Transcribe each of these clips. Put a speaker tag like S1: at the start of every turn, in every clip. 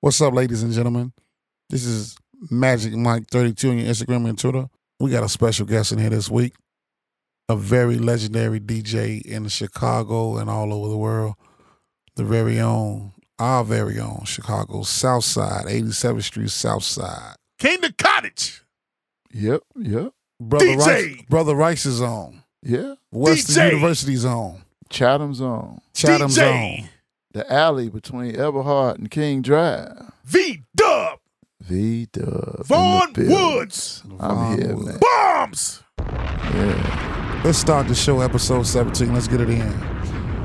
S1: What's up, ladies and gentlemen? This is Magic Mike 32 on your Instagram and Twitter. We got a special guest in here this week, a very legendary DJ in Chicago and all over the world. The very own, our very own Chicago South Side, 87th Street South Side.
S2: Came to cottage.
S3: Yep, yep,
S1: Brother
S2: DJ.
S1: Rice, Brother Rice is on.
S3: yeah.
S1: Western
S2: DJ.
S1: University's on.
S3: Chatham's on
S1: Chatham's
S2: DJ.
S1: on.
S3: the alley between Everhart and King Drive.
S2: V Dub.
S3: V Dub.
S2: Vaughn Woods.
S3: I'm here,
S1: Vaughn
S3: man.
S2: Bombs.
S1: Let's start the show, episode 17. Let's get it in.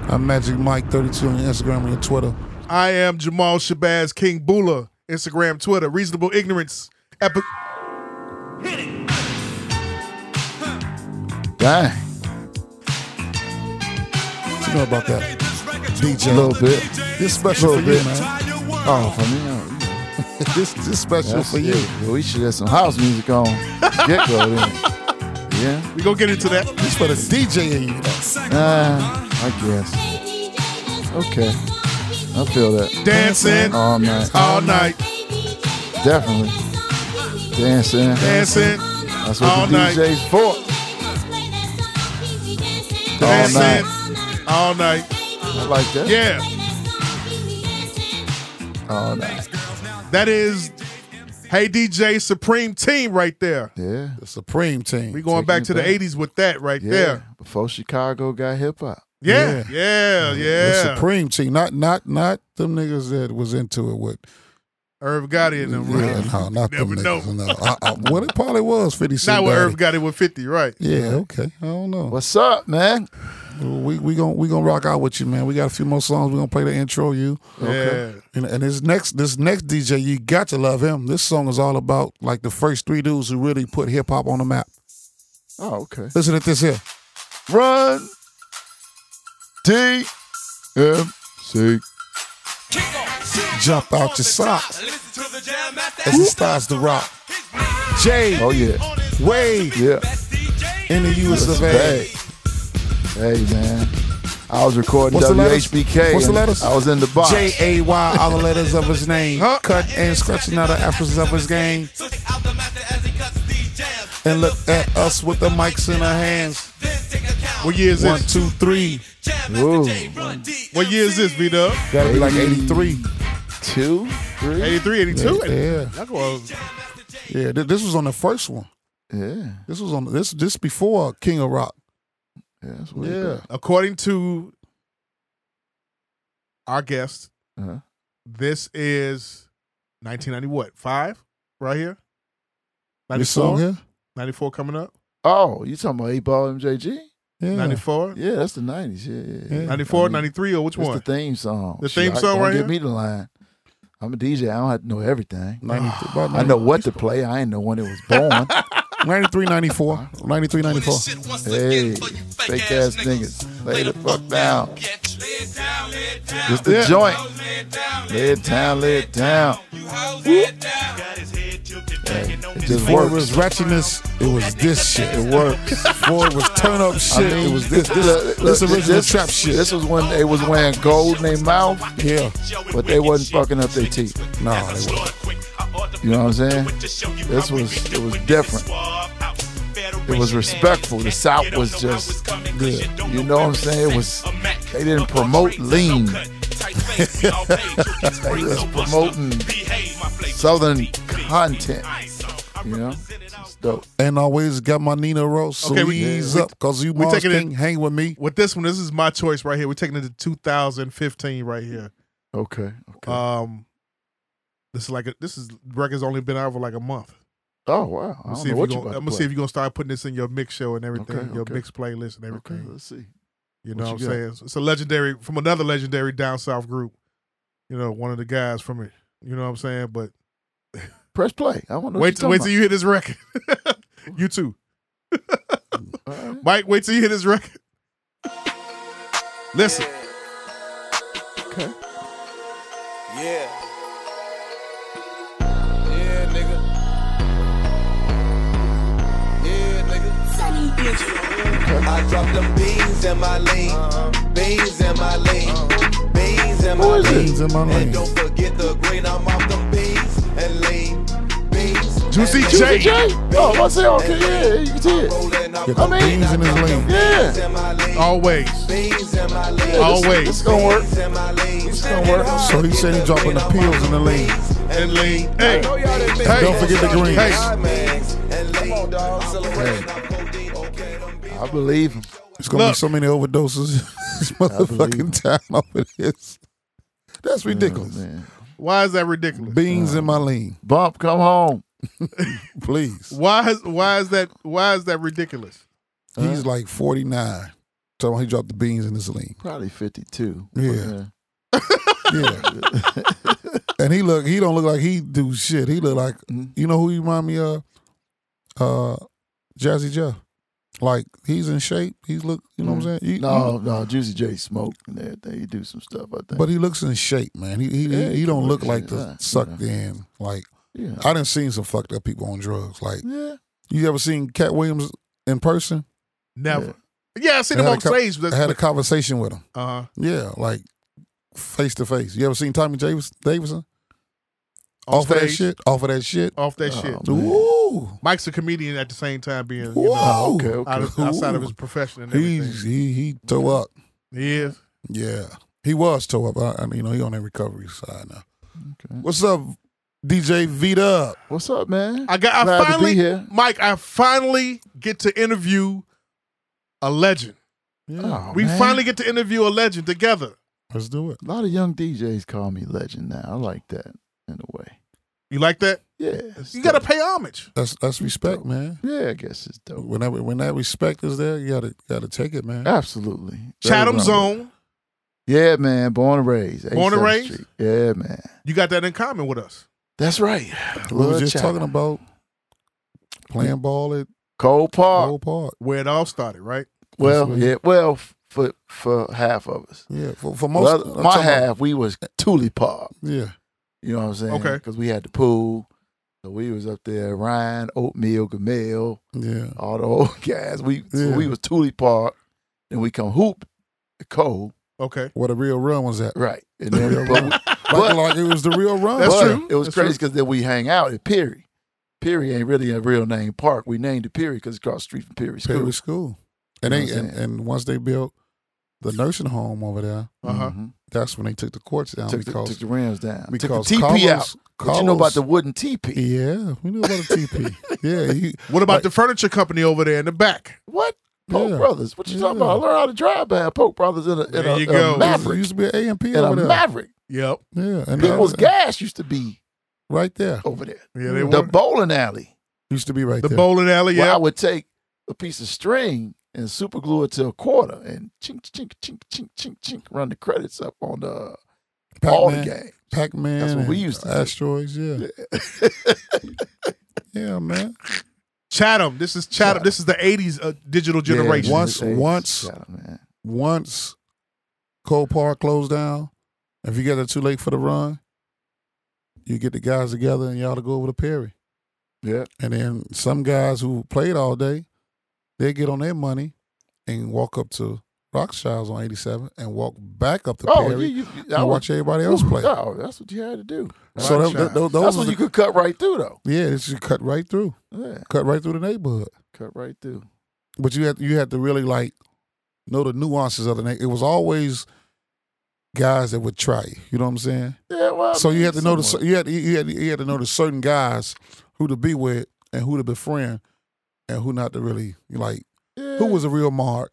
S1: I'm Magic Mike 32 on your Instagram and your Twitter.
S2: I am Jamal Shabazz King Bula. Instagram, Twitter, Reasonable Ignorance. Epic.
S3: Dang.
S1: What you know about that? DJ.
S3: A little bit.
S1: This special for
S3: Little
S1: you,
S3: bit.
S1: man.
S3: Oh, for me, oh, yeah.
S1: This, this special
S3: That's
S1: for you.
S3: yeah, we should have some house music on get go then. Yeah,
S2: We gonna get into that.
S1: This for the DJ in you. though.
S3: uh, I guess. Okay, I feel that.
S2: Dancing
S3: All night,
S2: all night.
S3: definitely dancing.
S2: Dancing.
S3: That's what
S2: all
S3: the
S2: night.
S3: DJ's for. All
S2: Dancing
S3: night.
S2: all night.
S3: I like that.
S2: Yeah.
S3: All night.
S2: That is Hey DJ Supreme Team right there.
S3: Yeah.
S1: The Supreme Team.
S2: We going back to the
S3: Taking it
S2: 80s with that right
S3: Yeah.
S2: there.
S3: Before Chicago got hip hop.
S2: Yeah. Yeah. Yeah.
S1: The Supreme Team. Not not not them niggas that was into it with.
S2: Irv Gotti in them, right?
S1: Yeah, no, not them
S2: Never know.
S1: niggas. No. I, I, well, it probably was 50 Cent.
S2: Not with
S1: Daddy.
S2: Irv Gotti with 50, right?
S1: Yeah, okay. I don't know.
S3: What's up, man?
S1: We we gonna we gonna rock out with you, man. We got a few more songs. We gonna play the intro, you.
S2: Yeah.
S1: And, and this next this next DJ, you got to love him. This song is all about like the first three dudes who really put hip hop on the map.
S3: Oh, okay.
S1: Listen to this here.
S3: Run D M C.
S1: Jump out your socks as it starts to rock. Jay
S3: Oh yeah.
S1: Wade
S3: Yeah.
S1: in the use of A.
S3: Hey. Hey man. I was recording
S1: What's the letters?
S3: WHBK.
S1: What's the
S3: and
S1: letters?
S3: I was in the box.
S1: J A Y, all the letters of his name.
S2: Huh?
S1: Cut and scratching out the afros of his game. And look at us with the mics in our hands.
S2: What year is
S1: One,
S2: this?
S1: two, three.
S3: Ooh.
S2: What year is this, V Dub?
S1: Gotta be like 83.
S3: Two, three.
S2: 83, 82?
S1: Yeah.
S2: Y'all go-
S1: Yeah, th- this was on the first one.
S3: Yeah.
S1: This was on this this before King of Rock.
S3: Yeah. That's way
S1: Yeah.
S2: According to our guest,
S3: back. Uh-huh.
S2: this is 1990, what, five? Right here?
S1: This song
S2: 94?
S1: here?
S2: 94 coming up?
S3: Oh, you talking about eight ball MJG?
S1: Yeah.
S2: 94?
S3: Yeah, that's the nineties. Yeah, yeah,
S1: Yeah.
S3: yeah.
S2: 94,
S3: I mean,
S2: 93, or which
S3: It's
S2: one?
S3: the theme song.
S2: The theme
S3: Shit, I-
S2: song
S3: don't
S2: right
S3: give
S2: here?
S3: me the line. I'm a DJ. I don't have to know everything.
S1: 93, about
S3: I
S1: 90
S3: know what to play. I ain't the one that was born.
S1: 93, 94. 93, 94.
S3: hey, fake ass niggas, lay the fuck down. This the joint. Lay it down, lay it down. Hey, it just
S1: Before it was
S3: works.
S1: ratchetness, it was this shit. It works. Before it was turn up
S3: I
S1: shit,
S3: mean,
S1: it was this this,
S3: look,
S1: this
S3: look,
S1: original trap shit.
S3: This was when they was wearing gold in their mouth,
S1: yeah.
S3: but they wasn't fucking up their teeth.
S1: No, they wasn't.
S3: You know what I'm saying? This was it was different. It was respectful. The South was just good. You know what I'm saying? It was they didn't promote lean. they was promoting Southern content. You know? It's dope.
S1: And always got my Nina Rose. So
S2: Okay, we-
S1: we, ease
S2: we-
S1: up, cause you
S2: we
S1: Mars
S2: taking it-
S1: King, hang with me.
S2: With this one, this is my choice right here. We're taking it to 2015 right here.
S3: Okay. Okay.
S2: Um, this is like a, this is record's only been out for like a month.
S3: oh wow. I
S2: I'm
S3: don't
S2: gonna see
S3: know
S2: if
S3: what
S2: you gonna-
S3: you about
S2: I'm
S3: to
S2: gonna see if you're gonna start putting this in your mix show and everything,
S3: Okay,
S2: your
S3: okay.
S2: mix playlist and everything.
S3: Okay, let's see.
S2: You
S3: What
S2: know
S3: you
S2: what,
S3: got?
S2: I'm saying? It's a legendary from another legendary down south group. You know, one of the guys from it. You know what I'm saying? But
S3: Press play. I want to
S2: wait, till-
S3: you
S2: wait till you hear this record. you too, Mike. Wait till you hear this record. Listen,
S3: Okay.
S4: Yeah. Yeah, nigga. Yeah, nigga. I dropped them beans in my lane. Beans in my lane. Beans in my
S3: Who is
S4: lane.
S1: Beans in my
S4: And
S1: lane.
S4: don't forget the green, I'm off the
S2: Juicy
S3: Juicy
S2: J.
S3: J. Oh, I say okay, yeah, you did.
S1: Get
S3: I
S1: the
S3: mean-
S1: beans in his lane.
S3: Yeah,
S1: Oh.
S2: Always. Always.
S3: it's gonna work. It's gonna work.
S1: So he said he dropping the pills in the lane.
S2: And lean. Hey.
S1: Hey, don't forget the greens.
S2: Hey.
S3: I believe him.
S1: It's gonna
S2: Look.
S1: be so many overdoses this motherfucking time over this. That's ridiculous.
S3: Oh, man. Um,
S2: Why is that ridiculous?
S1: Beans in my lane,
S3: Bump, come home.
S1: please.
S2: Why is why is that why is that ridiculous?
S3: Uh,
S1: He's like 49. So he dropped the beans in his lane.
S3: Probably 52.
S1: Yeah. Yeah. and he look he don't look like he do shit. He look like
S3: Mhm.
S1: you know who he remind me of? Uh Jazzy Jeff. Like he's in shape. He's look you know what I'm saying? You-
S3: Mm-hmm. No, no, Juicy J smoke and everything. He do some stuff, I think.
S1: But he looks in shape, man. He he,
S3: Yeah,
S1: he,
S3: he
S1: don't look
S3: looks
S1: like
S3: in
S1: the
S3: shape,
S1: sucked in. Like
S3: yeah.
S1: I done seen some fucked up people on drugs. Like
S3: yeah.
S1: you ever seen Cat Williams in person?
S2: Never. Yeah, I seen
S1: I
S2: him
S1: had a
S2: on
S1: cou-
S2: stage.
S1: I had a conversation with him.
S2: uh
S1: Yeah, like face to face. You ever seen Tommy Davis Davidson?
S2: On
S1: off of that
S2: stage?
S1: shit. Off of that shit.
S2: off that
S3: Oh,
S2: shit.
S3: man.
S1: Ooh.
S2: Mike's a comedian at the same time being you
S1: Whoa.
S2: know,
S3: Oh, okay, okay.
S2: out of, outside of his profession and everything.
S1: He's he he toe up.
S2: He is.
S1: Yeah, he was toe up. I, I you know he on that recovery side now.
S3: Okay.
S1: What's up, DJ Vita?
S3: What's up, man?
S2: I got.
S3: Glad
S2: I
S3: to be
S2: finally,
S3: here.
S2: Mike. I finally get to interview a legend.
S3: Oh,
S2: we
S3: man.
S2: finally get to interview a legend together.
S1: Let's do it.
S3: A lot of young DJs call me legend now. I like that in a way.
S2: You like that?
S3: Yeah. it's
S2: You got to
S3: dope.
S2: pay homage.
S1: That's that's respect, man.
S3: Yeah, I guess it's dope.
S1: When that when that respect is there, you gotta gotta take it, man.
S3: Absolutely. Very
S2: Chatham
S3: wrong.
S2: Zone.
S3: Yeah, man. Born and raised.
S2: Born and
S3: 87th
S2: raised?
S3: Street. Yeah, man.
S2: You got that in common with us.
S3: That's right.
S1: We were
S3: Love
S1: just
S3: Chatham.
S1: talking about playing ball at
S3: Cole Park.
S1: Old Park.
S2: Where it all started, right?
S3: Well,
S1: That's right.
S3: yeah. Well, f- for for half of us.
S1: Yeah, for, for
S3: Well,
S1: most I'm
S3: my
S1: talking
S3: half,
S1: about-
S3: we was Thule Park.
S1: yeah,
S3: You know what I'm saying?
S2: Okay.
S3: Because we had the pool. So we was up there, Ryan, Oatmeal, Gamel,
S1: yeah,
S3: all the old guys. We so
S1: Yeah.
S3: we was Thule Park. Then we come hoop the coal.
S2: Okay.
S1: where the real run was at.
S3: Right. And then but, we-
S1: Like,
S3: But-
S1: like it was the real run.
S2: That's
S3: but
S2: true.
S3: It was
S2: That's
S3: crazy because then we hang out at Peary. Peary ain't really a real name park. We named it Peary because it's across the street from Peary School.
S1: Perry School, and
S3: You know
S1: they
S3: what I'm
S1: and, and once they built the nursing home over there,
S2: Uh huh.
S3: Mhm.
S1: that's when they Uh-huh. took the courts down
S3: Took, the,
S1: because
S3: took the rims down. Took the
S1: because
S3: TP out.
S1: Carlos,
S3: But you know about
S1: Carlos-
S3: the wooden teepee?
S1: yeah, we knew about the TP. yeah, he,
S3: Mm-hmm.
S2: What about
S1: Like-
S2: the furniture company over there in the back?
S3: What? Pope
S1: Yeah.
S3: Brothers. What you talking
S1: Yeah.
S3: about? I learned how to drive by Pope Brothers in a, in
S2: There
S3: a,
S2: you
S3: in a
S2: go.
S1: There
S3: Maverick.
S1: used to be an A and P
S3: In a
S1: over there.
S3: Maverick.
S2: Yep.
S1: yeah, and
S3: People's
S1: that-
S3: gas used to be
S1: right there.
S3: over there.
S2: Yeah, they
S3: the
S2: were.
S3: bowling alley.
S1: Used to be right
S2: The
S1: there.
S2: bowling alley.
S3: Where I
S2: Yeah.
S3: would take a piece of string and super glue it to a quarter and chink, chink, chink, chink, chink, chink, run the credits up on the all the
S1: Pac-Man,
S3: game.
S1: Pac-Man.
S3: That's what we
S1: and
S3: used to do.
S1: Asteroids. Yeah. yeah, man.
S2: Chatham. This is Chatham.
S3: Chatham.
S2: This is the '80s uh, digital generation.
S1: Once-
S3: Yeah,
S1: once-
S3: yeah, man.
S1: Once Cole Park closed down, if you get there too late for the run, you get the guys together and y'all to go over to Perry.
S3: Yeah.
S1: And then some guys who played all day, they get on their money and walk up to Rockshiles on 87 and walk back up to
S3: Oh,
S1: Perry
S3: you, you, you,
S1: and watch everybody else play.
S3: Oh, that's what you had to do.
S1: So that, that, those
S3: that's
S1: was
S3: when
S1: the-
S3: you could cut right through, though.
S1: yeah, it's just cut right through,
S3: Yeah,
S1: cut right through the neighborhood.
S3: cut right through.
S1: But you had you had to really like know the nuances of the neighborhood. It was always guys that would try you. You know what I'm saying?
S3: Yeah, well,
S1: So you had to know
S3: Oh, somewhat.
S1: the you had you had you had to know the certain guys who to be with and who to befriend and who not to really like.
S3: Yeah.
S1: Who was a real mark?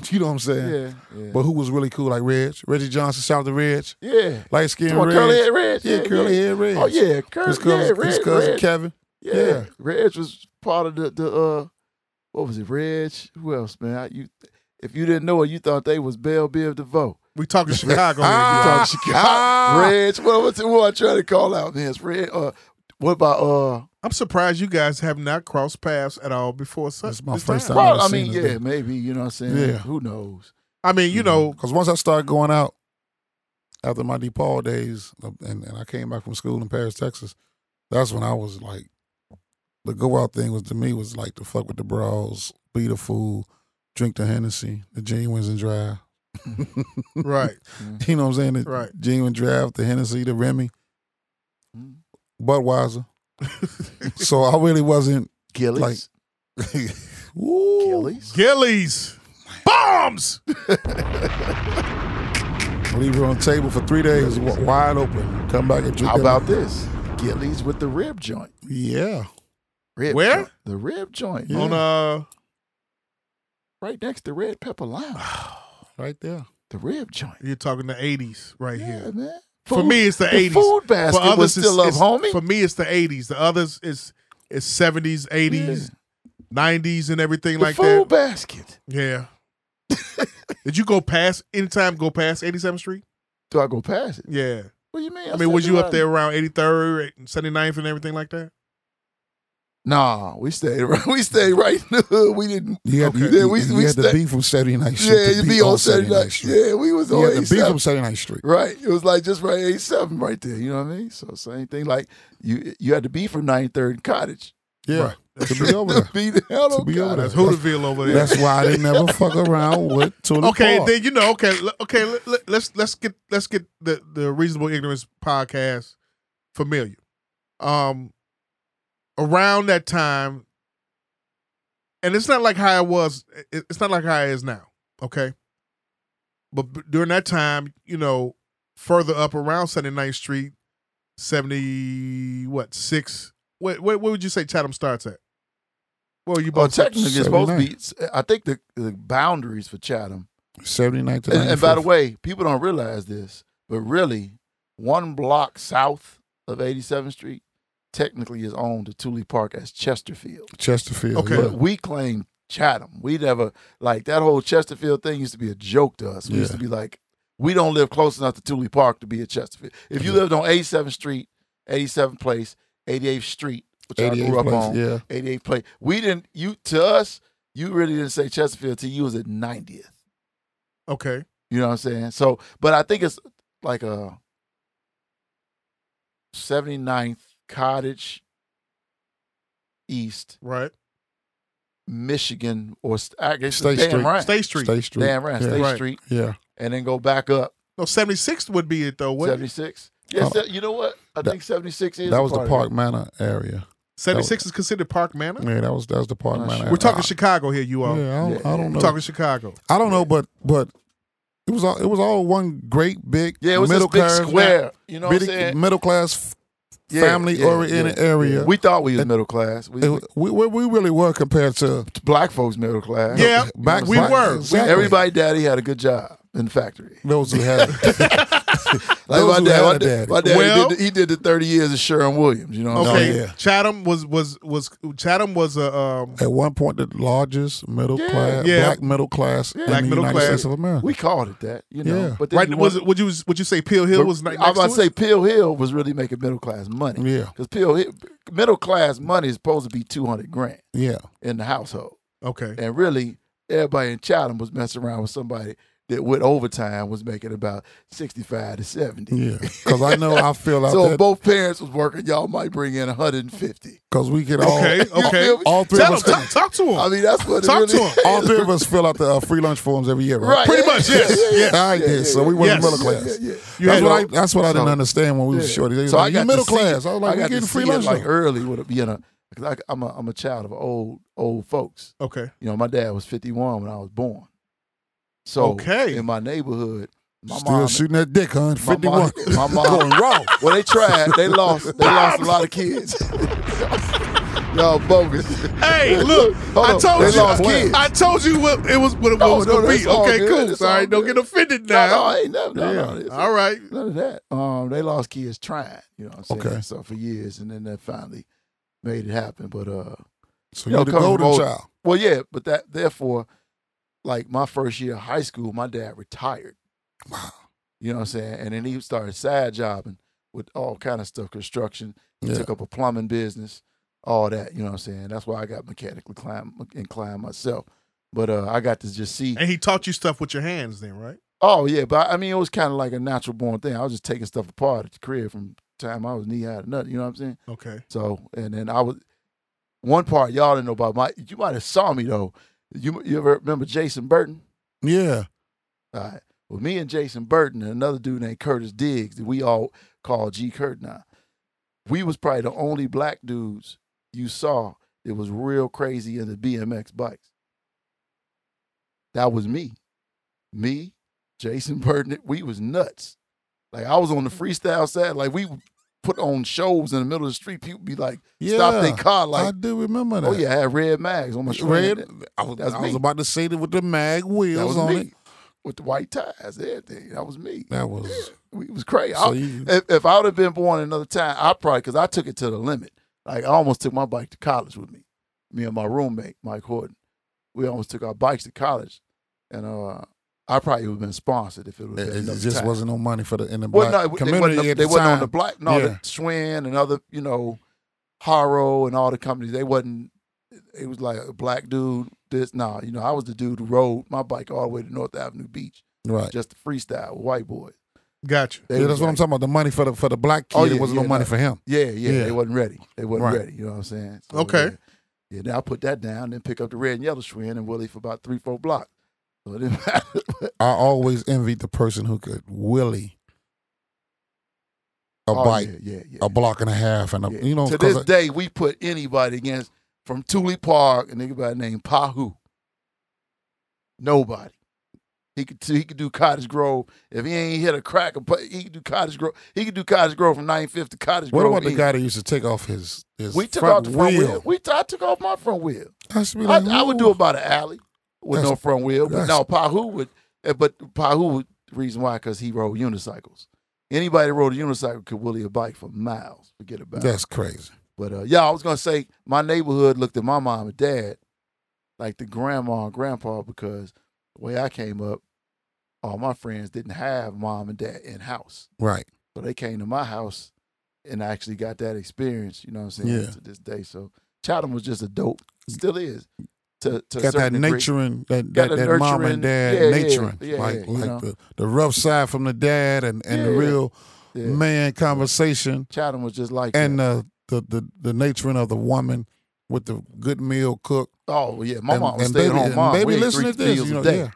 S1: You know what I'm saying?
S3: Yeah, yeah.
S1: But who was really cool, like Reg, Reggie Johnson, shout out to Reg,
S3: yeah.
S1: light skinned
S3: Come on,
S1: Reg,
S3: curly head Reg.
S1: yeah, curly head Reg.
S3: Oh yeah, curly
S1: his cousin,
S3: yeah, Reg,
S1: his cousin
S3: Reg.
S1: Kevin.
S3: Yeah.
S1: yeah.
S3: Reg was part of the the uh, what was it? Reg. Who else, man? I, you, if you didn't know it, you thought they was Bell Biv DeVoe.
S2: We talking Chicago. here,
S3: You
S2: yeah.
S3: thought Chicago. Reg. What was it? What I trying to call out? Man, it's Reg. Uh, what about uh?
S2: I'm surprised you guys have not crossed paths at all before. Such,
S1: That's my
S2: this
S1: first time.
S3: Well,
S1: never
S3: I
S1: seen
S3: mean,
S1: this
S3: yeah,
S1: dude.
S3: maybe you know what I'm saying.
S1: Yeah.
S3: Who knows?
S2: I mean, you know,
S1: Because once I started going out after my DePaul days, uh, and, and I came back from school in Paris, Texas, that's when I was like, the go out thing was to me was like to fuck with the bras, be the fool, drink the Hennessy, the genuines and dry. Mm-hmm.
S2: right?
S1: You know what I'm saying? The
S2: Right.
S1: Genuine draft, the Hennessy, the Remy,
S3: Mm.
S1: Budweiser. So I really wasn't.
S3: Gillies.
S1: Like- Ooh.
S3: Gillies.
S2: Gillies. Bombs.
S1: Leave it on the table for three days, w- wide open. Come back and drink.
S3: How
S1: that-
S3: about this? Gillies with the rib joint.
S1: Yeah.
S3: Rib
S2: Where?
S3: joint. The rib joint.
S1: Yeah.
S2: On uh
S3: Right next to Red Pepper Lounge.
S1: Right there.
S3: The rib joint.
S2: you're talking the eighties right
S3: Yeah,
S2: here.
S3: man.
S2: For me, it's the
S3: the
S2: 80s.
S3: food
S2: For
S3: basket
S2: others,
S3: was still up,
S2: it's,
S3: homie.
S2: it's, for me, it's the '80s. The others, it's it's '70s, '80s, '90s, and everything
S3: the
S2: like that.
S3: food basket.
S2: Yeah. Did you go past anytime? Go past 87th Street?
S3: Do I go past it?
S2: Yeah.
S3: What do you mean?
S2: I mean, was
S3: said,
S2: you
S3: do
S2: up
S3: I-
S2: there around 83rd, 79th, and everything like that?
S3: Nah, we stayed. Right, we stayed right in the hood. We didn't.
S1: You had,
S3: Okay.
S1: you,
S3: Yeah, we-
S1: you
S3: we
S1: had the
S3: stay-
S1: beef from Saturday Night Street.
S3: yeah,
S1: the
S3: you
S1: beat
S3: be on Saturday night.
S1: Street.
S3: Yeah, we was
S1: You
S3: on
S1: had the
S3: eight
S1: beef from
S3: seven.
S1: Saturday Night Street.
S3: Right, it was like just right eight seven right there. You know what I mean? So same thing. Like you, you had to be from Ninety Third Cottage.
S1: Yeah. To be over there.
S3: be the hell
S1: To
S3: on
S1: be over
S3: Cottage.
S1: there.
S2: That's Hooterville over there.
S1: That's why they never fuck around with Tulip
S2: okay,
S1: Park.
S2: then you know. Okay, l- okay. Let, let, let's let's get let's get the the reasonable ignorance podcast familiar. Um, around that time, and it's not like how it was. it- It's not like how it is now. Okay, but b- during that time, you know, further up around 79th Street, seventy what six? What what, what would you say Chatham starts at? Well, you
S3: Well,
S2: both
S3: technically, it's supposed to
S1: 79.
S3: be. I think the, the boundaries for Chatham.
S1: 79 to
S3: And, and by the
S1: 95.
S3: way, people don't realize this, but really, one block south of 87th Street technically is owned to Thule Park as Chesterfield.
S1: Chesterfield.
S2: Okay.
S1: yeah.
S3: But we claim Chatham. We never like that whole Chesterfield thing used to be a joke to us. We used to
S1: Yeah.
S3: be like, we don't live close enough to Thule Park to be a Chesterfield. If you
S1: Yeah.
S3: lived on 87th Street, 87th Place, 88th Street, which I
S1: 88
S3: grew up
S1: place,
S3: on,
S1: yeah.
S3: 88th Place, we didn't. You to us, you really didn't say Chesterfield till you was at 90th.
S2: okay.
S3: You know what I'm saying? So, but I think it's like a 79th Cottage East
S2: Right.
S3: Michigan or st- I guess
S1: State
S3: damn
S1: Street.
S3: right,
S2: State Street.
S1: State Street.
S3: damn right,
S1: Yeah.
S3: State
S2: Right.
S3: Street,
S1: Yeah.
S3: and then go back up
S2: No, 76th would be it though. What?
S3: seventy six. Yes,
S1: Oh.
S3: that- you know what? I
S1: That-
S3: think seventy six is
S1: That was the
S3: part
S1: Park
S3: of
S1: Manor area.
S2: 76 is considered Park Manor?
S1: Yeah, that was that was the Park
S3: Not
S1: Manor.
S3: sure.
S1: area.
S2: We're talking
S1: I-
S2: Chicago here, you all.
S1: Yeah, I don't, I don't
S2: We're
S1: know.
S2: talking Chicago.
S1: I don't know, but but it was all it was all one great big
S3: it. Yeah, it was
S1: middle
S3: this big
S1: class
S3: square. You know what I'm saying?
S1: middle class
S3: Yeah,
S1: family
S3: yeah,
S1: oriented
S3: yeah.
S1: area.
S3: We thought we was
S1: It-
S3: middle class. We,
S1: It- we, we we really were compared to
S3: black folks middle class.
S2: Yeah,
S1: back
S2: we
S1: back-
S2: were.
S1: exactly.
S3: Everybody, daddy had a good job in the factory.
S1: those who had
S3: Like
S1: Those
S3: my
S1: who
S3: dad,
S1: had
S3: my
S1: a
S3: dad,
S1: daddy.
S3: my dad
S2: Well-
S3: he, did the, he did the thirty years of Sharon Williams. You know what I'm
S2: Okay.
S3: saying?
S1: yeah.
S2: Chatham was was was Chatham was a um
S1: at one point the largest middle
S3: Yeah.
S1: class
S2: Yeah.
S1: black middle class in
S2: Black
S1: the
S2: middle
S1: United
S2: class.
S1: States of America.
S3: We called it that. You know,
S1: Yeah.
S3: but then
S2: right
S3: you
S2: was
S3: want-
S2: it, would you would you say Peel Hill was
S3: But
S2: not
S3: I
S2: next
S3: was about to
S2: to it?
S3: say Pill Hill was really making middle class money.
S1: yeah,
S3: Because Pill Hill, middle class money is supposed to be two hundred grand
S1: yeah.
S3: in the household,
S2: Okay.
S3: and really everybody in Chatham was messing around with somebody that with overtime was making about sixty five to seventy.
S1: Yeah, because I know I feel out
S3: So if
S1: that
S3: both parents was working, y'all might bring in one hundred and fifty.
S1: because we could all
S2: Okay.
S3: You
S2: Okay.
S3: feel me?
S1: all three
S2: Tell
S1: of
S2: him
S1: us
S2: talk, talk to him.
S3: I mean, that's what it
S2: Talk
S3: really
S2: to 'em.
S1: all three of us fill out the uh, free lunch forms every year, right?
S3: Right,
S2: Pretty
S3: yeah,
S2: much,
S3: yeah,
S2: yes,
S3: yeah, yeah,
S2: yes.
S1: I
S3: yeah,
S1: did. so
S3: yeah,
S1: we weren't
S2: yes.
S1: middle
S3: yeah,
S1: class.
S3: yeah, yeah.
S2: you
S1: that's
S2: had
S1: what
S2: all-
S1: I that's what I didn't
S3: so-
S1: understand when we
S3: Yeah.
S1: was shorty. They
S3: So I
S1: like, you
S3: got
S1: middle
S3: to see
S1: class.
S3: it-
S1: I was like,
S3: got
S1: we
S3: to
S1: getting free
S3: see it,
S1: lunch.
S3: like er,
S1: Like,
S3: early with a, being a because I'm a I'm a child of old old folks.
S2: okay.
S3: You know, my dad was 51 when I was born. So
S2: Okay.
S3: in my neighborhood, my
S1: Still
S3: mom,
S1: shooting that dick, hun.
S3: my
S1: Fifty one.
S3: mom, my
S1: Going
S3: mom,
S1: raw.
S3: well, they tried, they lost, they lost a lot of kids. Y'all bogus.
S2: Hey, look,
S3: Hold
S2: I
S3: on,
S2: told
S3: they
S2: you
S3: lost kids.
S2: I told you what it was what it
S3: No,
S2: was
S3: no,
S2: gonna
S3: that's
S2: be.
S3: all
S2: Okay,
S3: good.
S2: cool.
S3: That's
S2: All
S3: all
S2: right, don't
S3: good.
S2: get offended
S3: No,
S2: now.
S3: no, ain't never, no, no, it's-
S2: All right.
S3: none of that. Um, they lost kids trying. You know what I'm saying?
S1: Okay.
S3: So for years, and then that finally made it happen. But uh,
S1: So
S3: Yo,
S1: you're the
S3: come
S1: golden
S3: roll.
S1: child.
S3: well, yeah, but that therefore, like my first year of high school, my dad retired.
S1: Wow.
S3: You know what I'm saying? And then he started side jobbing with all kind of stuff, construction. He
S1: Yeah.
S3: took up a plumbing business, all that. You know what I'm saying? That's why I got mechanically climb, inclined myself. But uh, I got to just see.
S2: And he taught you stuff with your hands then, right?
S3: Oh yeah, but I mean it was kind of like a natural born thing. I was just taking stuff apart at the crib from time I was knee high to nothing. You know what I'm saying?
S2: Okay.
S3: So and then I was one part y'all didn't know about my. You might have saw me though. You you ever remember Jason Burton?
S1: Yeah.
S3: All right. Well, me and Jason Burton and another dude named Curtis Diggs that we all call G Curt now. We was probably the only black dudes you saw that was real crazy in the BMX bikes. That was me. Me, Jason Burton, we was nuts. Like I was on the freestyle side. Like we put on shows in the middle of the street. People be like, stop
S1: Yeah,
S3: their car.
S1: I
S3: Like,
S1: do remember that.
S3: oh yeah, I had red mags on my shirt.
S1: red. I, was,
S3: That's
S1: I was
S3: me.
S1: about to say that with the mag
S3: That
S1: wheels
S3: was
S1: on
S3: me.
S1: it.
S3: With the white ties, everything. That was me.
S1: That was
S3: We was crazy.
S1: so
S3: I-
S1: you.
S3: if, if I would have been born another time, I probably because I took it to the limit. Like I almost took my bike to college with me. Me and my roommate Mike Horton, we almost took our bikes to college, and uh, I probably would have been sponsored if it would
S1: It,
S3: have been
S1: it
S3: another
S1: just
S3: time.
S1: wasn't no money for the in the
S3: Well,
S1: black
S3: no, it- they
S1: community
S3: wasn't,
S1: at
S3: they
S1: the
S3: wasn't
S1: time.
S3: on the black. No, the
S1: Yeah.
S3: Schwinn and other, you know, Haro and all the companies. They wasn't. It was like a black dude. This, nah, you know, I was the dude who rode my bike all the way to North Avenue Beach,
S1: right.
S3: just to freestyle with white boys.
S2: Gotcha.
S3: They
S1: yeah,
S3: was
S1: that's what I'm
S3: like-
S1: talking about. The money for the for the black kid,
S3: Oh,
S1: it
S3: yeah,
S1: wasn't
S3: yeah,
S1: no money
S3: no.
S1: for him.
S3: Yeah, yeah,
S1: Yeah.
S3: they wasn't ready. They wasn't
S1: Right.
S3: ready. You know what I'm saying?
S2: Okay.
S3: Yeah. yeah, then I put that down, then pick up the red and yellow Schwinn and Willie for about three, four blocks. So it didn't matter.
S1: I always envied the person who could willy a
S3: Oh,
S1: bike,
S3: Yeah, yeah, yeah.
S1: a block and a half, and a,
S3: Yeah.
S1: you know,
S3: to
S1: 'cause
S3: this
S1: I-
S3: day, we put anybody against from Thule Park, a nigga by the name Pahu. Nobody. He could he could do Cottage Grove. If he ain't hit a crack, and put- he could do Cottage Grove. He could do Cottage Grove from 95th to Cottage
S1: what
S3: Grove.
S1: about the
S3: East.
S1: guy that used to take off his his
S3: We took
S1: front
S3: off the front wheel.
S1: wheel?
S3: We t- I took off my front wheel.
S1: I, should be
S3: I,
S1: like,
S3: I would do about an alley with no
S1: That's-
S3: front wheel. But
S1: that's-
S3: no, Pahu would. eh, But Pahu would. The reason why, because he rode unicycles. Anybody that rode a unicycle could willie a bike for miles. Forget about it.
S1: That's crazy.
S3: But uh, yeah, I was gonna say my neighborhood looked at my mom and dad like the grandma and grandpa because the way I came up, all my friends didn't have mom and dad in house,
S1: Right.
S3: so they came to my house and I actually got that experience. You know what I'm saying?
S1: Yeah. Mm.
S3: To this day, so Chatham was just a dope, still is. To to
S1: Got
S3: a
S1: that
S3: certain degree.
S1: nurturing, that
S3: Got
S1: that,
S3: the
S1: that mom
S3: nurturing.
S1: and dad
S3: Yeah, yeah,
S1: nurturing,
S3: yeah,
S1: like
S3: you
S1: like
S3: know.
S1: the, the rough side from the dad and, and the
S3: Yeah.
S1: real
S3: Yeah.
S1: man conversation,
S3: Chatham was just like
S1: and
S3: that.
S1: uh, the the the nurturing of the woman with the good meal cook.
S3: oh yeah, my
S1: and,
S3: mom was
S1: and
S3: staying
S1: baby,
S3: home
S1: and
S3: mom.
S1: Baby,
S3: we ate
S1: listen
S3: three
S1: to this.
S3: meals
S1: You know,
S3: a day.
S1: yeah.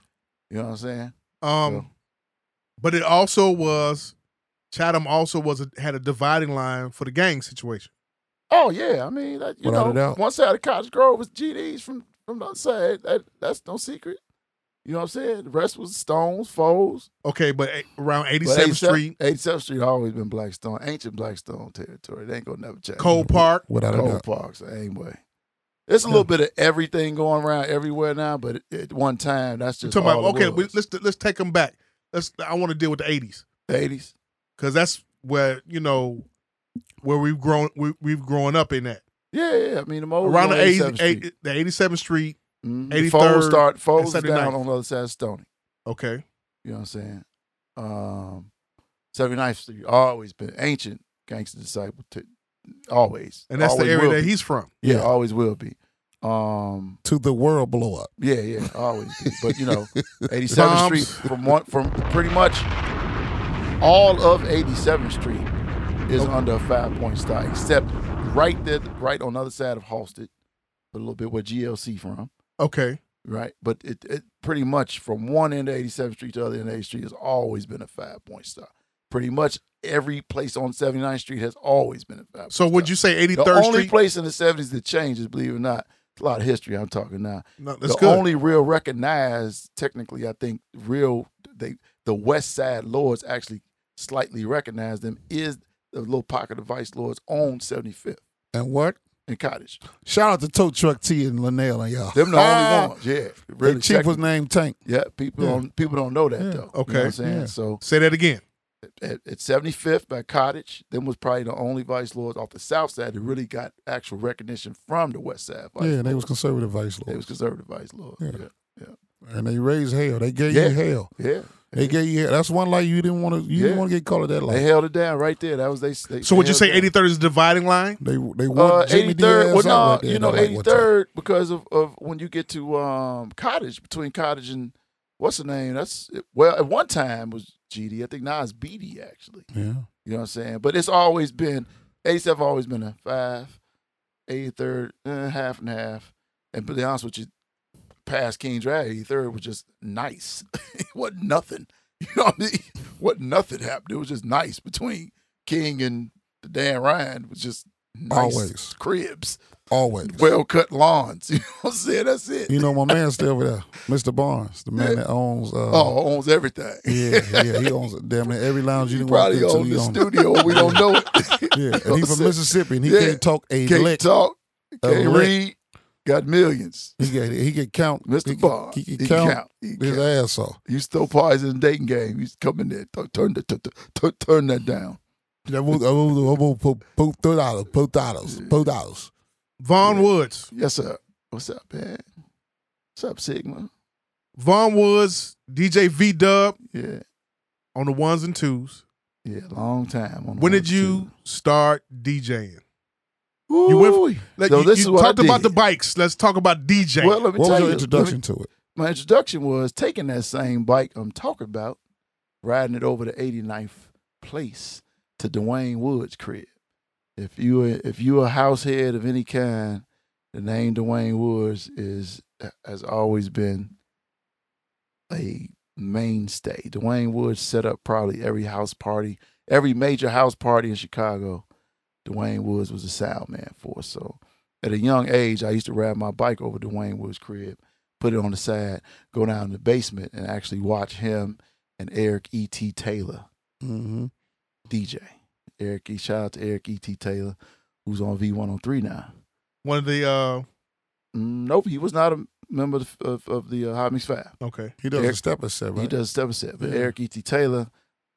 S3: You know what I'm saying?
S2: Um,
S3: So-
S2: but it also was Chatham also was a, had a dividing line for the gang situation.
S3: Oh yeah, I mean, that, you
S1: Without a
S3: know,
S1: doubt.
S3: one side of Cottage Grove was GDs from from the other side. That that's no secret. You know what I'm saying? The rest was Stones, Foes.
S2: Okay, but a- around
S3: but
S2: 87th
S3: 87th
S2: Street,
S3: 87th Street always been Blackstone, ancient Blackstone territory. They ain't gonna never change.
S2: Cole Park.
S1: Without a
S3: Cold
S1: doubt.
S3: Parks, anyway. It's a little bit of everything going around everywhere now, but at- at one time, that's
S2: You're
S3: just
S2: talking
S3: all
S2: about okay.
S3: it
S2: We,
S3: was.
S2: let's let's take them back. Let's. I want to deal with the 80s
S3: the 80s.
S2: because that's where you know where we've grown. We, we've grown up in that
S3: Yeah, yeah. I mean, the most
S2: around the 80,
S3: 87th Street.
S2: eight- the 87th Street.
S3: Mhm.
S2: 83rd
S3: Foes start Foes is
S2: 79th.
S3: down on the other side of Stony.
S2: Okay,
S3: You know what I'm saying? Um, 79th Street always been ancient gangster disciple. To, always,
S2: and that's the
S3: Always
S2: area
S3: will
S2: that
S3: be.
S2: he's from.
S3: yeah,
S1: Yeah.
S3: always will be. Um,
S1: To the world blow up.
S3: yeah, yeah, always. Be. But you know, 87th
S2: Bombs.
S3: Street from one from pretty much all of 87th Street is under a five point star, except right there, right on the other side of Halsted, a little bit where GLC from
S2: Okay,
S3: right? But it, it pretty much from one end of 87th Street to the other end of 8th Street has always been a five point stop. Pretty much every place on 79th Street has always been a five. point
S2: so would
S3: stop.
S2: you say
S3: The
S2: 83rd
S3: only
S2: Street?
S3: place in the 70s that changes, believe it or not, it's a lot of history I'm talking now.
S2: no, that's
S3: the
S2: good.
S3: only real recognized, technically, I think, real they the West Side Lords actually slightly recognize them is the little pocket of Vice Lords on 75th
S1: And what?
S3: and Cottage.
S1: Shout out to Tote Truck T and Linnell and y'all.
S3: Them the
S1: Ah,
S3: only ones, yeah.
S1: Their
S3: Really
S1: chief
S3: technically.
S1: was named Tank.
S3: Yeah, people
S1: Yeah.
S3: don't people don't know that
S1: Yeah.
S3: though. You know
S2: Okay.
S3: what I'm saying
S1: Yeah.
S3: so
S2: Say that again.
S3: at, at 75th by Cottage, then was probably the only vice lords off the south side that really got actual recognition from the west side. Vice
S1: Yeah, they was
S3: lords.
S1: conservative vice
S3: they was
S1: lords,
S3: conservative vice lords.
S1: Yeah.
S3: Yeah,
S1: and they raised hell. They gave
S3: Yeah.
S1: you hell.
S3: yeah,
S1: They gave you hell. That's one light you didn't want to. You didn't
S3: Yeah.
S1: want to get called at that
S3: they
S1: light.
S3: held it down right there. That was they. they
S2: So would you say
S3: eighty?
S2: 83rd is the dividing line?
S1: They they
S3: Uh,
S1: want Jamie
S3: 83rd.
S1: Diaz
S3: Well,
S1: out
S3: no,
S1: right there
S3: you
S1: at
S3: know,
S1: that light one time.
S3: 83rd because of, of when you get to um, Cottage between Cottage and what's the name? That's well, at one time it was GD. I think now it's BD actually.
S1: Yeah,
S3: You know what I'm saying? But it's always been 87 always been a five, 83rd, eh, half and half. And to be honest with you, past King Drag, 83rd was just nice. it wasn't nothing. You know what I mean? What nothing happened. It was just nice between King and the Dan Ryan. It was just nice
S1: Always.
S3: cribs,
S1: Always.
S3: well cut lawns. You know what I'm saying? That's it.
S1: You know, my man's still over there, Mr. Barnes, the man that owns. Uh,
S3: oh, owns everything.
S1: Yeah, yeah. He owns damn near every lounge you
S3: He
S1: done walked
S3: probably
S1: into.
S3: owns
S1: He
S3: the
S1: owns
S3: studio. We don't know it.
S1: Yeah, and he from Mississippi, and he
S3: Yeah.
S1: can't talk a
S3: Can't
S1: lick.
S3: talk. Can't
S1: lick.
S3: read. Got millions.
S1: He can he can count. he
S3: Mr.
S1: can-
S3: Bond.
S1: He can count,
S3: He
S1: his
S3: count.
S1: ass off.
S3: You stole pies in the dating game. You come in there. Th- Turn, the, t- t- t- turn that down.
S1: That was- that was- that was- po- po- two dollars, po- dollars, po- dollars.
S2: Vaughn Woods.
S3: Yes, sir. What's up, man? What's up, Sigma?
S2: Vaughn Woods, DJ V Dub
S3: Yeah.
S2: on the ones and twos.
S3: Yeah, long time. on the
S2: When did
S3: road,
S2: you start DJing?
S3: too.
S2: you went-
S3: Ooh.
S2: Like,
S3: So
S2: you,
S3: this
S2: you
S3: is what I
S2: talked about
S3: did.
S2: the bikes. Let's talk about DJing.
S3: Well, let me
S1: What was
S3: tell you.
S1: your
S3: let me-
S1: introduction to it?
S3: my introduction was taking that same bike I'm talking about, riding it over to 89th place to Dwayne Woods' crib. If you if you a house head of any kind, the name Dwayne Woods is uh, has always been a mainstay. Dwayne Woods set up probably every house party, every major house party in Chicago. Dwayne Woods was a sound man for. So at a young age, I used to ride my bike over to Dwayne Woods' crib put it on the side, go down in the basement and actually watch him and Eric E.T. Taylor
S1: Mm-hmm.
S3: DJ. Eric E. Shout out to Eric E.T. Taylor, who's on V103 now.
S2: one of the uh
S3: Mm, Nope, he was not a member of, of, of the uh, Hot Mix Five.
S2: okay.
S1: He does
S3: Eric-
S1: a step or set, right?
S3: He does step set, but
S1: Yeah.
S3: Eric E.T. Taylor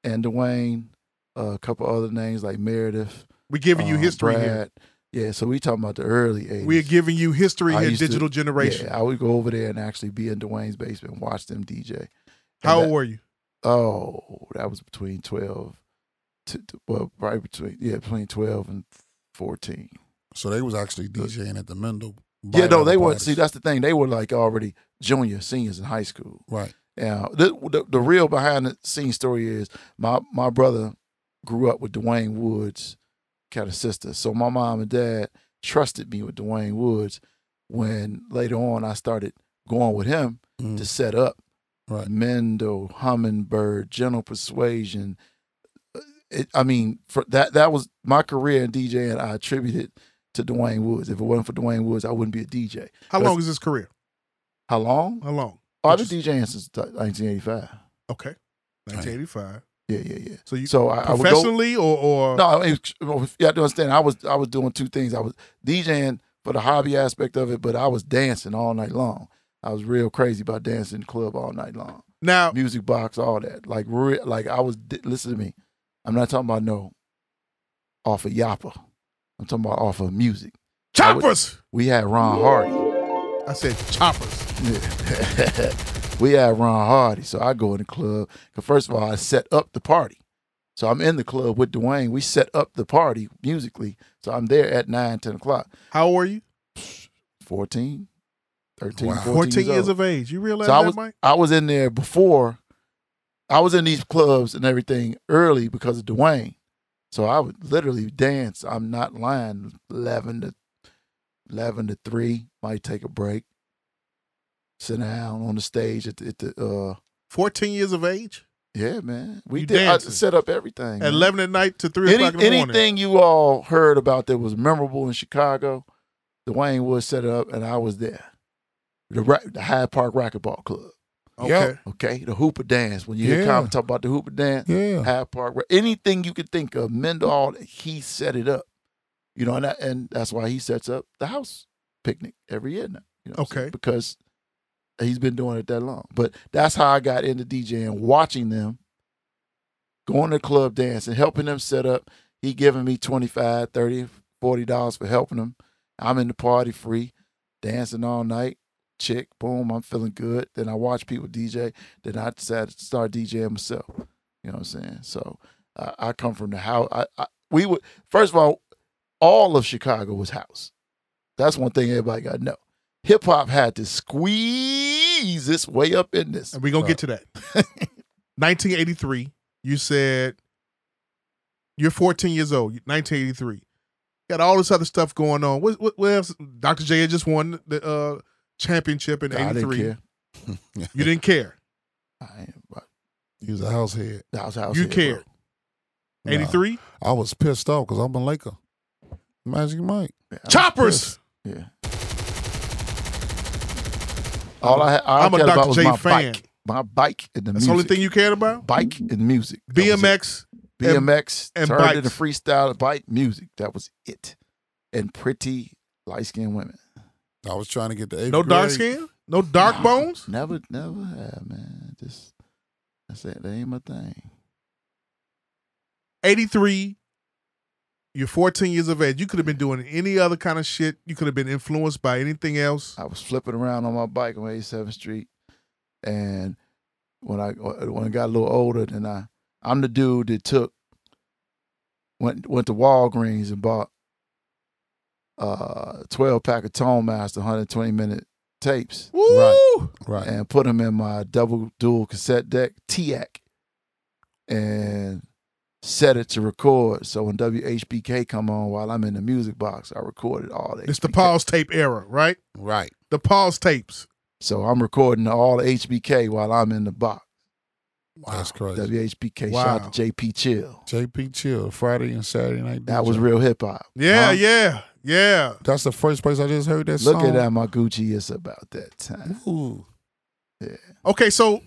S3: and Dwayne, uh, a couple other names like Meredith,
S2: We're giving you
S3: uh,
S2: history here.
S3: Brad. Yeah, so we talking about the early 80s.
S2: We're giving you history
S3: I
S2: here,
S3: used to-
S2: digital generation.
S3: Yeah, I would go over there and actually be in Dwayne's basement and watch them DJ. And
S2: How
S3: that-
S2: old were you?
S3: Oh, that was between twelve to to- well, probably between yeah, between twelve and fourteen.
S1: So they was actually DJing at the Mendel.
S3: yeah, no,
S1: Bible
S3: they weren't. See,
S1: parties.
S3: that's the thing. They were like already junior, seniors in high school.
S1: right.
S3: Now, the, the the real behind the scenes story is my my brother grew up with Dwayne Woods kind of sister. So my mom and dad trusted me with Dwayne Woods when later on I started going with him
S1: Mm.
S3: to set up
S1: Right.
S3: Mendo, Hummingbird, Gentle Persuasion. Uh, It, I mean, for that that was my career in DJing. I attribute it to Dwayne Woods. If it wasn't for Dwayne Woods, I wouldn't be a DJ.
S2: How
S3: That's-
S2: long is this career?
S3: How long?
S2: How long?
S3: Oh, I've
S2: Which
S3: been DJing since th- 1985.
S2: Okay. 1985.
S3: Yeah, yeah, yeah.
S2: So you
S3: So I, I would go.
S2: professionally or or
S3: No, I mean, you have to understand. I was I was doing two things. I was DJing for the hobby aspect of it, but I was dancing all night long. I was real crazy about dancing in the club all night long.
S2: now
S3: music box, all that. Like, re- like I was. di- Listen to me. I'm not talking about no off of Yappa. I'm talking about off of music. I would-
S2: choppers.
S3: We had Ron Hardy.
S2: I said choppers.
S3: Yeah. we had Ron Hardy. So I go in the club. 'Cause first of all, I set up the party. So I'm in the club with Dwayne. We set up the party musically. So I'm there at 9, 10 o'clock.
S2: How old were you?
S3: 14, 13,
S1: Wow.
S3: 14,
S2: 14
S3: old.
S2: years of age. You realize
S3: So I
S2: that,
S3: was
S2: Mike?
S3: I was in there before. I was in these clubs and everything early because of Dwayne. So I would literally dance. I'm not lying. Eleven to eleven to three. Might take a break. Sit down on the stage at the, at the uh
S2: 14 years of age?
S3: yeah man. We
S2: You
S3: did I
S2: dancing.
S3: set up everything.
S2: At
S3: man.
S2: 11 at night to 3
S3: Any,
S2: o'clock in the morning.
S3: Mm-hmm. anything you all heard about that was memorable in Chicago, Dwayne Wood set it up and I was there. The ra- the Hyde Park Racquetball Club.
S2: Okay.
S1: Yep.
S3: Okay, the hooper dance. When you hear
S1: Yeah.
S3: Common talk about the hooper dance,
S1: Yeah.
S3: Hyde Park, where anything you could think of, Mendel, he set it up. You know, and that, and that's why he sets up the house picnic every year now. You know what I'm saying?
S2: Okay.
S3: because he's been doing it that long. But that's how I got into DJing, watching them going to club dance and helping them set up. He giving me 25 30 40 dollars for helping him. I'm in the party free, dancing all night. Chick, boom, I'm feeling good. Then I watch people DJ. Then I decided to start DJing myself. You know what I'm saying? So uh, I come from the house. I, I we would first of all, all of Chicago was house. That's one thing everybody got to know. Hip hop had to squeeze its way up in this.
S2: And we're going to get to that. 1983, you said you're 14 years old, 1983. Got all this other stuff going on. What, what, what else? Dr. J had just won the uh, championship in
S3: Nah, I didn't
S2: 83.
S3: care.
S2: You didn't care.
S3: I ain't, but
S1: He was a house head.
S3: that was house.
S2: You
S3: here, bro.
S2: cared. 83?
S1: I was pissed off because I'm a Laker. Magic Mike.
S3: Yeah, I was
S2: Choppers.
S3: pissed. Yeah. All I, all I
S2: I'm a
S3: cared
S2: Dr.
S3: about was
S2: J
S3: my
S2: fan.
S3: bike. My bike and the
S2: That's the only
S3: music.
S2: thing you cared about?
S3: bike and music. That was it.
S2: BMX. and-
S3: BMX
S2: and
S3: turned into
S2: bikes.
S3: freestyle bike music. That was it. And pretty light skinned women.
S1: I was trying to get the eighth
S2: No dark
S1: grade.
S2: skin? No dark
S3: Nah,
S2: bones?
S3: Never, never have, man. Just that's it. That ain't my thing.
S2: 83. You're 14 years of age. You could have been doing any other kind of shit. You could have been influenced by anything else.
S3: I was flipping around on my bike on 87th Street, and when I when I got a little older, then I I'm the dude that took went went to Walgreens and bought uh 12 pack of Tone Master 120 minute tapes
S2: Woo!
S1: Right.
S3: and put them in my double dual cassette deck TAC and set it to record. So when WHBK come on while I'm in the music box, I recorded all that.
S2: It's the pause tape era, right?
S1: Right.
S2: The pause tapes.
S3: So I'm recording all the HBK while I'm in the box.
S1: That's crazy.
S3: WHBK shout
S2: Wow.
S3: out to JP Chill.
S1: JP Chill, Friday and Saturday night.
S3: That
S1: DJ.
S3: was real hip hop.
S2: Yeah,
S3: Huh?
S2: yeah, yeah.
S1: That's the first place I just heard that
S3: Look
S1: song.
S3: at that, my Gucci. It's about that time.
S1: Ooh.
S2: Okay, so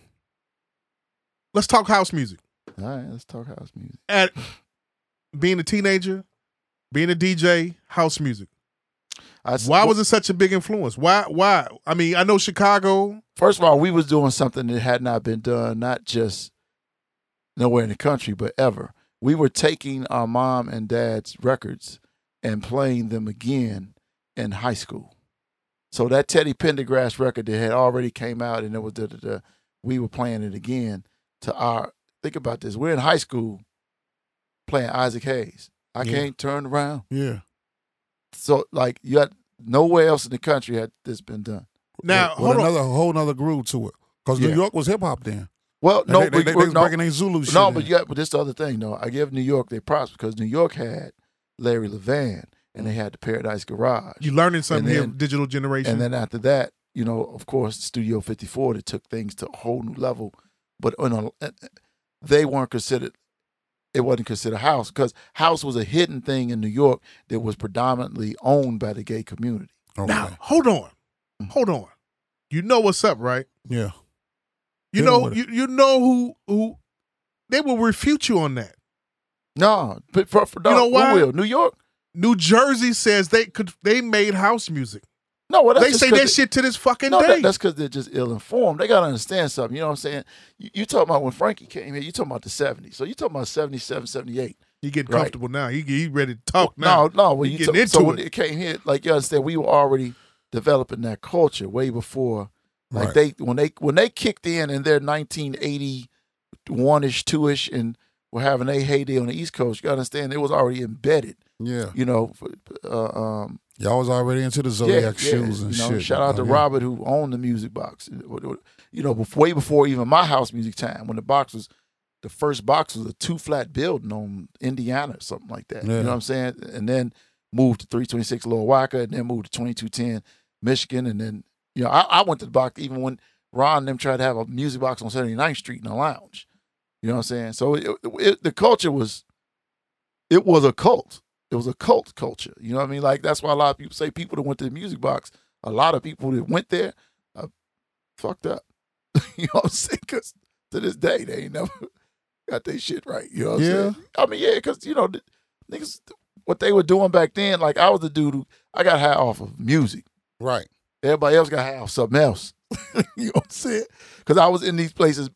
S2: let's talk house music.
S3: All right, let's talk house music.
S2: At being a teenager, being a DJ, house music.
S3: I,
S2: Why was it such a big influence? Why? Why? I mean, I know Chicago.
S3: First of all, we was doing something that had not been done, not just nowhere in the country, but ever. We were taking our mom and dad's records and playing them again in high school. So that Teddy Pendergrass record that had already came out and it was da da da, we were playing it again to our think about this. We're in high school playing Isaac Hayes. I
S1: Yeah.
S3: can't turn around.
S1: Yeah.
S3: So like you had nowhere else in the country had this been done.
S2: Now,
S1: with, with
S2: hold on.
S1: another whole nother groove to it. Because
S3: Yeah.
S1: New York was hip hop then.
S3: Well,
S1: And
S3: no,
S1: they, they,
S3: we-
S1: they,
S3: we-
S1: was
S3: no,
S1: breaking their Zulu shit.
S3: No,
S1: in.
S3: but you got but this the other thing though. I give New York their props because New York had Larry Levan and they had the Paradise Garage.
S2: Mm. You learning something
S3: And
S2: here,
S3: then-
S2: with digital generation.
S3: and then after that, you know, of course, Studio 54 that took things to a whole new level. But on a, uh, they weren't considered. It wasn't considered house because house was a hidden thing in New York that was predominantly owned by the gay community.
S1: Okay.
S2: now, hold on,
S3: Mm.
S2: hold on. You know what's up, right?
S1: yeah.
S2: You
S1: Hit 'em
S2: know,
S1: with
S2: you, you know who who they will refute you on that.
S3: No, but for, for
S2: know
S3: who
S2: why?
S3: will? New York.
S2: New Jersey says they could they made house music.
S3: No, well, that's
S2: they
S3: just
S2: say
S3: 'cause
S2: that
S3: it-
S2: shit to this fucking
S3: No,
S2: day.
S3: that, that's because they're just ill informed. They gotta understand something. You know what I'm saying? You, you talking about when Frankie came here? You talking about the '70s? So you talking about '77, '78?
S2: He getting
S3: Right.
S2: comfortable now. He he ready to talk now.
S3: no, no. When
S2: you
S3: you
S2: Oh, getting
S3: talk- so
S2: into
S3: when
S2: it.
S3: it came here, like you understand, we were already developing that culture way before. Like
S1: Right.
S3: they when they when they kicked in in their 1981 ish, two ish, and were having a heyday on the East Coast. You gotta understand, it was already embedded.
S1: Yeah.
S3: You know, for- uh, um,
S1: Y'all was already into the Zodiac shoes and
S3: you know,
S1: shit. Oh,
S3: Shout out to
S1: Okay.
S3: Robert who owned the music box. You know, before, way before even my house music time, when the box was the first box was a two flat building on Indiana or something like that. You
S1: Yeah.
S3: know what I'm saying? And then moved to 326 Little Wacker, and then moved to 2210 Michigan, and then you know I, I went to the box even when Ron and them tried to have a music box on 79th Street in a lounge. You know what I'm saying? So it, it, the culture was it was a cult. It was a cult culture. You know what I mean? Like that's why a lot of people say people that went to the music box, a lot of people that went there, uh, fucked up. you know what I'm saying? 'Cause to this day they ain't never got their shit right. You know what
S1: Yeah.
S3: I'm saying? I mean, yeah, because you know the, niggas what they were doing back then. Like I was the dude who I got high off of music.
S1: Right.
S3: Everybody else got high off something else. you know what I'm saying? Because I was in these places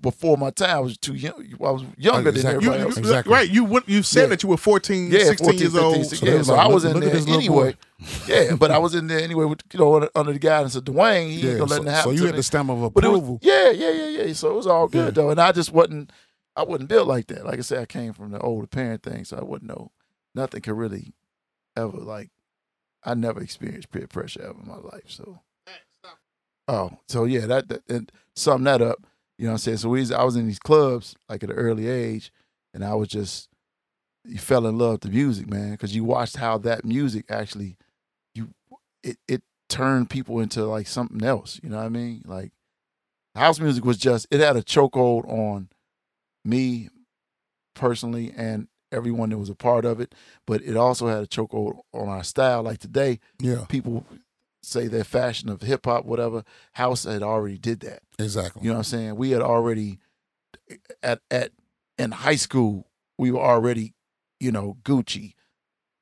S3: before my time. I was too young. I was younger
S1: Exactly.
S3: than
S2: You,
S3: everybody
S2: you-
S3: else.
S1: Exactly.
S2: Right. You went, you said
S3: Yeah.
S2: that you were 14,
S3: yeah,
S2: 16
S3: 14,
S2: years
S3: 15,
S2: old.
S3: 16.
S1: So they
S3: yeah,
S1: was
S3: so
S1: like,
S3: I was
S1: look-
S3: in
S1: look at
S3: there
S1: this little
S3: anyway. yeah, but I was in there anyway. With, you know, under, under the guidance of Dwayne, he
S1: Yeah.
S3: ain't gonna let
S1: So,
S3: it happen.
S1: so
S3: to
S1: you had
S3: me.
S1: the stamp of
S3: But it was-
S1: approval.
S3: yeah, yeah, yeah, yeah. So it was all good
S1: Yeah.
S3: though, and I just wasn't. I wasn't built like that. Like I said, I came from the older parent thing, so I wouldn't know. Nothing could really ever like. I never experienced peer pressure ever in my life. So. Oh, so yeah, that, that and sum that up. You know what I'm saying? So we, was- I was in these clubs like at an early age, and I was just you fell in love with the music, man, because you watched how that music actually you it it turned people into like something else. You know what I mean? Like house music was just it had a chokehold on me personally and everyone that was a part of it, but it also had a chokehold on our style. Like today,
S1: Yeah,
S3: people say their fashion of hip hop, whatever. House had already did that.
S1: exactly.
S3: You know what I'm saying? We had already at at in high school we were already, you know, Gucci,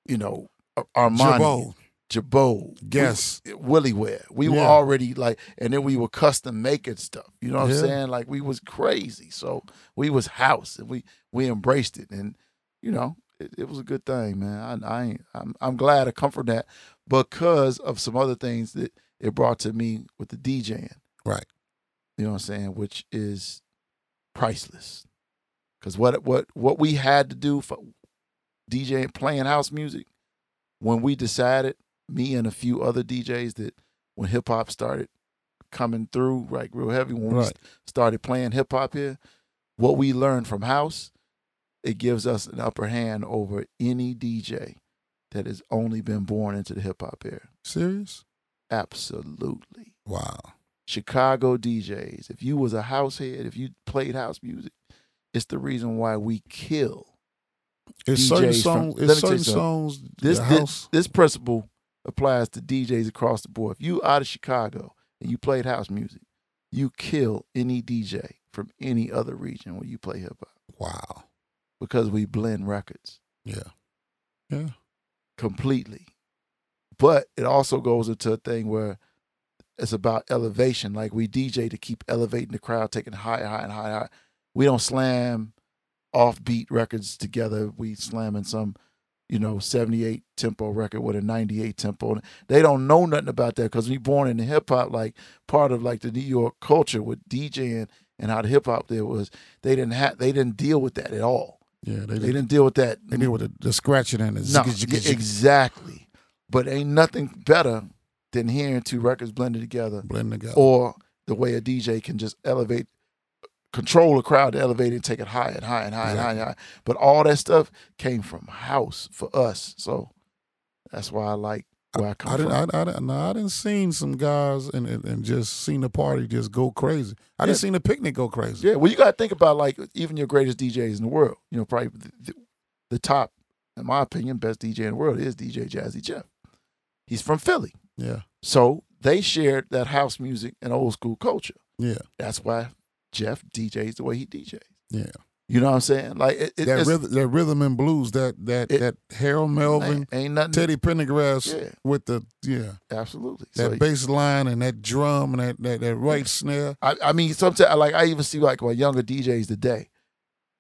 S3: you know, Ar- Armani,
S1: Jabot,
S3: Jabot,
S1: Guess.
S3: we, Willie Wear. We were
S1: Yeah.
S3: already like, and then we were custom making stuff. You know what
S1: Yeah.
S3: I'm saying? Like we was crazy, so we was house, and we we embraced it, and you know, it, it was a good thing, man. I, I ain't, I'm I'm glad I come from that because of some other things that it brought to me with the DJing.
S1: Right.
S3: You know what I'm saying? Which is priceless. Cause what what what we had to do for DJing playing house music, when we decided, me and a few other DJs that when hip hop started coming through like real heavy, when we
S1: Right.
S3: s- started playing hip hop here, what we learned from house, it gives us an upper hand over any DJ that has only been born into the hip hop era.
S1: Serious?
S3: Absolutely.
S1: Wow.
S3: Chicago DJs, if you was a house head, if you played house music, it's the reason why we kill.
S1: It's certain
S3: DJs from-
S1: songs.
S3: let me
S1: It's
S3: tell you
S1: certain songs.
S3: This
S1: the
S3: this,
S1: house.
S3: this principle applies to DJs across the board. If you out of Chicago and you played house music, you kill any DJ from any other region where you play hip hop
S1: Wow.
S3: because we blend records
S1: Yeah. Yeah.
S3: completely. But it also goes into a thing where it's about elevation. Like we DJ to keep elevating the crowd, taking high, high, and high, high. We don't slam offbeat records together. We slamming some, you know, 78 tempo record with a 98 tempo. And They don't know nothing about that because we born in the hip hop, like part of like the New York culture with DJing and how the hip hop there was. They didn't have, they didn't deal with that at all.
S1: Yeah. They,
S3: They
S1: did.
S3: didn't deal with that
S1: They did with the, the scratching and the
S3: no,
S1: zigga, zigga,
S3: yeah,
S1: zigga,
S3: exactly. But ain't nothing better than hearing two records blended together,
S1: blending together.
S3: or the way a DJ can just elevate, control the crowd to elevate and take it high and high and high and high and high. But all that stuff came from house for us, so that's why I like where I come
S1: I
S3: from.
S1: didn't. I, I didn't. No, I didn't seen some guys and, and and just seen the party just go crazy. I
S3: Yeah.
S1: didn't seen the picnic go crazy.
S3: yeah, well, you got to think about like even your greatest DJs in the world. You know, probably the, the top, in my opinion, best DJ in the world is DJ Jazzy Jeff. He's from Philly.
S1: Yeah.
S3: So they shared that house music and old school culture.
S1: Yeah.
S3: That's why Jeff DJs the way he DJs.
S1: Yeah.
S3: You know what I'm saying? Like it, it,
S1: that
S3: it's-
S1: rhythm, that rhythm and blues, that that
S3: It-
S1: that Harold Melvin,
S3: ain't, ain't nothing.
S1: Teddy Pendergrass
S3: Yeah,
S1: with the yeah
S3: absolutely.
S1: that
S3: So,
S1: bass line and that drum and that that, that right
S3: Yeah.
S1: snare.
S3: I, I mean, sometimes like I even see like my younger DJs today,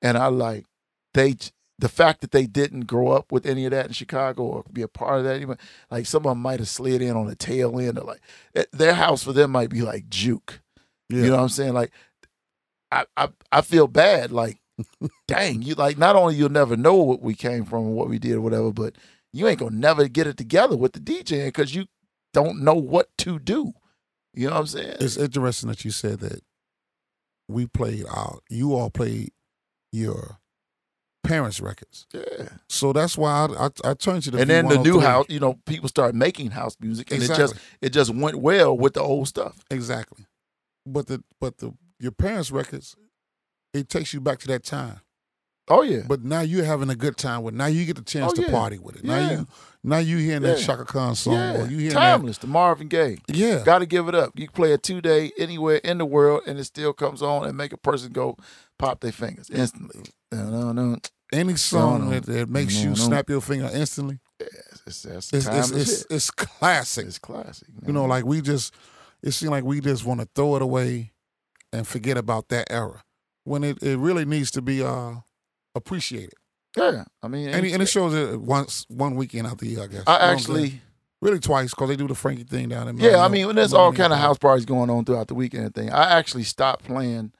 S3: and I like they the fact that they didn't grow up with any of that in Chicago or be a part of that even like some of them might have slid in on the tail end or like eh, their house for them might be like juke.
S1: Yeah.
S3: You know what I'm saying? Like, I I, I feel bad. Like, dang, you like not only you'll never know what we came from and what we did or whatever, but you ain't gonna never get it together with the DJ because you don't know what to do. You know what I'm saying?
S1: It's interesting that you said that. We played out. You all played your parents' records,
S3: yeah.
S1: so that's why I I, I turned to the
S3: And then the new
S1: V103.
S3: house, you know, people start making house music, and
S1: Exactly.
S3: it just it just went well with the old stuff.
S1: Exactly. But the but the your parents' records, it takes you back to that time.
S3: Oh yeah,
S1: But now you're having a good time with. it. Now you get the chance
S3: Oh,
S1: to
S3: yeah.
S1: party with it.
S3: Yeah.
S1: Now you now you hearing that
S3: Yeah.
S1: Shaka Khan song
S3: yeah.
S1: or you hearing
S3: Timeless, the Marvin Gaye.
S1: that yeah
S3: Got to give it up. You can play a two day anywhere in the world, and it still comes on and make a person go pop their fingers instantly. Dun-dun-dun.
S1: any song
S3: No, no.
S1: that, that makes
S3: No,
S1: you
S3: no.
S1: snap your finger instantly.
S3: Yes, it's
S1: It's
S3: that's
S1: it's
S3: timeless
S1: it's,
S3: shit.
S1: it's classic.
S3: It's classic.
S1: you know, like we just it seems like we just want to throw it away and forget about that era when it, it really needs to be uh appreciated.
S3: yeah. I mean,
S1: And, it- and it
S3: it's-
S1: shows it once one weekend out the year, I guess. You know what
S3: I
S1: I'm saying?
S3: actually,
S1: Really twice because they do the Frankie thing down in
S3: yeah. I
S1: Miami.
S3: mean, when there's all
S1: Miami.
S3: kind of house parties going on throughout the weekend and thing, I actually stopped playing,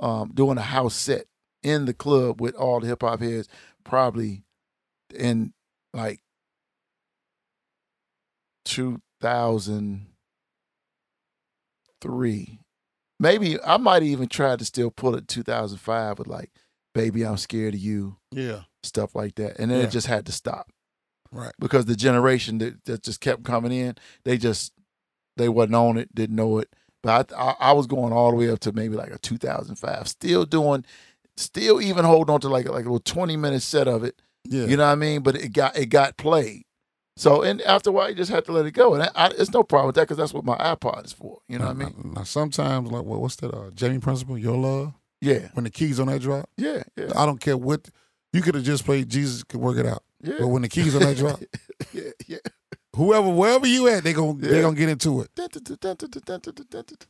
S3: um, doing a house set in the club with all the hip hop heads, probably in like 2003. Maybe I might even try to still pull it 2005 with like "Baby, I'm Scared of You."
S1: Yeah,
S3: stuff like that. And then
S1: Yeah.
S3: it just had to stop.
S1: Right.
S3: Because the generation that, that just kept coming in, they just they wasn't on it, didn't know it. But I, I I was going all the way up to maybe like a 2005, still doing, still even holding on to like like a little 20 minute set of it
S1: Yeah.
S3: You know what I mean? But it got it got played. So and after a while, you just have to let it go, and I, I, it's no problem with that because that's what my iPod is for. You know what I mean?
S1: Now, sometimes, like, what, what's that? Uh, Jamie Principle, Your Love?
S3: Yeah,
S1: When the keys on that drop,
S3: yeah, yeah,
S1: I don't care what. You could have just played Jesus Could Work It Out.
S3: yeah,
S1: But when the keys on that drop,
S3: yeah, yeah.
S1: whoever, wherever you at, they gon' they
S3: Yeah.
S1: gonna get into it.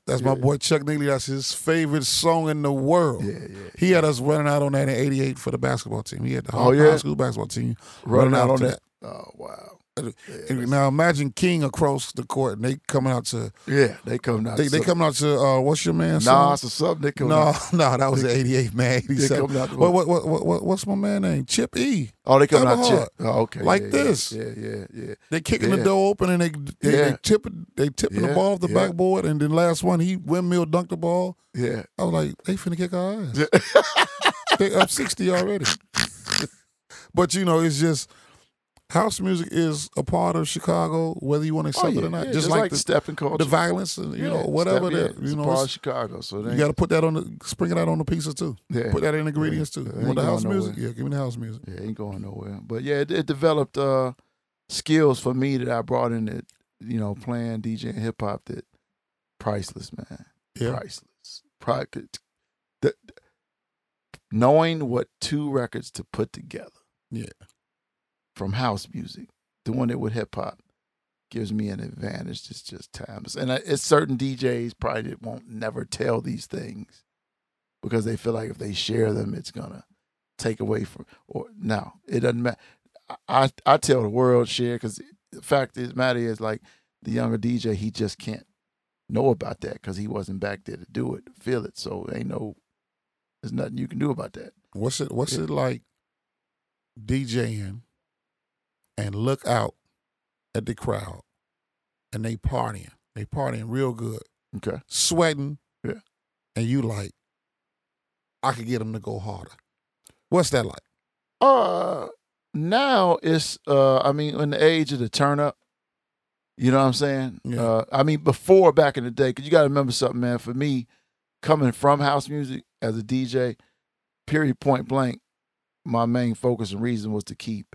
S1: That's my
S3: Yeah.
S1: boy Chuck Neely. That's his favorite song in the world.
S3: Yeah, yeah.
S1: He had us running out on that in '88 for the basketball team. He had the whole
S3: Oh, yeah?
S1: high school basketball team
S3: Running out on
S1: to
S3: that. Oh wow.
S1: And now imagine King across the court, and they coming out to
S3: Yeah, they come out.
S1: they, they coming out to uh, what's your man? song?
S3: Nah, or something. They come
S1: no,
S3: out.
S1: no, that was the '88 man. '87.
S3: coming out the-
S1: What, what, what, what, what, what's my man name? Chip E.
S3: Oh, they come out.
S1: Eberhard.
S3: check. Oh, okay.
S1: Like
S3: yeah, yeah,
S1: this.
S3: Yeah, yeah, yeah.
S1: They kicking the
S3: Yeah.
S1: door open and they they,
S3: Yeah.
S1: they tipping they tipping the
S3: Yeah,
S1: ball off the
S3: yeah.
S1: backboard, and then last one he windmill dunked the ball.
S3: Yeah.
S1: I was like, they finna kick our ass. they up sixty already. but you know, it's just house music is a part of Chicago, whether you want to accept
S3: Oh, yeah,
S1: it or not.
S3: yeah,
S1: just, like, the,
S3: stepping culture.
S1: the violence and you know
S3: Yeah,
S1: whatever
S3: step- yeah,
S1: that
S3: it's
S1: you
S3: a
S1: know.
S3: part of
S1: it's-
S3: Chicago. So they
S1: You got to put that on the sprinkle that on the pizza too.
S3: yeah.
S1: Put that in the ingredients too.
S3: It
S1: You
S3: ain't
S1: want the house
S3: going
S1: music?
S3: nowhere.
S1: Yeah, give me the house music.
S3: Yeah, ain't going nowhere. But yeah, it, it developed uh, skills for me that I brought in it, you know, playing DJ and hip hop that priceless, man.
S1: Yeah.
S3: Priceless. Pri- could- the, knowing what two records to put together.
S1: Yeah.
S3: From house music, doing it with hip hop gives me an advantage. It's just times. And I, it's certain DJs probably that won't never tell these things because they feel like if they share them, it's going to take away from or no it doesn't matter i i tell the world share because the fact is matter is like the younger dj he just can't know about that because he wasn't back there to do it feel it so ain't no there's nothing you can do about that
S1: What's it? What's
S3: Yeah.
S1: it like DJing and look out at the crowd and they partying? They partying real good,
S3: okay
S1: sweating.
S3: Yeah.
S1: And you like, I could get them to go harder. What's that like?
S3: uh now it's uh i mean in the age of the turn up you know what i'm saying
S1: Yeah.
S3: uh i mean before back in the day because you got to remember something man for me coming from house music as a dj period point blank my main focus and reason was to keep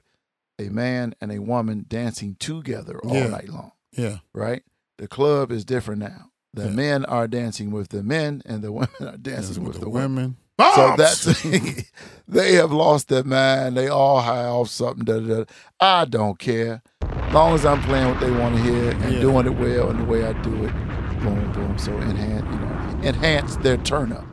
S3: a man and a woman dancing together all
S1: Yeah.
S3: night long
S1: Yeah.
S3: right the club is different now the
S1: Yeah.
S3: men are dancing with the men and the women are dancing with, the women so
S2: Bombs!
S3: that's they have lost their mind. They all high off something. Da, da, da. I don't care. long as I'm playing what they want to hear and
S1: Yeah.
S3: doing it well and the way I do it, boom, boom. So enhance, you know, enhance their turn up.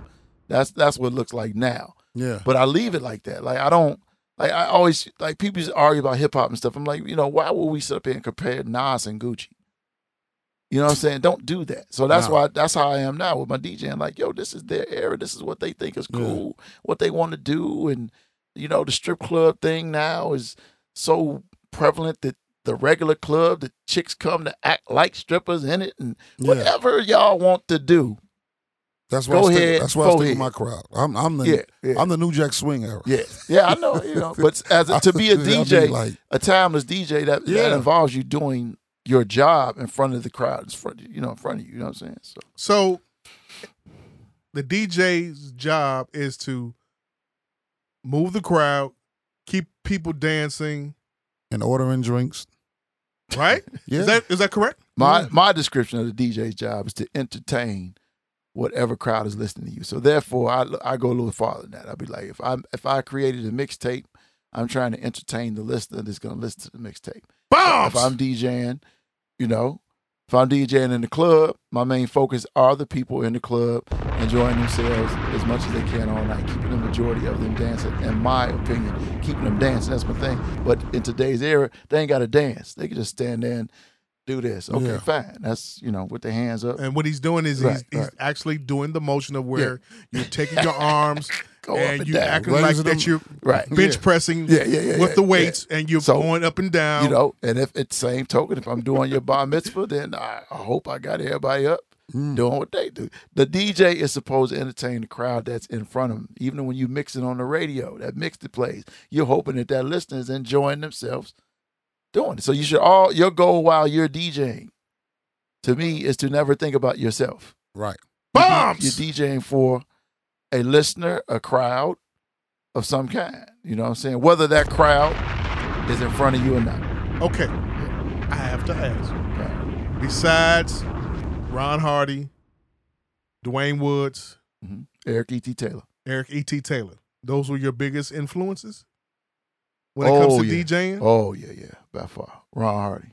S3: That's that's what it looks like now.
S1: Yeah.
S3: But I leave it like that. Like I don't. Like I always like people just argue about hip hop and stuff. I'm like, you know, why would we sit up here and compare Nas and Gucci? You know what I'm saying? Don't do that. So that's
S1: No.
S3: why that's how I am now with my DJing. Like, yo, this is their era. This is what they think is
S1: Yeah.
S3: cool, what they want to do, and you know, the strip club thing now is so prevalent that the regular club, the chicks come to act like strippers in it, and
S1: Yeah.
S3: whatever y'all want to do.
S1: That's why
S3: Go
S1: I stick,
S3: ahead,
S1: that's why I
S3: go
S1: stick with
S3: ahead.
S1: my crowd. I'm I'm the
S3: Yeah, yeah.
S1: I'm the new Jack Swing era.
S3: Yeah, yeah, I know, you know. But as a, to be a
S1: I mean,
S3: DJ,
S1: like
S3: a timeless DJ that, that
S1: Yeah.
S3: involves you doing your job in front of the crowd, in front, you know, in front of you. You know what I'm saying? So
S2: So the DJ's job is to move the crowd, keep people dancing,
S1: and ordering drinks.
S2: right?
S1: Yeah.
S2: Is that is that correct?
S3: my
S1: Yeah.
S3: my description of the DJ's job is to entertain whatever crowd is listening to you. So therefore, I I go a little farther than that. I'd be like, if I if I created a mixtape, I'm trying to entertain the listener that's going to listen to the mixtape.
S2: Bombs.
S3: If I'm DJing, you know, if I'm DJing in the club, my main focus are the people in the club enjoying themselves as much as they can all night, keeping the majority of them dancing. In my opinion, keeping them dancing, that's my thing. But in today's era, they ain't got to dance. They can just stand there and do this. Okay,
S1: Yeah.
S3: fine. That's, you know, with their hands up.
S2: and what he's doing is
S3: Right,
S2: he's, he's
S3: right.
S2: actually doing the motion of where you're taking your arms
S3: Go up
S2: and
S3: and
S2: you
S3: down.
S2: acting
S1: Right
S2: like
S1: into
S2: that
S1: the-
S2: you're
S3: Right.
S2: bench
S1: Yeah.
S2: pressing
S3: Yeah, yeah, yeah.
S2: with
S3: yeah,
S2: the
S3: yeah.
S2: weights and you're
S3: So,
S2: going up and down.
S3: You know, and if it's same token, if I'm doing your bar mitzvah, then I, I hope I got everybody up doing what they do. The DJ is supposed to entertain the crowd that's in front of them. Even when you mix it on the radio, that mix that plays, you're hoping that that listener is enjoying themselves doing it. So you should all your goal while you're DJing, to me, is to never think about yourself.
S1: Right.
S3: You're D-
S2: Bombs!
S3: You're DJing for a listener, a crowd, of some kind. You know what I'm saying? Whether that crowd is in front of you or not.
S2: Okay, I have to ask.
S3: Right.
S2: Besides Ron Hardy, Dwayne Woods,
S3: Mhm. Eric E. T. Taylor.
S2: Eric E. T. Taylor, those were your biggest influences when it
S3: Oh,
S2: comes to
S3: yeah.
S2: DJing.
S3: Oh yeah, yeah, by far. Ron Hardy.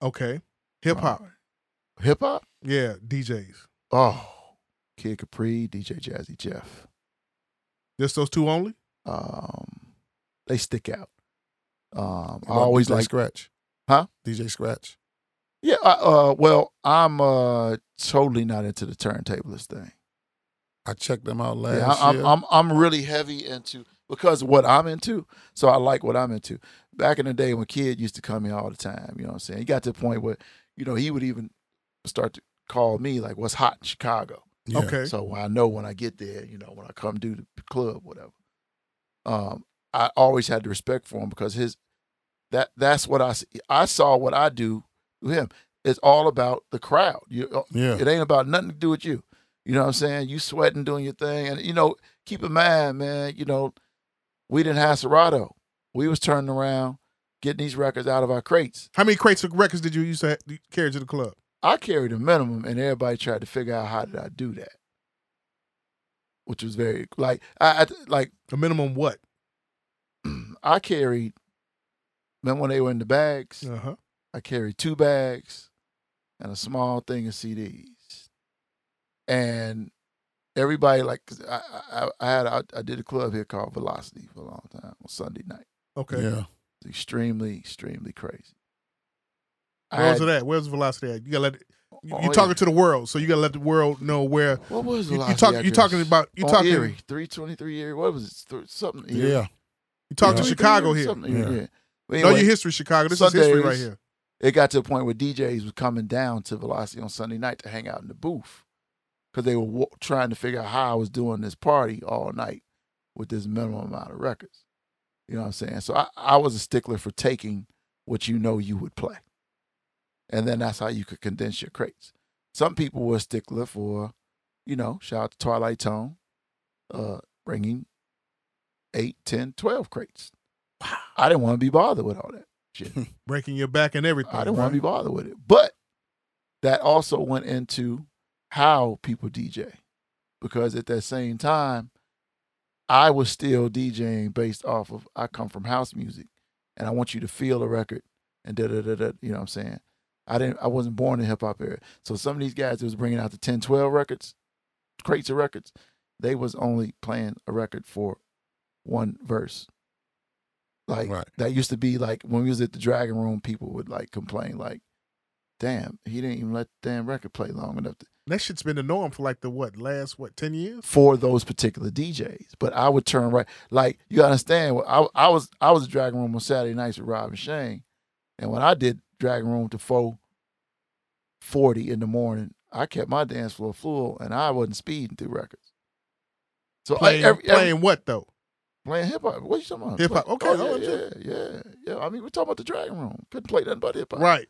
S3: Oh.
S2: Okay, hip hop.
S3: Hip hop.
S2: Yeah, DJs.
S3: Oh, Kid Capri, DJ Jazzy Jeff.
S2: Just those two only.
S3: Um, they stick out. Um, I
S1: What about
S3: always
S1: DJ
S3: like
S1: Scratch.
S3: Huh?
S1: DJ Scratch.
S3: Yeah, I, uh, well, I'm uh totally not into the turntablist thing.
S1: I checked them out last
S3: Yeah, I,
S1: year.
S3: I'm, I'm I'm really heavy into because what I'm into, so I like what I'm into. Back in the day when kid used to come here all the time, you know what I'm saying? He got to the point where, you know, he would even start to call me like, "What's hot in Chicago?"
S1: Yeah.
S2: Okay.
S3: So I know when I get there, you know, when I come do the club, whatever. Um, I always had the respect for him because his that that's what I s- I saw what I do to him. It's all about the crowd. You, uh,
S1: Yeah.
S3: it ain't about nothing to do with you. You know what I'm saying? You sweating, doing your thing, and you know, keep in mind, man. You know, we didn't have Serato. We was turning around, getting these records out of our crates.
S2: How many crates of records did you used to ha- carry to the club?
S3: I carried a minimum, and everybody tried to figure out how did I do that, which was very like I, I like
S2: A minimum what?
S3: I carried. Remember when they were in the bags?
S2: Uh huh.
S3: I carried two bags and a small thing of CDs. And everybody like 'cause I I, I had I, I did a club here called Velocity for a long time on Sunday night.
S2: Okay.
S1: Yeah.
S3: It's extremely extremely crazy. I
S2: Where was
S3: had-
S2: it at? Where's Velocity at? You gotta let it, you,
S3: Oh,
S2: you
S3: yeah.
S2: talking to the world, so you gotta let the world know where
S3: What was
S2: you,
S3: Velocity?
S2: you talk. You
S3: address?
S2: talking about you
S3: On
S2: talking
S3: Erie, three twenty three Erie. What was it? Th- Something. Erie.
S1: Yeah.
S2: you talking
S1: Yeah.
S2: to Chicago
S3: 23,
S2: here.
S3: something Erie,
S1: Yeah.
S3: yeah. But
S2: know
S3: anyway,
S2: your history, Chicago. This is history right
S3: Sundays.
S2: here.
S3: it got to a point where DJs was coming down to Velocity on Sunday night to hang out in the booth because they were wa- trying to figure out how I was doing this party all night with this minimum amount of records. You know what I'm saying? So I, I was a stickler for taking what you know you would play. And then that's how you could condense your crates. Some people were a stickler for, you know, shout out to Twilight Tone, uh, bringing eight, ten, twelve crates. I didn't want to be bothered with all that shit.
S2: Breaking your back and everything.
S3: I didn't want to be
S2: right?
S3: bothered with it. But that also went into how people DJ. Because at that same time, I was still DJing based off of I come from house music and I want you to feel the record and da da da da. You know what I'm saying? I didn't I wasn't born in hip hop era. So some of these guys that was bringing out the 10 12 records, crates of records, they was only playing a record for one verse. Like
S1: Right.
S3: that used to be like when we was at the Dragon Room, people would like complain like, "Damn, he didn't even let the damn record play long enough to,
S2: That shit's been the norm for like the what last what ten years.
S3: for those particular DJs." But I would turn right, like you understand. I I was I was at Dragon Room on Saturday nights with Rob and Shane, and when I did Dragon Room to four forty in the morning, I kept my dance floor full, and I wasn't speeding through records. So I-
S2: Playing,
S3: every- every-
S2: playing what though?
S3: Playing hip hop. What you talking about?
S2: Hip hop.
S3: Play-
S2: Okay,
S3: Oh,
S2: oh,
S3: yeah, yeah, yeah, yeah. I mean, we're talking about the Dragon Room. Couldn't play nothing but hip hop.
S2: Right.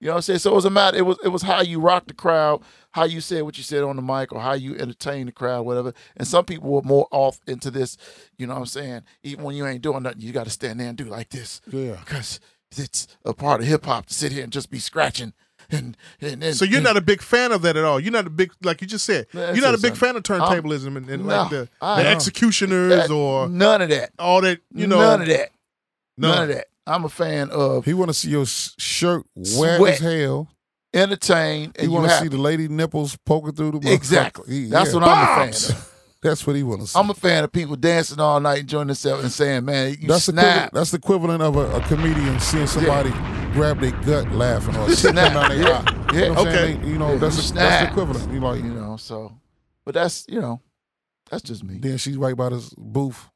S3: You know what I'm saying? So it was a matter. It was it was how you rock the crowd, how you said what you said on the mic, or how you entertain the crowd, whatever. And some people were more off into this. You know what I'm saying? Even when you ain't doing nothing, you got to stand there and do like this
S1: Yeah.
S3: because it's a part of hip hop to sit here and just be scratching and and, and
S2: So you're
S3: and-
S2: not a big fan of that at all. You're not a big like you just said.
S3: That's
S2: you're not a
S3: it,
S2: big
S3: son.
S2: fan of turntablism and, and like
S3: No,
S2: the,
S3: I
S2: the
S3: don't.
S2: executioners
S3: That-
S2: or
S3: none of that.
S2: all that. You know,
S3: none of that.
S2: none.
S3: None of that. I'm a fan of
S1: He want to see your sh- shirt wet
S3: Sweat.
S1: as hell.
S3: entertain and
S1: He
S3: you
S1: want to
S3: have
S1: see the lady nipples poking through the motherfucker.
S3: Exactly.
S1: He-
S3: That's
S1: yeah.
S3: what I'm a
S1: Bombs!
S3: fan of.
S1: That's what he want to see.
S3: I'm a fan of people dancing all night, enjoying themselves, and saying, "Man, you
S1: that's equivalent,
S3: snap,
S1: that's the equivalent of a, a comedian seeing somebody grab their gut laughing or something
S3: Snap.
S1: down their
S3: Yeah.
S1: eye. You
S3: Yeah.
S1: know what I'm saying?
S2: Okay.
S1: They- you know
S3: Yeah.
S1: that's, the- that's the
S3: Snap.
S1: equivalent. You like
S3: you
S2: Mm-hmm.
S3: know." So, but that's you know, that's just me.
S1: then she's right by this booth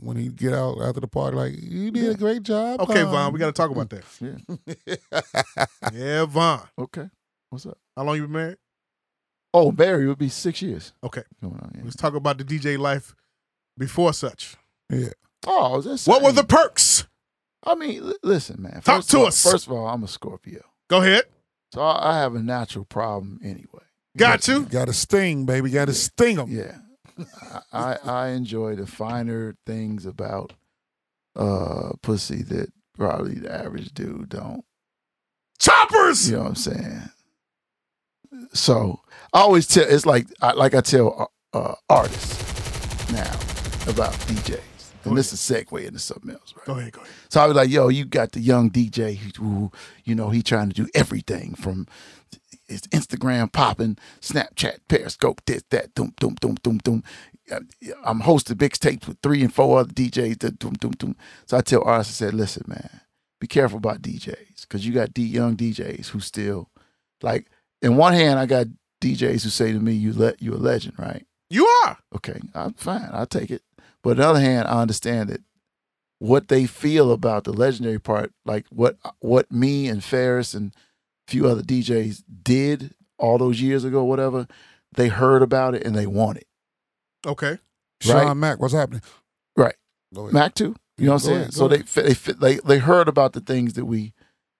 S1: when he get out after the party. Like you did
S3: Yeah.
S1: a great job. um,
S2: Okay,
S1: Tom."
S2: Vaughn, we got to talk about that.
S3: Yeah.
S2: yeah, Vaughn.
S3: Okay. What's up?
S2: How long you been married?
S3: Oh, Barry would be six years.
S2: Okay.
S3: Going on, yeah.
S2: Let's talk about the DJ life before such.
S1: yeah.
S3: Oh, that's
S2: What were the perks?
S3: I mean, li- listen, man.
S2: Talk
S3: first
S2: to
S3: of all-
S2: us.
S3: First of all, I'm a Scorpio,
S2: Go ahead.
S3: so I I have a natural problem anyway.
S2: Got you.
S1: Got to sting, baby. Got to sting him.
S3: Yeah. I, I I enjoy the finer things about uh pussy that probably the average dude don't.
S2: Choppers.
S3: You know what I'm saying? So I always tell it's like I, like I tell uh, artists now about DJs, and this is segue into something else, right?
S2: Go ahead, go ahead.
S3: So I was like, yo, you got the young DJ who, who, you know, he trying to do everything from his Instagram popping, Snapchat, Periscope, this, that, doom, doom, doom, doom, doom. I'm- I'm hosting mixtapes with three and four other DJs, da- doom, doom, doom. So I tell artists, I said, listen, man, be careful about DJs because you got D young DJs who still, like, in one hand, I got DJs who say to me, you let you a legend, right?
S2: You are.
S3: okay, I'm fine, I'll take it. But on the other hand, I understand that what they feel about the legendary part, like what what me and Ferris and a few other DJs did all those years ago, whatever, they heard about it and they want it.
S2: Okay.
S3: Right.
S1: Sean Mack, what's happening?
S3: Right.
S1: Go ahead.
S3: Mac too. You know what I'm
S1: Go
S3: saying?
S1: ahead, go
S3: so they, fe- they fe- they they heard about the things that we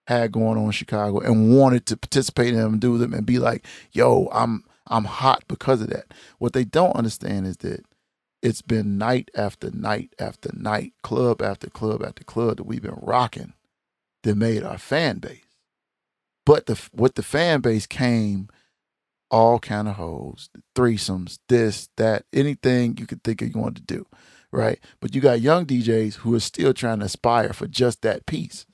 S3: had going on in Chicago and wanted to participate in them, do them, and be like, "Yo, I'm I'm hot because of that." What they don't understand is that it's been night after night after night, club after club after club that we've been rocking that made our fan base. But the with the fan base came all kind of hoes, threesomes, this, that, anything you could think of you wanted to do right? But you got young DJs who are still trying to aspire for just that piece.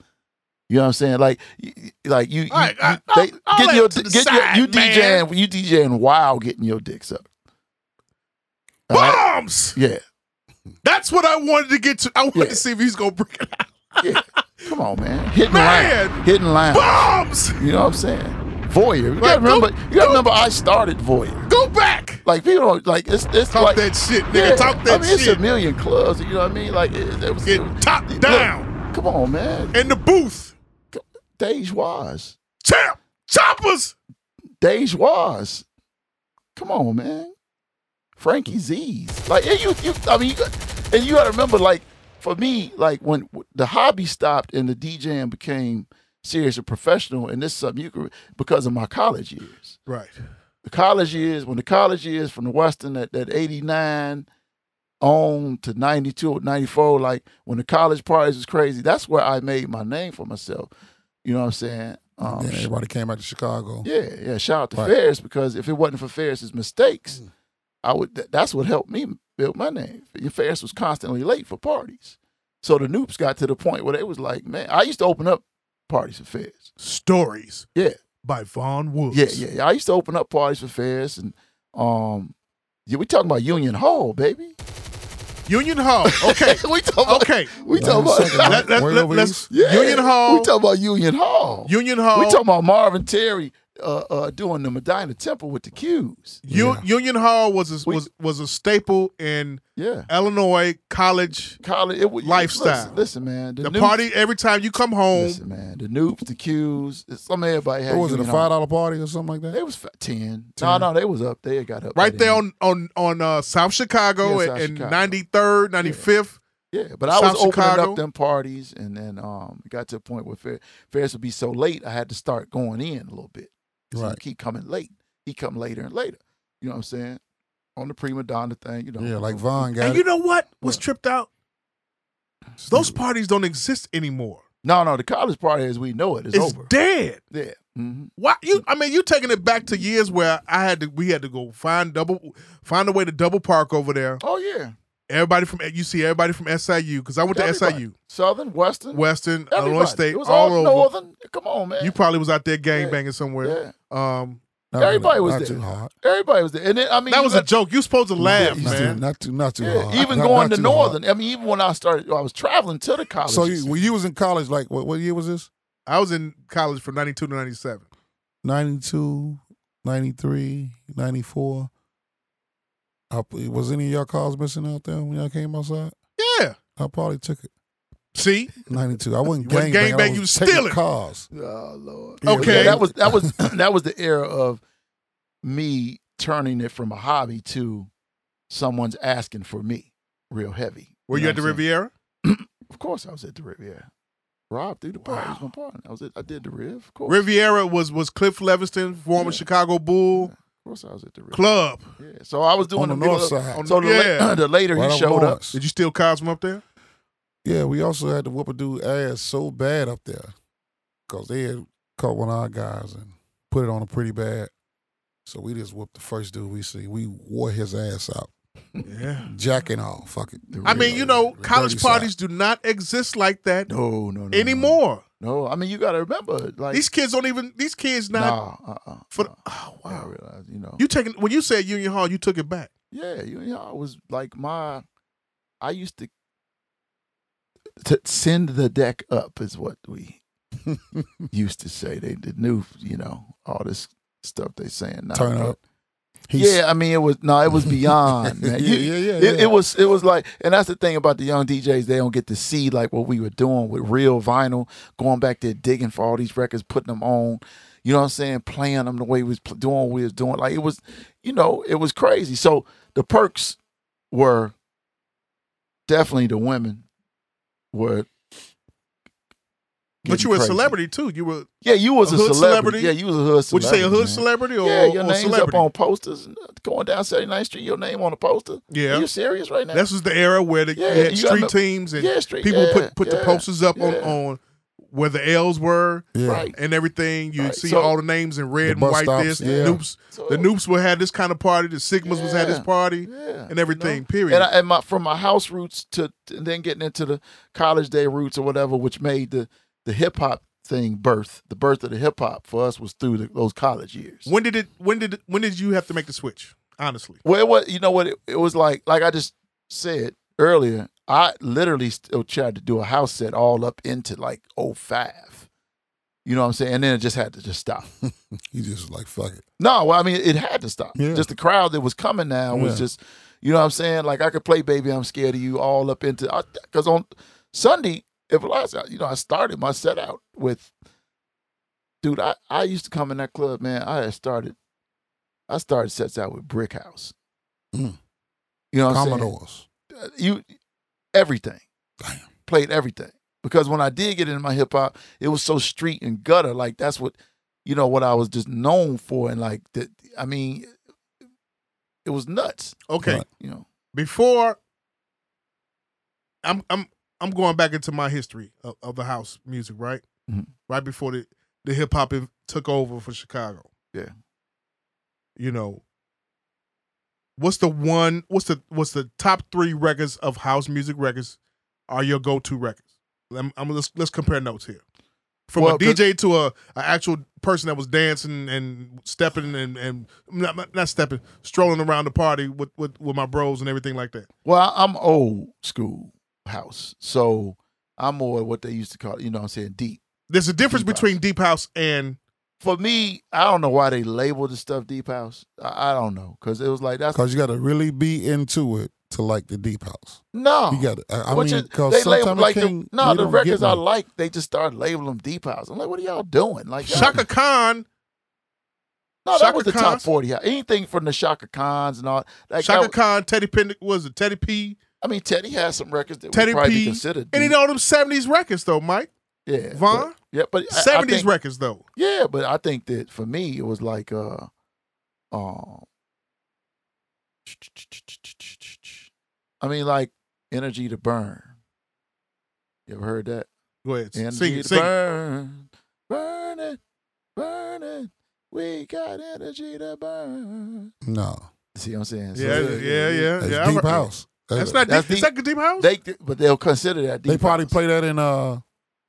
S3: You know what I'm saying? Like, y- y- like you, you,
S2: All right, I-
S3: you- they,
S2: I'll- I'll
S3: get
S2: let
S3: your,
S2: it to the
S3: get
S2: side,
S3: your, you
S2: man.
S3: DJing, you DJing while getting your dick sucked. All right?
S2: Bombs.
S3: Yeah,
S2: That's what I wanted to get to. I wanted
S3: Yeah.
S2: to see if he's gonna bring it out.
S3: yeah. Come on, man. Hidden
S2: Man.
S3: line, hidden line.
S2: Bombs.
S3: You know what I'm saying? Voyeur. You gotta
S2: Like,
S3: remember. You gotta remember. I started Voyeur.
S2: Go back.
S3: Like people don't like it's it's
S2: Talk
S3: like
S2: that shit, nigga.
S3: yeah,
S2: Talk that
S3: I mean, it's
S2: shit.
S3: a million clubs. You know what I mean? Like it, it was
S2: Get
S3: it-
S2: top
S3: look,
S2: down.
S3: come on, man.
S2: In the booth.
S3: Dej was.
S2: Champ. Choppers.
S3: Dej was. Come on, man. Frankie Z's. Like and you, you I mean, you got, and you got to remember, like for me, like when the hobby stopped and the DJing became serious and professional, and this is something you could because of my college years.
S2: Right.
S3: The college years, when the college years from the Western at that '89 on to 92 or 94 like when the college parties was crazy that's where i made my name for myself you know what i'm saying um,
S1: Then everybody came out to Chicago.
S3: Yeah, yeah. Shout out to
S1: Right.
S3: Ferris because if it wasn't for Ferris's mistakes, I would. th- that's what helped me build my name. Ferris was constantly late for parties, so the noobs got to the point where they was like, "Man, I used to open up parties for Ferris."
S2: Stories
S3: Yeah,
S2: by Vaughn Woods.
S3: yeah, yeah. yeah. I used to open up parties for Ferris, and um, yeah, we talking about Union Hall, baby.
S2: Union Hall. Okay.
S3: we talking about,
S2: okay.
S3: we
S1: Wait
S3: talking
S1: a
S3: about
S1: second, man.
S2: Let, let,
S1: Word
S2: let,
S1: over
S2: let's
S3: yeah,
S2: Union Hall.
S3: We talking about Union Hall.
S2: Union Hall.
S3: We talking about Marvin Terry uh, uh, doing the Medina Temple with the Q's.
S2: U-
S1: Yeah.
S2: Union Hall was a,
S3: We-
S2: was was a staple in
S3: Yeah.
S2: Illinois college.
S3: college it would
S2: Lifestyle.
S3: Listen, listen, man, the,
S2: The
S3: noobs-
S2: party every time you come home.
S3: Listen, man, the noobs, the Qs, it's- some everybody had.
S1: What was it, a
S3: union
S1: five
S3: on-
S1: dollar party or something like that?
S3: They was fi- ten. No, no, they was up. They had got up by
S2: right there
S3: then.
S2: on on on uh, South Chicago
S3: Yeah, South
S2: and
S3: Chicago.
S2: ninety third, ninety fifth.
S3: Yeah, but I was
S2: South
S3: opening
S2: Chicago.
S3: up them parties, and then um, it got to a point where Fer- Ferris would be so late, I had to start going in a little bit. So
S1: Right.
S3: He coming late. He come later and later. You know what I'm saying? On the prima donna thing, you know.
S1: yeah, like Vaughn got
S2: And
S1: it.
S2: you know what was
S3: What?
S2: tripped out? Those parties don't exist anymore.
S3: No, no, the college party as we know it is
S2: It's,
S3: over.
S2: dead.
S3: Yeah. hmm
S2: Why you? I mean, you taking it back to years where I had to. We had to go find double, find a way to double park over there.
S3: Oh yeah.
S2: Everybody from you see everybody from SIU because I went to
S3: Everybody.
S2: SIU,
S3: Southern, Western,
S2: Western, Illinois
S3: everybody.
S2: State,
S3: It was
S2: all,
S3: all,
S2: over.
S3: northern. Come on, man.
S2: You probably was out there gang
S3: Yeah.
S2: banging somewhere.
S3: yeah.
S2: Um,
S1: Not really-
S3: everybody was
S1: not
S3: there.
S1: too hard.
S3: Everybody was there, and then, I mean
S2: that was
S3: you
S2: a joke. You supposed to laugh,
S1: Not too,
S2: man.
S1: not too, not too
S3: got- yeah,
S1: hard.
S3: even
S1: Not-
S3: going
S1: not
S3: to
S1: too hard.
S3: northern. I mean, even when I started, I was traveling to the college.
S1: So you, when you was in college, like what, what year was this?
S2: I was in college from ninety two to ninety seven.
S1: 92, 93, 94. Up- was any of y'all cars missing out there when y'all came outside?
S2: Yeah.
S1: I probably took it.
S2: See,
S1: 92. I wasn't
S2: You
S1: gang
S2: wasn't gangbang,
S1: bang.
S2: you was stealing.
S1: stealing cars.
S3: oh lord,
S2: Yeah, Okay.
S3: Yeah, that was that was that was the era of me turning it from a hobby to someone's asking for me, real heavy.
S2: were you,
S3: know
S2: at the
S3: what I'm saying?
S2: Riviera?
S3: Of course, I was at the Riviera. Rob threw the party. It was my partner. I was at, I did the Riv. Of course,
S2: Riviera was was Cliff Leviston, former
S3: Yeah.
S2: Chicago Bull.
S3: course, I was at the Ritz.
S2: Club.
S3: Yeah. So I was doing
S1: on the,
S3: middle
S1: north
S3: of-
S1: side.
S2: on
S3: So the,
S2: Yeah.
S3: la- the later
S1: right
S3: he
S1: on
S3: showed up,
S1: Lawrence.
S2: Did you steal cars from up there?
S1: Yeah, we also had to whoop a dude ass so bad up there because they had caught one of our guys and put it on him pretty bad. So we just whooped the first dude we see. We wore his ass out,
S2: Yeah.
S1: jack and all. Fuck it.
S3: The
S2: I mean, you know,
S1: The dirty
S2: college
S1: side.
S2: parties do not exist like that
S3: no, no, no, no.
S2: anymore.
S3: No, I mean you got to remember, like
S2: These kids don't even. These kids not.
S3: nah, uh, uh,
S2: for the-
S3: uh,
S2: oh,
S3: I
S2: wow.
S3: realize, you know,
S2: You taking when you said Union Hall, you took it back.
S3: yeah, you know, I was like my, I used to to send the deck up is what we used to say. They did new, you know, all this stuff they saying now.
S1: Turn
S3: but-
S1: up. He's-
S3: yeah, I mean it was no, it was beyond. man.
S1: yeah,
S3: You-
S1: yeah, yeah,
S3: It,
S1: yeah.
S3: it was it was like, and that's the thing about the young DJs, they don't get to see like what we were doing with real vinyl, going back there digging for all these records, putting them on, you know what I'm saying, playing them the way we was pl- doing, what we was doing like it was, you know, it was crazy. So the perks were definitely the women were,
S2: But
S3: getting
S2: you were
S3: crazy.
S2: a celebrity too. You were.
S3: Yeah, you was a,
S2: A hood
S3: celebrity.
S2: celebrity?
S3: Yeah, you was a hood.
S2: Would you say a hood
S3: man.
S2: celebrity or,
S3: Yeah, your
S2: or
S3: name's
S2: celebrity?
S3: up on posters and, uh, going down 79th Street. Your name on a poster.
S2: yeah.
S3: Are you serious right now?
S2: That's was the era where the,
S3: Yeah,
S2: you had
S3: you got
S2: street
S3: no-
S2: teams and
S3: yeah, street,
S2: people
S3: yeah,
S2: put put the
S3: yeah,
S2: posters up on
S3: yeah.
S2: on where the L's were
S1: Yeah.
S3: Right.
S2: and everything. You
S3: Right,
S2: see
S3: so-
S2: all the names in red
S1: The
S2: and
S1: bus
S2: white.
S1: stops,
S2: this
S1: yeah.
S2: the noops,
S3: So-
S2: the noops would have this kind of party. The sigmas was had this
S3: Oh. Yeah.
S2: party
S3: yeah,
S2: and everything.
S3: you know?
S2: Period.
S3: And, I, and my, from my house roots to to then getting into the college day roots or whatever, which made the, the hip hop thing birth. The birth of the hip hop for us was through the, those college years.
S2: when did it? When did when did you have to make the switch? Honestly,
S3: Well, it was, you know what? It, it was like, like I just said earlier, I literally still tried to do a house set all up into like 05. You know what I'm saying? And then it just had to just stop.
S1: He just like, fuck it.
S3: No, well, I mean, it had to stop.
S1: Yeah.
S3: Just the crowd that was coming now was
S1: Yeah.
S3: just, you know what I'm saying? Like, I could play Baby, I'm Scared of You all up into, because on Sunday, if last, you know, I started my set out with, dude, I, I used to come in that club, man. I had started, I started sets out with Brick House.
S1: Mm.
S3: You know what I'm saying?
S1: Commodores.
S3: uh, you everything.
S1: Damn.
S3: Played everything. Because when I did get into my hip hop, it was so street and gutter. Like that's what you know what I was just known for and like that I mean it was nuts.
S2: okay.
S1: Right.
S3: You know.
S2: Before I'm I'm I'm going back into my history of, of the house music, right?
S3: Mhm.
S2: Right before the the hip hop ev- took over for Chicago.
S3: Yeah.
S2: You know, what's the one? What's the what's the top three records of house music records? Are your go to records? I'm, I'm let's let's compare notes here. From
S3: Well,
S2: a
S3: 'cause-
S2: DJ to a, a actual person that was dancing and stepping and and not, not- not stepping, strolling around the party with, with with my bros and everything like that.
S3: Well, I'm old school house. So I'm more what they used to call, you know what I'm saying, deep.
S2: There's a difference
S3: Deep house.
S2: between deep house and
S3: For me, I don't know why they labeled the stuff deep house. I, I don't know. Cause it was like that's
S1: Because you got to really be into it to like the deep house.
S3: no.
S1: You got to, I, I
S3: Which
S1: mean,
S3: is-
S1: because
S3: Oh. they label
S1: sometimes
S3: like
S1: it
S3: the,
S1: can't-
S3: no
S1: we
S3: the
S1: don't get
S3: records I
S1: no-
S3: like they just started labeling them deep house. I'm like, what are y'all doing? Like, y'all-
S2: Shaka Khan.
S3: no, that
S2: Shaka
S3: was the top
S2: Khan's-
S3: forty. Anything from the Shaka Khans and all. Like, oh.
S2: Shaka
S3: that-
S2: Khan, Teddy Pendick was it Teddy P,
S3: I mean, Teddy has some records that
S2: Teddy
S3: would probably be
S2: P,
S3: considered.
S2: and
S3: deep.
S2: you know them '70s records though, Mike
S3: yeah,
S2: Vaughn.
S3: but- yeah, but I- I
S2: '70s
S3: think-
S2: records though.
S3: Yeah, but I think that for me it was like uh, um, I mean, like energy to burn. You ever heard that?
S2: Go ahead,
S3: And
S2: sing,
S3: need
S2: it,
S3: to
S2: sing. it.
S3: burn, burn it, burn it. We got energy to burn.
S1: No.
S3: See what I'm saying?
S2: Yeah, yeah, yeah,
S1: That's
S2: yeah. I
S1: deep
S2: re-
S1: house. Uh,
S2: That's not
S3: That's
S2: deep. Is
S3: deep.
S2: that deep house?
S3: They, but they'll consider that.
S1: They
S3: deep
S1: probably
S3: house.
S1: play that in uh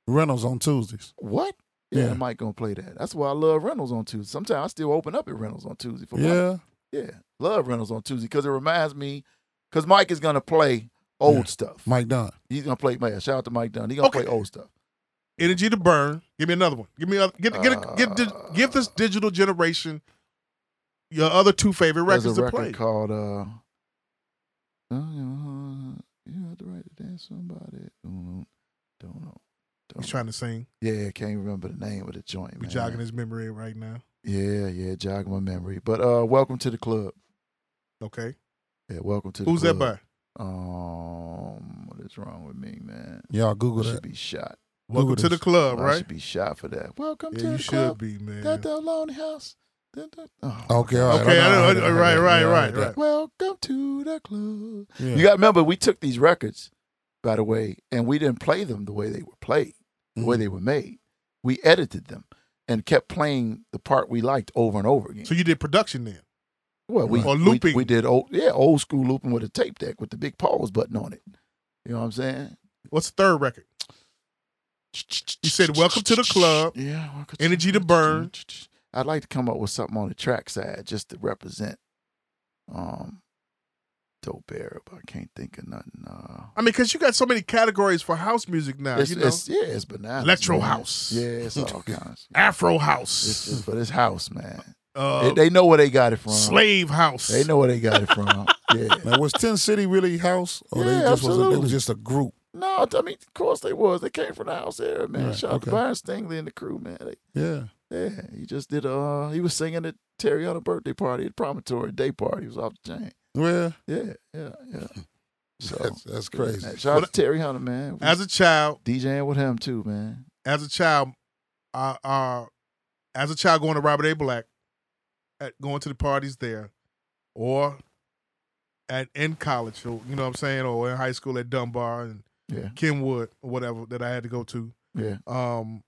S1: Reynolds on Tuesdays.
S3: what? Yeah,
S1: Yeah.
S3: Mike gonna play that. That's why I love Reynolds on Tuesday. Sometimes I still open up at Reynolds on Tuesday for Mike.
S1: Yeah.
S3: yeah, love Reynolds on Tuesday because it reminds me. Because Mike is gonna play old
S1: Yeah.
S3: stuff.
S1: Mike Dunn.
S3: He's gonna play. Man, shout out to Mike Dunn. He's gonna
S2: Okay.
S3: play old stuff.
S2: Energy to burn. Give me another one. Give me other, get get a, get di-
S3: Uh,
S2: give this digital generation your other two favorite records
S3: There's
S2: to
S3: a record
S2: play.
S3: called uh, uh, "You Have the Right to Dance." Somebody don't know. Don't know.
S2: He's trying to sing.
S3: Yeah, I can't remember the name of the joint.
S2: We
S3: man.
S2: jogging his memory right now.
S3: Yeah, yeah, jogging my memory. But uh, welcome to the club.
S2: Okay,
S3: Yeah, welcome to the
S2: who's that
S3: club.
S2: by?
S3: by? Um, what is wrong with me, man?
S1: Y'all
S3: I
S1: Google
S3: should
S1: that.
S3: be shot.
S1: Google
S2: Welcome to the
S1: this.
S2: club,
S3: I
S2: right?
S3: should be shot for that. Welcome to
S2: Yeah, you
S3: the
S2: should
S3: club.
S2: be, man.
S3: That the lonely house. Dun, dun. Oh.
S1: Okay, all right.
S2: Okay, I
S1: know,
S2: know,
S1: know,
S2: right,
S1: know,
S2: right,
S1: know,
S2: right,
S1: know.
S2: right.
S3: Welcome to the club.
S1: Yeah.
S3: You got to remember, we took these records, by the way, and we didn't play them the way they were played, the
S2: Mm-hmm.
S3: way they were made. We edited them and kept playing the part we liked over and over again.
S2: So you did production then?
S3: Well, we,
S2: Or
S3: we-
S2: looping.
S3: We, did old, yeah, old school looping with a tape deck with the big pause button on it. You know what I'm saying?
S2: What's the third record? You said, "Welcome to the club."
S3: Yeah, welcome
S2: Energy to
S3: club.
S2: burn.
S3: I'd like to come up with something on the track side just to represent, um, dope era. But I can't think of nothing. Uh,
S2: I mean, because you got so many categories for house music now.
S3: it's,
S2: you know,
S3: it's- yeah, it's banana.
S2: Electro house.
S3: Yeah, it's all kinds.
S2: Afro
S3: It's
S2: house,
S3: just, but it's house, man.
S2: uh,
S3: they, they know where they got it from.
S2: slave house.
S3: They know where they got it from. yeah.
S1: Now, was Ten City really house, or they
S3: Yeah,
S1: just was a, it
S3: absolutely.
S1: was just a group?
S3: No, I mean, of course they was. They came from the house era, man.
S1: Right,
S3: Shout out to
S1: okay.
S3: Byron Stingley and the crew, man. They,
S1: Yeah,
S3: Yeah, he just did. Uh, he was singing at Terry on a birthday party, at promontory day party. He was off the chain.
S1: well,
S3: Yeah, yeah, yeah. So
S1: that's, that's
S3: yeah,
S1: crazy.
S3: man, Shout out to Terry Hunter, man. We
S2: As a child,
S3: DJing with him too, man.
S2: as a child, uh, uh, as a child going to Robert A. Black, at going to the parties there, or at in college, or, you know what I'm saying, or in high school at Dunbar and
S3: Yeah,
S2: Kenwood or whatever that I had to go to.
S3: yeah,
S2: Um,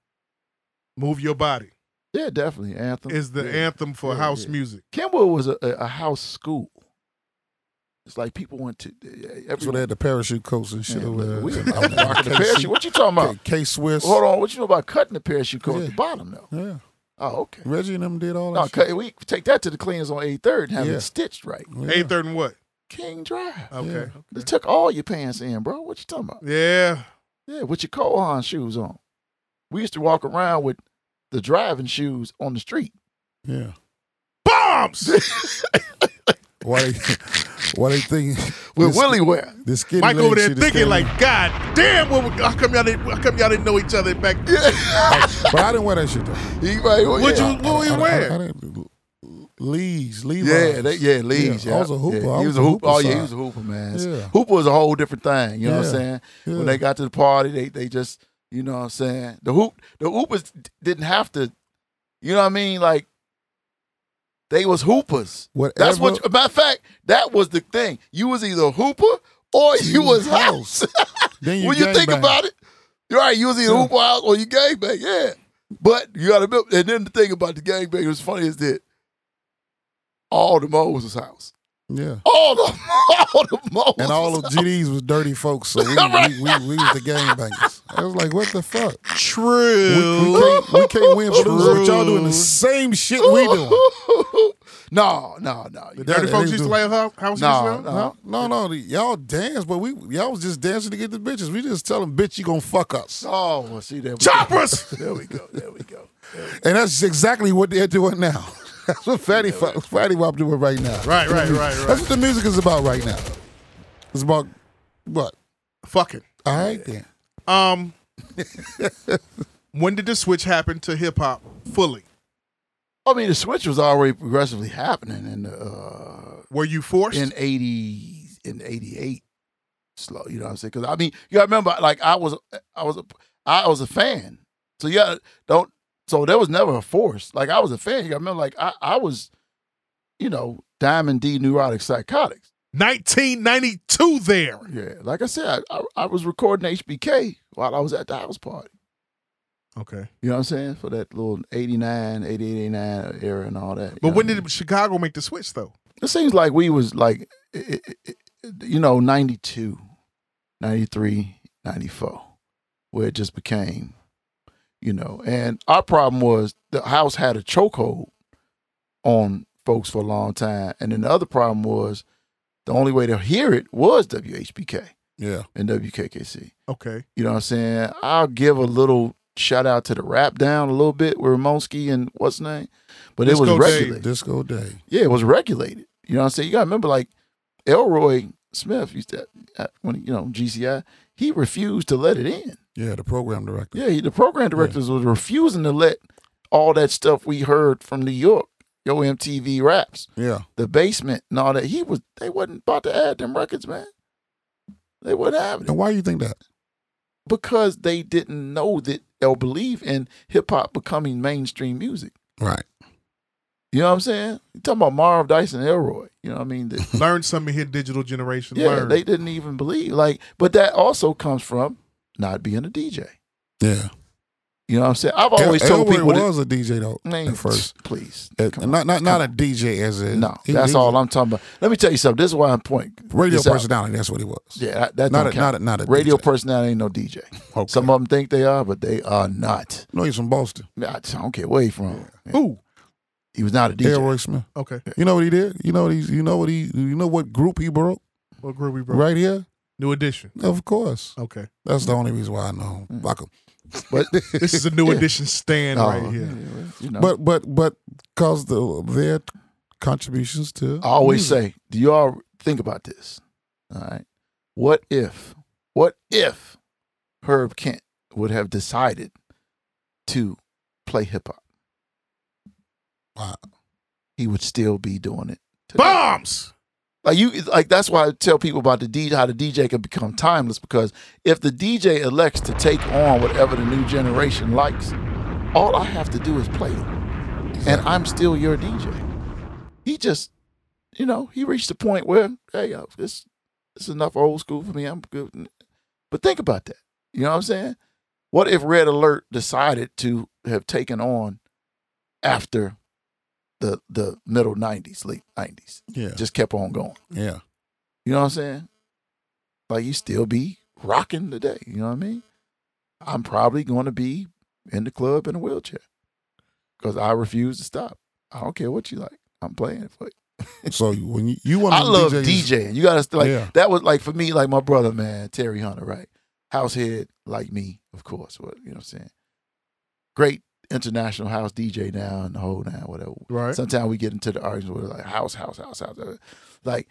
S2: Move Your Body
S3: yeah. Definitely anthem
S2: is the
S3: yeah.
S2: anthem for
S3: Yeah,
S2: house
S3: yeah.
S2: music.
S3: Kenwood was a, a, a house school. It's like people went to eh,
S1: That's where
S3: every.
S1: they had the parachute coats and shit
S3: Man,
S1: over there.
S3: we were rocking the parachute. What you talking about?
S1: K Swiss.
S3: Hold on. What you know about cutting the parachute cord
S1: Yeah.
S3: at the bottom though?
S1: Yeah,
S3: Oh, okay.
S1: Reggie and them did all that.
S3: No,
S1: shit.
S3: cut, we take that to the cleaners on 83rd and have
S1: Yeah.
S3: it stitched right.
S1: Yeah.
S2: Eighth, third, and what?
S3: King Drive.
S2: Okay.
S1: Yeah.
S3: They took all your pants in, bro. What you talking about?
S2: Yeah.
S3: Yeah, with your Kohan shoes on. We used to walk around with the driving shoes on the street.
S1: yeah.
S2: Bombs!
S1: Why they, why they think
S3: With
S1: this-
S3: Willie wear.
S1: This skinny
S2: Mike
S1: leg
S2: over there
S1: shit is
S2: thinking
S1: crazy.
S2: like, God damn, what, how come y'all didn't? How come y'all didn't know each other back?
S1: but I didn't wear that shit though.
S3: He right,
S1: oh,
S3: well,
S2: What
S3: yeah.
S2: you what were
S1: I-
S2: you
S1: I- I,
S2: wearing?
S1: didn't- Lees, Levi's.
S3: Yeah, they, yeah, leagues. Yeah,
S1: I was a hooper.
S3: Yeah,
S1: I
S3: he
S1: was
S3: was
S1: a
S3: a hooper.
S1: hooper
S3: Oh yeah,
S1: side.
S3: he was a hooper, man.
S1: Yeah.
S3: Hooper was a whole different thing. You know what
S1: Yeah,
S3: I'm saying?
S1: yeah.
S3: When they got to the party, they they just you know what I'm saying. The hoop the hoopers d- didn't have to. You know what I mean? Like they was hoopers.
S1: Whatever.
S3: That's what. You, matter of fact, that was the thing. You was either a hooper or you was house.
S1: Then
S3: when you think
S1: gangbang.
S3: about it, you're right. You was either hooper house or oh, you gangbang. Yeah. But you got to remember. And then the thing about the gangbang was funny is that all the moles was house.
S1: yeah.
S3: All the all the moles.
S1: And all
S3: was
S1: of GDs was dirty folks, so we,
S3: Right.
S1: we, we, we was the gangbangers. I was like, what the fuck? We, we,
S2: True.
S1: can't, we can't win for losing, but y'all
S2: True.
S1: doing the same shit we doing.
S3: No, no, no. You-
S2: Dirty
S1: Yeah,
S2: folks
S1: they
S2: used
S1: do.
S2: to lay house house
S3: No,
S2: music
S3: no.
S2: now?
S1: No, no, no. Y'all dance, but we y'all was just dancing to get the bitches. We just tell them, bitch, you gonna fuck us.
S3: Oh, well, see there. we
S2: Choppers!
S3: go. There we go. There we go.
S1: And that's exactly what they're doing now. That's what Fatty Fa- Fatty Wap doing right now.
S2: Right, right, right,
S1: That's
S2: right.
S1: what the music is about right now. It's about what?
S2: Fucking.
S1: All right then.
S2: Um, when did the switch happen to hip hop fully?
S3: I mean, the switch was already progressively happening in the, uh,
S2: Were you forced?
S3: in eighty in eighty eight. Slow, you know what I'm saying? Because I mean, you gotta remember, like I was, I was, a, I was a fan. So yeah, don't. So there was never a force. Like I was a fan. You gotta remember, like I, I was, you know, Diamond D, Neurotic Psychotics.
S2: 1992. There.
S3: Yeah, like I said, I, I, I was recording HBK while I was at the house party.
S2: Okay.
S3: You know what I'm saying? For that little 89, 88, 89 era and all that. you
S2: But
S3: know
S2: when
S3: what I mean?
S2: did Chicago make the switch though?
S3: it? seems like we was like, i- i- i- you know, 92, 93, 94, where it just became, you know. And our problem was the house had a chokehold on folks for a long time. And then the other problem was the only way to hear it was WHBK
S1: Yeah.
S3: and WKKC.
S2: Okay.
S3: You know what I'm saying? I'll give a little shout out to the rap down a little bit with Ramonski and what's his name. But
S2: Disco
S3: it was
S2: Dave.
S3: regulated.
S1: Disco Day.
S3: Yeah, it was regulated. You know what I'm saying? You gotta remember like Elroy Smith used to uh, when he- you know, GCI, he refused to let it in.
S1: Yeah, the program director.
S3: Yeah, he, the program directors was refusing to let all that stuff we heard from New York, Yo MTV raps
S1: Yeah.
S3: the basement and all that. He was they wasn't about to add them records, man. They wasn't having it
S1: And why you think that?
S3: because they didn't know that or believe in hip hop becoming mainstream music.
S1: Right.
S3: You know what I'm saying? you talking about Marv Dice and Elroy. You know what I mean? The-
S2: Learn something here, digital generation.
S3: yeah,
S2: Learn.
S3: they didn't even believe. Like, but that also comes from not being a DJ.
S1: Yeah.
S3: You know what I'm saying? I've always
S1: El-
S3: told
S1: Elroy
S3: people that
S1: was a DJ though
S3: Man,
S1: at first.
S3: please.
S1: At-
S3: Come
S1: not uh, not not a DJ as a
S3: on. No, that's all I'm talking about. Let me tell you something. This is why I'm pointing.
S1: radio
S3: this out.
S1: personality. That's what he was.
S3: Yeah, that, that
S1: Not
S3: don't
S1: a-
S3: count.
S1: not a- not a
S3: radio
S1: DJ.
S3: personality ain't no DJ.
S1: Okay.
S3: Some of them think they are, but they are not.
S1: No, he's from Boston.
S3: I don't care where he from.
S2: Ooh.
S3: He was not a DJ.
S1: Elroy Smith.
S2: Okay.
S1: You know what he did? You know what he? You know what he? You know what group he broke
S2: What group we broke?
S1: right here?
S2: New edition.
S1: Of course.
S2: Okay.
S1: That's the only reason why I know
S3: Mm.
S1: him. Fuck him.
S3: But
S2: This is a new edition stand
S3: Oh,
S2: right
S3: yeah,
S2: here.
S3: well, you know.
S1: But but but cause the their contributions to
S3: I always say, do y'all think about this? All right. What if, what if Herb Kent would have decided to play hip hop?
S1: Wow.
S3: He would still be doing it. today.
S2: Bombs.
S3: Like you, like that's why I tell people about the DJ, how the DJ can become timeless. Because if the DJ elects to take on whatever the new generation likes, all I have to do is play it, and I'm still your DJ. He just, you know, he reached a point where hey, uh, this this is enough old school for me. I'm good. But think about that. You know what I'm saying? What if Red Alert decided to have taken on after the the middle '90s, late '90s?
S1: yeah
S3: Just kept on going.
S1: yeah
S3: You know what I'm saying? Like you still be rocking today. You know what I mean? I'm probably going to be in the club in a wheelchair because I refuse to stop. I don't care what you like. I'm playing it for you.
S1: so you- when you, you want
S3: I love DJing. You gotta like
S1: Yeah.
S3: that was like for me, like my brother, man, Terry Hunter, right? Househead, like me, of course. What you know what I'm saying? Great international house DJ now and the whole nine, whatever.
S2: Right.
S3: Sometimes we get into the arguments with like house, house, house, house. uh, Like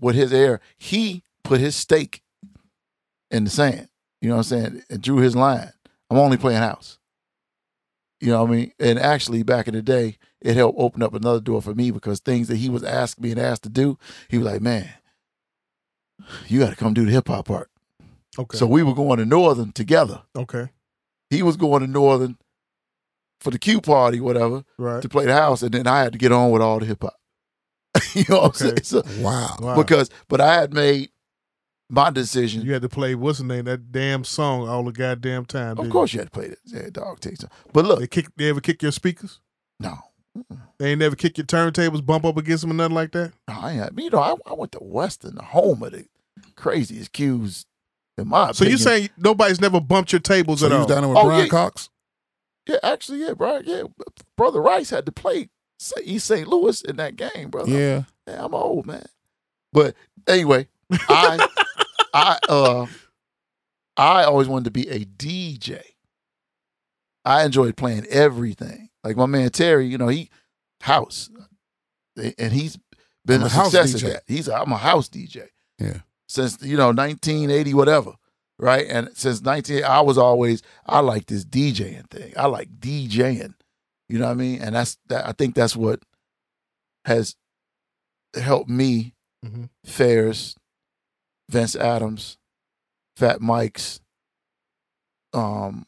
S3: with his air, he put his stake in the sand. You know what I'm saying? And drew his line. I'm only playing house. You know what I mean? And actually, back in the day, it helped open up another door for me because things that he was asked being asked to do, he was like, "Man, you got to come do the hip hop part."
S2: Okay.
S3: So we were going to Northern together.
S2: okay.
S3: He was going to Northern for the Q party, whatever,
S2: Right.
S3: to play the house, and then I had to get on with all the hip hop. you know what I'm
S2: Okay.
S3: saying? So,
S1: wow
S2: Wow.
S3: Because, but I had made my decision.
S2: you had to play what's the name that damn song all the goddamn time.
S3: of
S2: didn't
S3: course, you had to play that. Yeah, dog takes time. But
S2: you? They
S3: look,
S2: kick. They ever kick your speakers?
S3: no,
S2: They ain't never kick your turntables, bump up against them, or nothing like that.
S3: No, I ain't. You know, I, I went to Western, the home of the craziest cues in my
S2: So you
S3: opinion.
S2: saying nobody's never bumped your tables
S1: so
S2: at
S1: you
S2: all?
S1: was down there with
S3: Oh,
S1: Brian
S3: yeah.
S1: Cox
S3: Yeah, actually, yeah, Brian. Yeah, brother Rice had to play Sa- East St. Louis in that game, brother.
S1: yeah
S3: Yeah, I'm old man. But anyway, I, I, uh, I always wanted to be a DJ. I enjoyed playing everything. Like my man Terry, you know, he house, and he's been
S1: I'm
S3: a,
S1: a house
S3: success
S1: DJ.
S3: at that. He's I'm a house DJ.
S1: Yeah.
S3: Since you know 1980 whatever, right? And since 19, I was always I like this DJing thing. I like DJing. You know what I mean? And that's that. I think that's what has helped me,
S2: Mhm.
S3: Ferris, Vince Adams, Fat Mike's, um,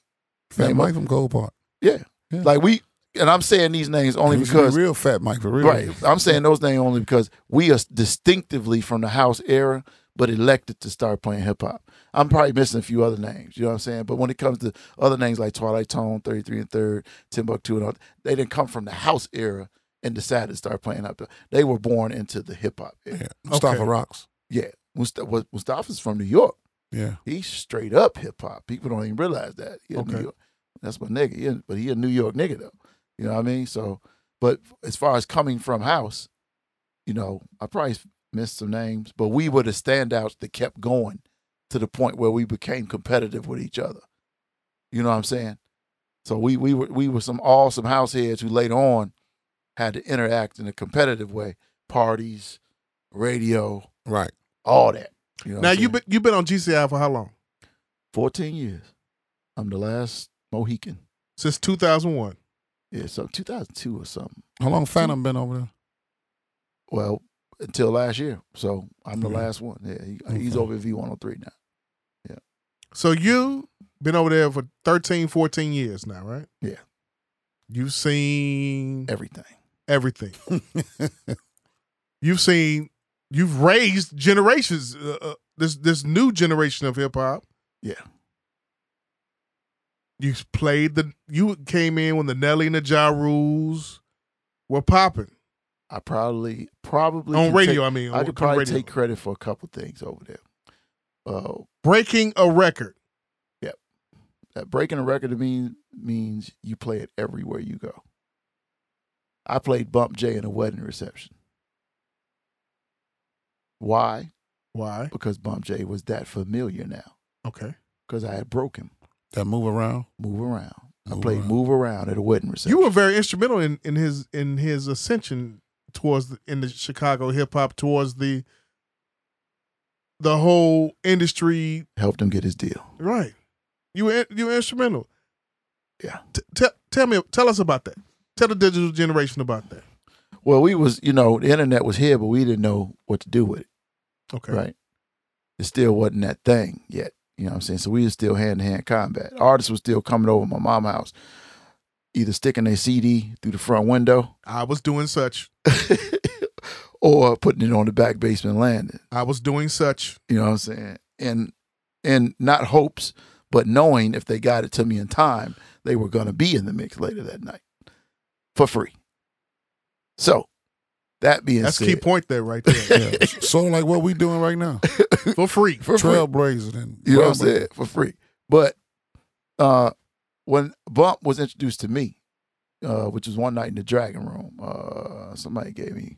S1: Fat
S3: Name
S1: Mike
S3: up.
S1: from Gold Park Yeah.
S3: like we. And I'm saying these names only
S1: He used to be
S3: because
S1: real Fat Mike for real
S3: Right. I'm saying those names only because we are distinctively from the house era, but elected to start playing hip hop. I'm probably missing a few other names, you know what I'm saying? But when it comes to other names like Twilight Tone, 33 and 3rd, Timbuktu, and all, they didn't come from the house era and decided to start playing up. They were born into the hip hop era.
S1: yeah Mustafa
S2: Okay.
S1: Rocks
S3: Yeah. Mustafa, Mustafa's from New York.
S1: yeah
S3: He's straight up hip hop. People don't even realize that. He a New
S2: Okay.
S3: York. That's my nigga. He a- but he a New York nigga though. You know what I mean? So, but as far as coming from house, you know, I probably missed some names, but we were the standouts that kept going to the point where we became competitive with each other. You know what I'm saying? So we we were we were some awesome house heads who later on had to interact in a competitive way, parties, radio,
S1: right
S3: all that. You know what
S2: Now
S3: I'm
S2: you
S3: saying?
S2: been you been on GCI for how long?
S3: 14 years. I'm the last Mohican.
S2: Since two thousand one.
S3: Yeah, so 2002 or something.
S1: how long Phantom been over there
S3: Well, until last year. So I'm the
S1: Okay.
S3: last one. Yeah, he, uh, he's
S1: Okay.
S3: over at V103 now.
S2: So you been over there for 13, 14 years now, right?
S3: Yeah.
S2: You've seen
S3: Everything.
S2: everything. you've seen, you've raised generations. Uh, uh, this this new generation of hip hop.
S3: Yeah.
S2: You played the. You came in when the Nelly and the Ja rules were popping
S3: I probably probably
S2: on
S3: can
S2: radio.
S3: take-
S2: I mean,
S3: I
S2: on-
S3: could
S2: on
S3: probably
S2: radio.
S3: take credit for a couple things over there. Uh,
S2: breaking a record.
S3: that breaking a record means means you play it everywhere you go. I played Bump J in a wedding reception. Why?
S2: Why?
S3: Because Bump J was that familiar now.
S2: Okay.
S3: Because I had broke him.
S1: That move around.
S3: Move around. I
S1: Move
S3: played
S1: Around.
S3: Move Around at a wedding reception.
S2: You were very instrumental in, in his in his ascension towards the, in the Chicago hip hop towards the the whole industry.
S3: helped him get his deal.
S2: Right. You were in- you were instrumental.
S3: Yeah.
S2: T- tell tell me tell us about that. Tell the digital generation about that.
S3: Well, we was you know the internet was here, but we didn't know what to do with it.
S2: Okay.
S3: Right. It still wasn't that thing yet. You know what I'm saying? So we was still hand to hand combat. Artists was still coming over my mom's house, either sticking their CD through the front window
S2: I was doing such.
S3: or putting it on the back basement landing.
S2: I was doing such.
S3: You know what I'm saying? And and not hopes, but knowing if they got it to me in time, they were gonna be in the mix later that night for free. So that being
S2: That's
S3: said,
S2: a key point there right there.
S1: Yeah. sort of like what we doing right now.
S2: For free.
S3: for free.
S1: Trailblazing and
S3: You know what I'm
S1: Robert.
S3: saying? For free. But uh when Bump was introduced to me, uh, which was one night in the Dragon Room, uh somebody gave me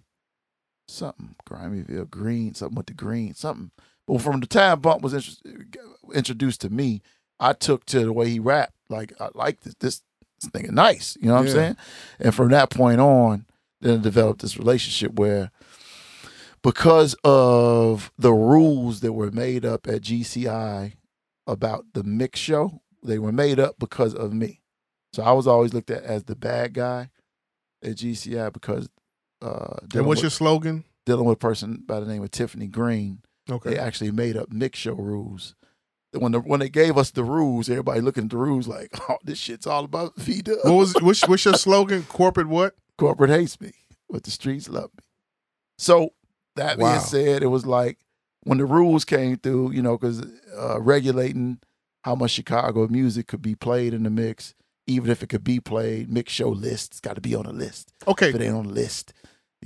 S3: something, Grimyville Green, something with the green, something. But from the time Bump was intro- introduced to me, I took to the way he rapped. Like I like this this, this thing is nice. You know what
S1: Yeah.
S3: I'm saying? And from that point on, then I developed this relationship where because of the rules that were made up at GCI about the mix show, they were made up because of me. So I was always looked at as the bad guy at GCI because uh,
S2: And
S3: dealing,
S2: what's
S3: with,
S2: your slogan?
S3: dealing with a person by the name of Tiffany Green,
S2: Okay.
S3: they actually made up mix show rules. When the when they gave us the rules, everybody looking at the rules like, oh, this shit's all about V Dub.
S2: What was what's, what's your slogan? Corporate what?
S3: Corporate hates me, but the streets love me. So that
S1: Wow.
S3: being said, it was like when the rules came through, you know, because uh, regulating how much Chicago music could be played in the mix, even if it could be played, mix show list, it's got to be on the list.
S2: Okay.
S3: If it ain't on the list,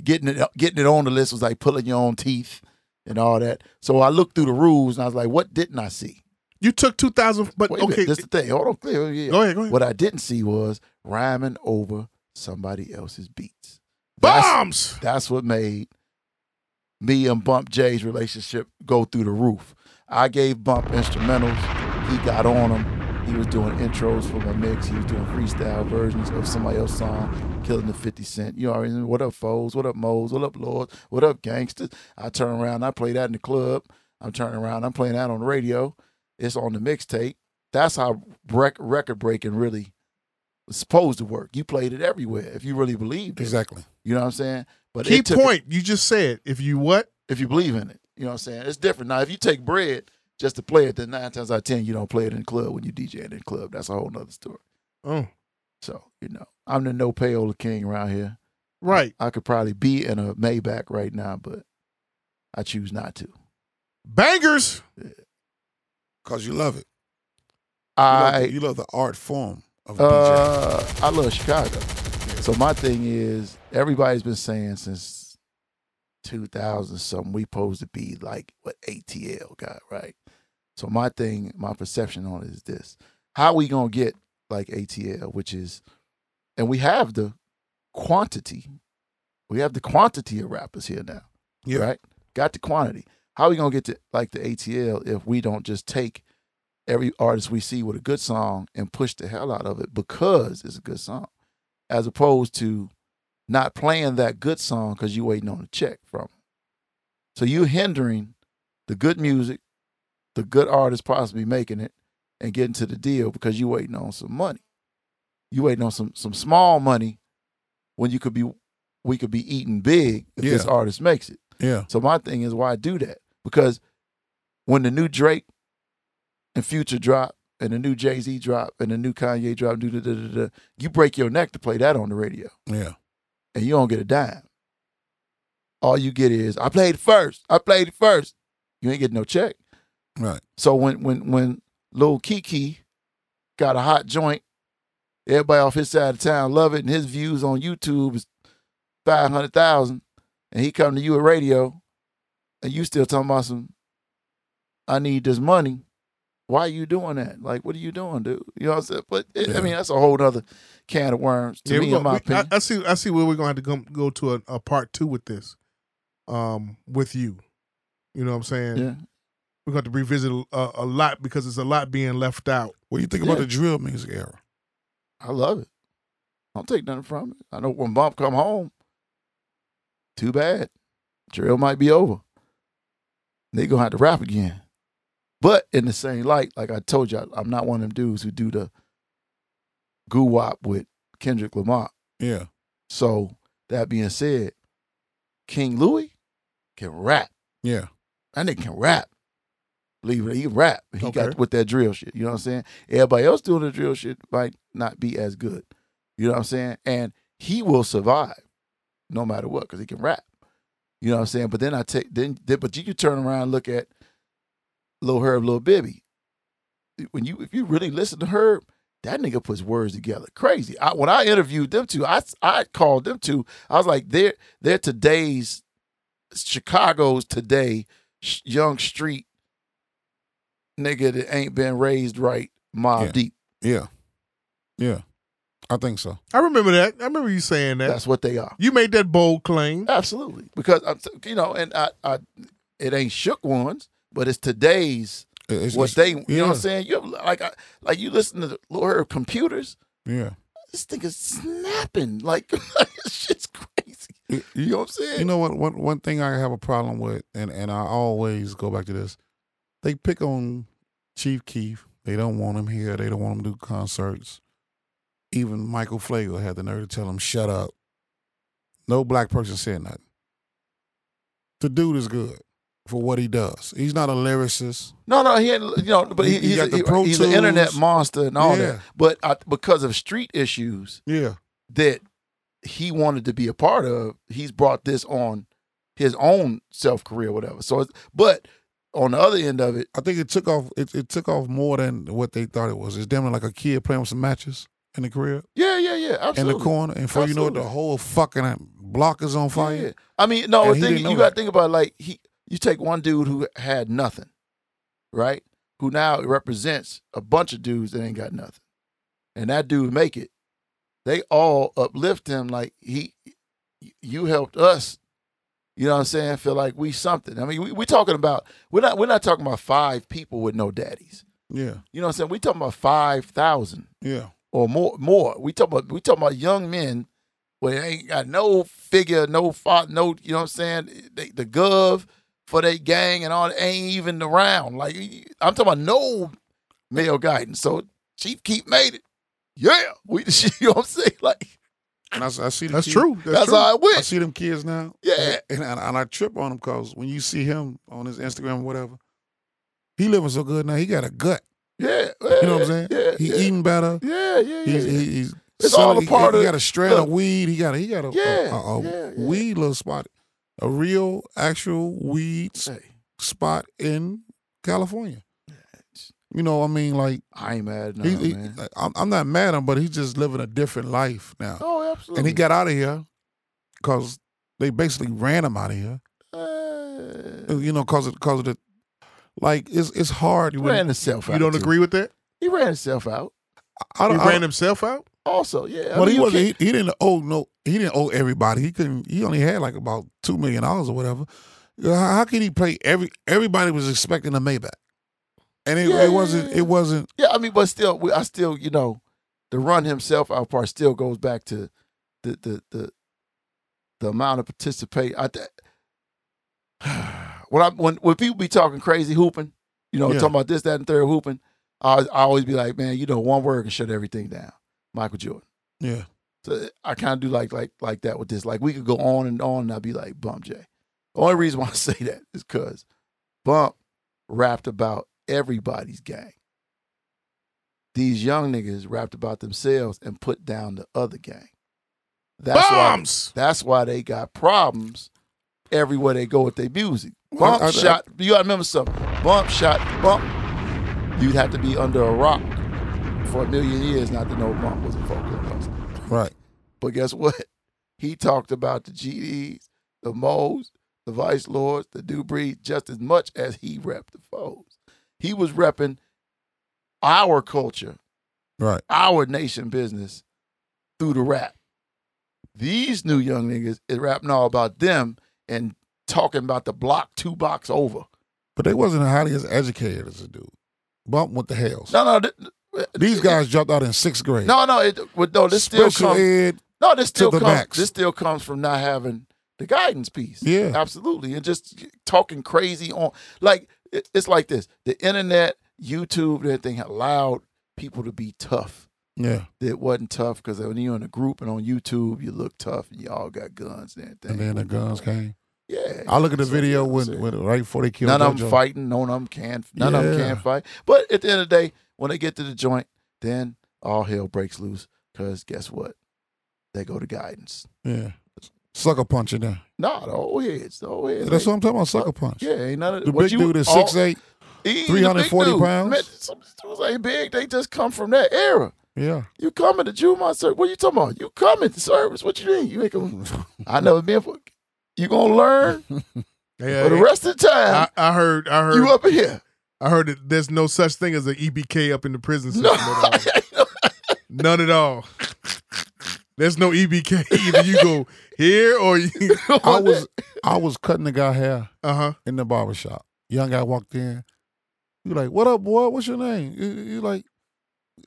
S3: getting it getting it on the list was like pulling your own teeth and all that. So I looked through the rules and I was like, what didn't I see?
S2: You took 2000, but
S3: Wait a
S2: okay.
S3: minute, that's the thing. Hold on, clear. Yeah.
S2: go ahead, go ahead.
S3: What I didn't see was rhyming over somebody else's beats. That's,
S2: Bombs.
S3: that's what made me and Bump J's relationship go through the roof. I gave Bump instrumentals. He got on them. He was doing intros for my mix. He was doing freestyle versions of somebody else's song, killing the 50 Cent. You know what I mean? What up, foes? What up, moles? What up, lords? What up, gangsters? I turn around. I play that in the club. I'm turning around. I'm playing that on the radio. It's on the mixtape. That's how rec- record breaking really was supposed to work. You played it everywhere if you really believed it.
S1: Exactly.
S3: You know what I'm saying? But
S2: Key
S3: it took-
S2: point. You just said if you what?
S3: if you believe in it. You know what I'm saying? It's different. Now, if you take bread just to play it, then nine times out of ten you don't play it in the club when you DJ in the club. That's a whole nother story.
S2: Oh,
S3: So, you know, I'm the no payola king around here.
S2: right.
S3: I could probably be in a Maybach right now, but I choose not to.
S2: Bangers.
S1: Because you love it. You, love the,
S3: I
S1: you love the art form of DJ.
S3: uh, I love Chicago. So my thing is everybody's been saying since 2000 something we supposed to be like what ATL got, right? So my thing, my perception on it is this. How we going to get like ATL, which is and we have the quantity. We have the quantity of rappers here now.
S1: Yeah.
S3: Right? Got the quantity. How we going to get to like the ATL if we don't just take every artist we see with a good song and push the hell out of it because it's a good song as opposed to not playing that good song because you waiting on a check from 'em. So you hindering the good music, the good artist possibly making it and getting to the deal because you waiting on some money. You waiting on some some small money when you could be we could be eating big if this
S1: Yeah.
S3: artist makes it.
S1: Yeah.
S3: So my thing is why do that? Because when the new Drake and Future drop and the new Jay Z drop and the new Kanye drop, do da da da da, you break your neck to play that on the radio.
S1: Yeah.
S3: and you don't get a dime. All you get is I played first. I played first. You ain't getting no check.
S1: Right.
S3: So when when when Lil Kiki got a hot joint, everybody off his side of town love it, and his views on YouTube is five hundred thousand, and he come to you at radio, and you still talking about some. I need this money. Why are you doing that? Like, what are you doing, dude? You know what I'm saying? But it, I
S1: Yeah.
S3: mean, that's a whole other can of worms to
S2: Yeah, we
S3: me,
S2: go-
S3: in my
S2: we-
S3: opinion.
S2: I, I see. I see where we're gonna have to go, go to a, a part two with this, um, with you. You know what I'm saying?
S3: yeah.
S2: We're going to revisit a, a lot because it's a lot being left out.
S1: What do you think about
S3: Yeah.
S1: the drill music era?
S3: I love it. I don't take nothing from it. I know when Bump come home, too bad. Drill might be over. They gonna have to rap again. But in the same light, like I told you, I- I'm not one of them dudes who do the goo wop with Kendrick Lamar.
S1: Yeah.
S3: So that being said, King Louis can rap.
S1: Yeah.
S3: That nigga can rap. Believe it, or not, he can rap. He
S2: Okay.
S3: got with that drill shit. You know what I'm saying? Everybody else doing the drill shit might not be as good. You know what I'm saying? And he will survive no matter what because he can rap. You know what I'm saying? But then I take then, then but you can turn around and look at Lil Herb, Lil Bibby. When you if you really listen to Herb, that nigga puts words together. Crazy. I, when I interviewed them two, I I called them two. I was like, they're they're today's Chicago's today sh- young street nigga that ain't been raised right mile
S1: Yeah.
S3: deep.
S1: Yeah. Yeah. I think so.
S2: I remember that. I remember you saying that.
S3: That's what they are.
S2: you made that bold claim.
S3: Absolutely, because I'm, t- you know, and I, I, it ain't shook ones, but it's today's
S1: It- It's,
S3: what
S1: it's-
S3: they. You know what I'm
S1: yeah.
S3: saying? You ever- like, I, like you listen to the Lord of computers.
S1: Yeah.
S3: This thing is snapping. Like, shit's crazy.
S1: You-
S3: You know what I'm saying?
S1: You know what? One one thing I have a problem with, and and I always go back to this. They pick on Chief Keef. They don't want him here. They don't want him to do concerts. Even Michael Flagel had the nerve to tell him, "Shut up." No black person said nothing. The dude is good for what he does. He's not a lyricist.
S3: no, no, he ain't. You know, but
S1: You-
S3: he,
S1: you
S3: he's,
S1: got
S3: a-
S1: the
S3: he-
S1: Pro
S3: he's an
S1: Tools.
S3: internet monster and all
S1: Yeah.
S3: that. But I, because of street issues
S1: Yeah,
S3: that he wanted to be a part of, he's brought this on his own self career, whatever. So, it's, but on the other end of it.
S1: I think it took off. It, it took off more than what they thought it was. It's damn near like a kid playing with some matches in the crib,
S3: Yeah, yeah, yeah. Absolutely.
S1: in the corner, and before you know it, the
S3: Absolutely.
S1: whole fucking block is on fire.
S3: Yeah. I mean, no,
S1: And
S3: the
S1: he
S3: thing,
S1: didn't know
S3: you got to
S1: that.
S3: think about like he. You take one dude who had nothing, right? Who now represents a bunch of dudes that ain't got nothing, and that dude make it. They all uplift him like he, you helped us. You know what I'm saying? Feel like we something. I mean, we we talking about we're not we're not talking about five people with no daddies.
S1: Yeah,
S3: You know what I'm saying? We talking about five thousand
S1: yeah,
S3: or more more. We talk about we talk about young men where they ain't got no figure, no father, no you know what I'm saying. They, the gov for they gang and all that ain't even around. Like I'm talking about no male guidance. So Chief Keep made it. Yeah, we you know what I'm saying. Like
S1: and I, s- I see the
S2: That's
S1: kid-
S2: true.
S3: that's,
S2: true.
S3: how it
S1: I
S3: went.
S1: see them kids now.
S3: Yeah.
S1: And, and, and I trip on him because when you see him on his Instagram or whatever, he living so good now. He got a gut.
S3: Yeah,
S1: You know what I'm saying?
S3: Yeah,
S1: he
S3: yeah,
S1: eating better.
S3: Yeah, yeah, yeah.
S1: He's, he, he's
S3: It's all a
S1: he-
S3: part
S1: he,
S3: of-
S1: got a strand
S3: look.
S1: of weed. He got a he got a,
S3: Yeah,
S1: a, a- a
S3: yeah, yeah.
S1: weed little spot, a real actual weed s-
S3: Hey,
S1: spot in California. You know, I mean, like
S3: I ain't mad at
S1: he,
S3: nothing,
S1: he,
S3: man.
S1: I'm, I'm not mad at him, but he's just living a different life now.
S3: oh, absolutely.
S1: And he got out of here because they basically ran him out of here.
S3: uh,
S1: You know, cause of, cause of the like it's it's hard.
S3: he
S1: when-
S3: ran himself out.
S2: You don't
S3: too.
S2: agree with that?
S3: He ran himself out.
S1: I
S2: He
S1: don't. I
S2: ran
S1: don't-
S2: himself out.
S3: Also, yeah. I
S1: well,
S3: mean,
S1: he
S3: you
S1: wasn't.
S3: can't-
S1: He, he didn't owe no. He didn't owe everybody. He couldn't. He only had like about two million dollars or whatever. How, how could he play every? Everybody was expecting a Maybach, and it,
S3: Yeah,
S1: it wasn't.
S3: yeah, yeah.
S1: It wasn't.
S3: Yeah, I mean, but still, we- I still, you know, the run himself out part still goes back to the the the the amount of participate. I th- when I when when people be talking crazy hooping, you know,
S1: Yeah.
S3: talking about this, that, and third hooping, I, I always be like, man, you know, one word can shut everything down. Michael Jordan.
S1: Yeah,
S3: So I kind of do like like like that with this. Like we could go on and on, and I'd be like, Bump J. The only reason why I say that is because Bump rapped about everybody's gang. These young niggas rapped about themselves and put down the other gang. That's
S2: Bombs!
S3: Why, that's why they got problems everywhere they go with their music.
S1: Well,
S3: Bump
S1: I- I-
S3: shot. you gotta remember something. Bump shot. Bump. You'd have to be under a rock for a million years not to know bump was a folk hit.
S1: Right.
S3: But guess what? He talked about the GDs, the Moes, the Vice Lords, the Dubrees just as much as he repped the foes. He was repping our culture
S1: Right.
S3: our nation business through the rap. These new young niggas is rapping all about them and talking about the block two blocks over.
S1: But they wasn't highly as educated as a dude. Bump with the hells.
S3: No, no, th-
S1: These guys dropped out in sixth grade.
S3: No, no, it, well, no. This still
S1: Special
S3: comes.
S1: ed.
S3: No, this still
S1: the
S3: comes.
S1: max.
S3: This still comes from not having the guidance piece.
S1: Yeah.
S3: absolutely, and just talking crazy on like it- it's like this. The internet, YouTube, everything allowed people to be tough.
S1: Yeah.
S3: that wasn't tough because when you're in a group and on YouTube, you look tough and y'all got guns and everything.
S1: And then the guns came.
S3: Yeah.
S1: I look at the
S3: So,
S1: video
S3: yeah,
S1: when,
S3: so
S1: when right before they killed
S3: none of
S1: Dojo.
S3: them fighting, none of them can, none of them
S1: Yeah.
S3: can fight. But at the end of the day, when they get to the joint, then all hell breaks loose because guess what? They go to guidance.
S1: Yeah. Sucker punch in there.
S3: No, the old heads, the old heads.
S1: That's
S3: they-
S1: what I'm talking about. Sucker punch.
S3: Yeah, ain't none of
S1: The
S3: what
S1: big
S3: you-
S1: dude is
S3: all-
S1: six eight.
S3: he- the big
S1: 340
S3: dude.
S1: pounds.
S3: Man, some dudes ain't big. They just come from that era.
S1: Yeah.
S3: You coming to Jumon service? What you talking about? You coming to service? What you mean? You ain't going I never been for. You gonna learn
S2: Yeah,
S3: for the rest of the
S2: I,
S3: time.
S2: I heard. I heard.
S3: you up in here?
S2: I heard that there's no such thing as an EBK up in the prison system.
S3: No,
S2: At all.
S1: uh,
S2: None at all. There's no EBK. Either you go here or you.
S1: I was I was cutting the guy hair
S2: Uh huh.
S1: in the barber shop. Young guy walked in. You like, what up, boy? What's your name? You, you like,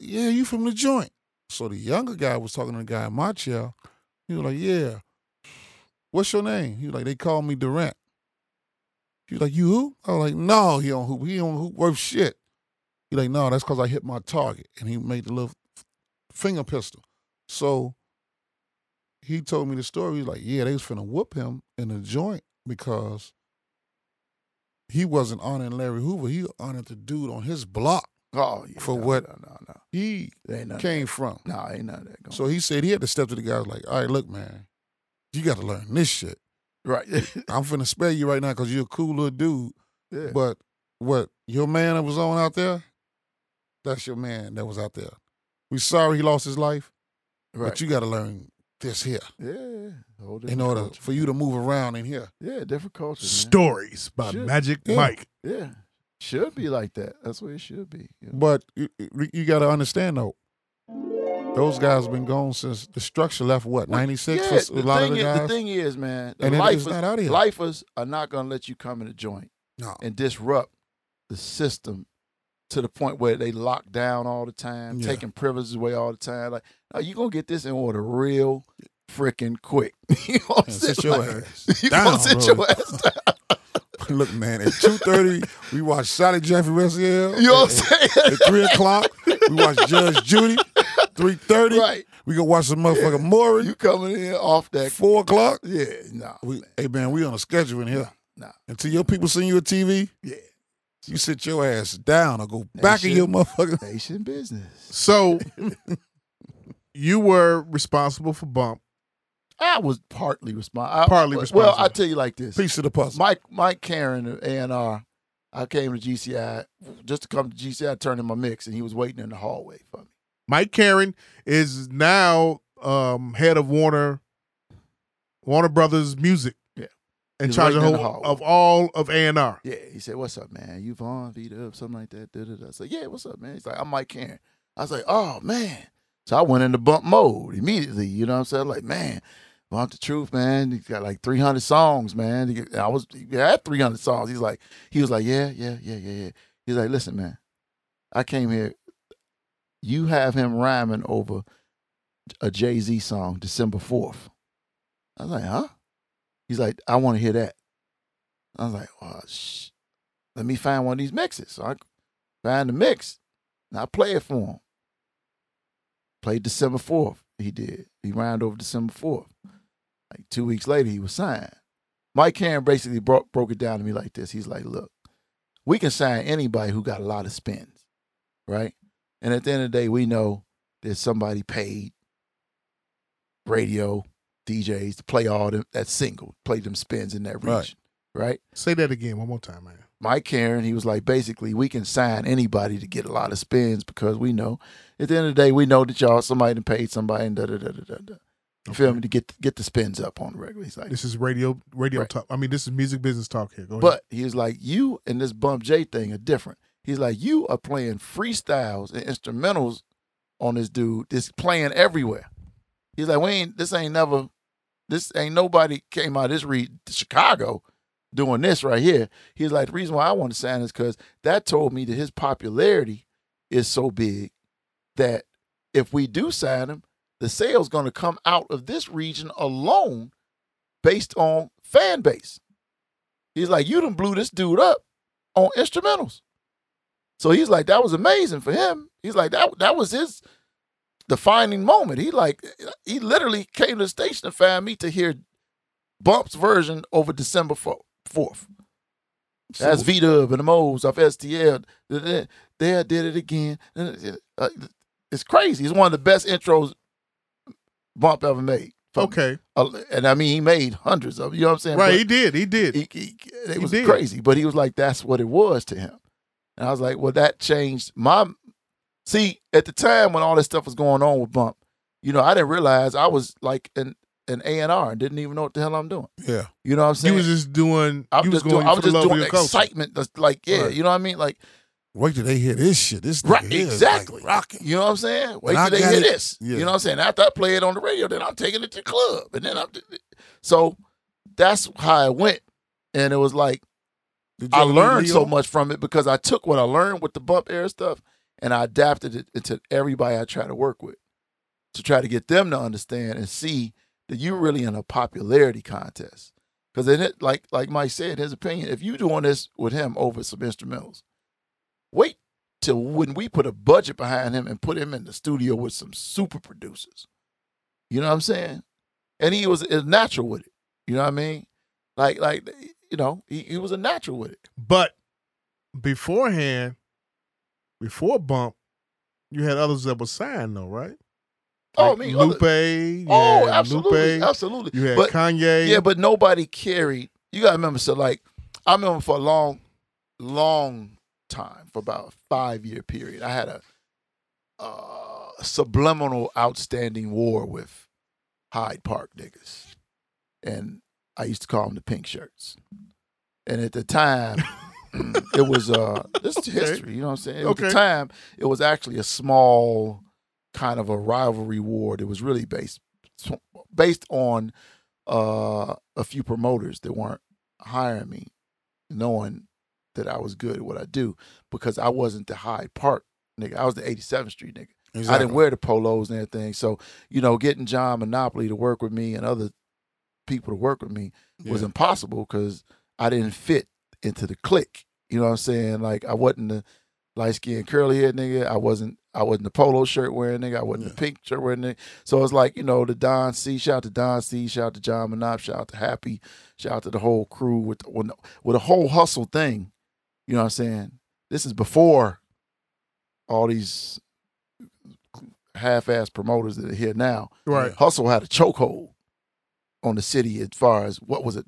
S1: yeah, you from the joint. So the younger guy was talking to the guy in my chair. He was like, yeah. What's your name? He was like, they call me Durant. He was like, you hoop? I was like, no, he don't hoop. He don't hoop worth shit. He like, no, that's because I hit my target. And he made the little finger pistol. So he told me the story. He's like, yeah, they was finna whoop him in the joint because he wasn't honoring Larry Hoover. He honored the dude on his block
S3: oh, yeah,
S1: For
S3: no,
S1: what?
S3: No, no, no.
S1: he
S3: There Ain't nothing.
S1: came from.
S3: No, ain't none of that going.
S1: So he said he had to step to the guy like, all right, look, man, you got to learn this shit.
S3: right.
S1: I'm finna spare you right now because you're a cool little dude.
S3: yeah.
S1: But what your man that was on out there, that's your man that was out there. We sorry he lost his life,
S3: right.
S1: but you got to learn this here
S3: yeah. Whole
S1: in
S3: different
S1: order
S3: culture.
S1: for you to move around in here.
S3: Yeah, different culture. man.
S2: Stories by
S3: Shit.
S2: Magic
S1: Yeah.
S2: Mike.
S3: Yeah, should be like that. That's what it should be. you know.
S1: But you, you got to understand though, those guys been gone since the structure left. What ninety six
S3: Yeah,
S1: for a lot of
S3: thing
S1: the
S3: is,
S1: guys.
S3: the thing is, man, the
S1: And it- it's
S3: lifers,
S1: not out here.
S3: lifers are not gonna let you come in the joint.
S1: no,
S3: and disrupt the system to the point where they lock down all the time,
S1: Yeah.
S3: taking privileges away all the time. Like, no, you gonna get this in order real freaking quick. you gonna
S1: Man,
S3: sit,
S1: sit your
S3: like-
S1: ass
S3: you
S1: down,
S3: gonna sit
S1: bro.
S3: your ass down.
S1: Look, man, at two thirty we watch Shotty Jeffrey Westfield.
S3: You know what I'm
S1: At-
S3: saying?
S1: At three o'clock we watch Judge Judy. Three thirty
S3: right.
S1: we gonna watch some motherfucking Maury.
S3: You coming in off that
S1: Four o'clock.
S3: Yeah, nah.
S1: We, hey man, we on a schedule in here.
S3: Nah.
S1: Until your people send you a TV,
S3: Yeah.
S1: you sit your ass down or go back in
S3: shit.
S1: your motherfucking.
S3: Nation business.
S2: So you were responsible for bump.
S3: I was partly responsible.
S2: Partly
S3: Well, I
S2: responsible.
S3: tell you like this.
S1: Piece of the puzzle.
S3: Mike Mike Karen of A&R, I came to GCI just to come to GCI, turn in my mix, and he was waiting in the hallway for me.
S2: Mike Karen is now um, head of Warner Warner Brothers Music.
S3: Yeah.
S2: In
S3: He's
S2: charge
S3: right
S2: of,
S3: down the
S2: whole-
S3: hallway.
S2: of all of A and R.
S3: Yeah, he said, "What's up, man? You Vaughn, Vita, up, something like that." Da, da, da. I said, "Yeah, what's up, man?" He's like, "I'm Mike Karen." I was like, "Oh man!" So I went into bump mode immediately. You know what I'm saying? Like, man, Bump the Truth, man. He's got like 300 songs, man. He- I was he had 300 songs. He's like, he was like, "Yeah, yeah, yeah, yeah, yeah." He's like, "Listen, man, I came here. You have him rhyming over a Jay Z song, December 4th." I was like, "Huh?" He's like, "I want to hear that." I was like, oh, sh- let me find one of these mixes. So I find the mix and I play it for him. Played December 4th. He did. He rounded over December 4th. Like two weeks later, he was signed. Mike Karen basically bro- broke it down to me like this. He's like, look, we can sign anybody who got a lot of spins, right? And at the end of the day, we know that somebody paid radio, DJs to play all them, that single, play them spins in that
S1: Right.
S3: region, right?
S2: Say that again one more time, man.
S3: Mike Karen, he was like, basically, we can sign anybody to get a lot of spins because we know, at the end of the day, we know that y'all somebody done paid somebody and da da da da da. da. You feel me? To get get the spins up on the regular. He's like,
S2: This is radio radio
S3: Right.
S2: talk. I mean, this is music business talk here. Go ahead.
S3: But he was like, you and this Bump J thing are different. He's like, you are playing freestyles and instrumentals on this dude. This playing everywhere. He's like, we ain't. This ain't never. This ain't nobody came out of this re Chicago doing this right here. He's like, the reason why I want to sign is because that told me that his popularity is so big that if we do sign him, the sales going to come out of this region alone, based on fan base. He's like, you done blew this dude up on instrumentals. So he's like, that was amazing for him. He's like, that that was his defining moment. He like, he literally came to the station to find me to hear Bump's version over December fo- 4th. That's V Dub and the Moles off STL. There I did it again. Uh, It's crazy. It's one of the best intros Bump ever made. for me.
S2: okay,
S3: Uh, And I mean, he made hundreds of them. You know what I'm saying?
S2: right?
S3: But-
S2: He did. He did.
S3: he, he- it
S2: He
S3: was
S2: did.
S3: crazy, but he was like, "That's what it was to him," and I was like, "Well, that changed my." See, at the time when all this stuff was going on with Bump, you know, I didn't realize I was like an an A and R and didn't even know what the hell I'm doing.
S1: Yeah.
S3: You know what
S2: you
S3: I'm saying?
S2: was just doing.
S3: I
S2: you
S3: was
S2: was
S3: just
S2: going
S3: doing, I was
S2: for the
S3: just
S2: love of
S3: doing
S2: your culture.
S3: excitement. That's like, yeah,
S2: Right.
S3: you know what I mean? Like,
S1: Wait till they hear this shit. This
S3: right,
S1: nigga here is, like,
S3: exactly. You know what I'm saying? Wait
S1: And I
S3: till they
S1: got
S3: hear
S1: it.
S3: this.
S1: Yeah.
S3: You know what I'm saying? After I play it on the radio, then I'm taking it to the club, and then I'm. So that's how it went, and it was like.
S1: Did you
S3: I
S1: ever meet
S3: learned
S1: Leo?
S3: so much from it because I took what I learned with the bump air stuff and I adapted it into everybody I try to work with to try to get them to understand and see that you're really in a popularity contest. Because in it, like like Mike said, his opinion, if you doing this with him over some instrumentals, wait till when we put a budget behind him and put him in the studio with some super producers. You know what I'm saying? And he was, is natural with it. You know what I mean? Like like you know, he, he was a natural with it.
S2: But beforehand, before Bump, you had others that were signed though, right?
S3: Oh,
S2: Like
S3: me,
S2: Lupe.
S3: Lupe.
S2: you
S3: Oh,
S2: had uh,
S3: absolutely,
S2: Lupe,
S3: absolutely.
S2: You had
S3: but
S2: Kanye.
S3: yeah, but nobody carried. You gotta remember, so like, I remember for a long, long time, for about a five year period, I had a uh, subliminal, outstanding war with Hyde Park niggas, and I used to call them the pink shirts. And at the time, it was uh, this is
S2: Okay.
S3: history. You know what I'm saying? At
S2: Okay.
S3: the time, it was actually a small kind of a rivalry war that was really based based on uh, a few promoters that weren't hiring me, knowing that I was good at what I do because I wasn't the Hyde Park nigga. I was the 87th Street nigga. I
S1: Exactly.
S3: didn't wear the polos and everything. So, you know, getting John Monopoly to work with me and other people to work with me was
S1: Yeah.
S3: impossible because I didn't fit into the clique. You know what I'm saying? Like I wasn't the light skinned curly head nigga. I wasn't I wasn't the polo shirt wearing nigga. I wasn't the
S1: Yeah.
S3: pink shirt wearing nigga. So it's like, you know, the Don C, shout out to Don C, shout out to John Monop, shout out to Happy, shout out to the whole crew with with, with a whole hustle thing. You know what I'm saying? This is before all these half ass promoters that are here now.
S2: right.
S3: Hustle had a chokehold on the city as far as what was a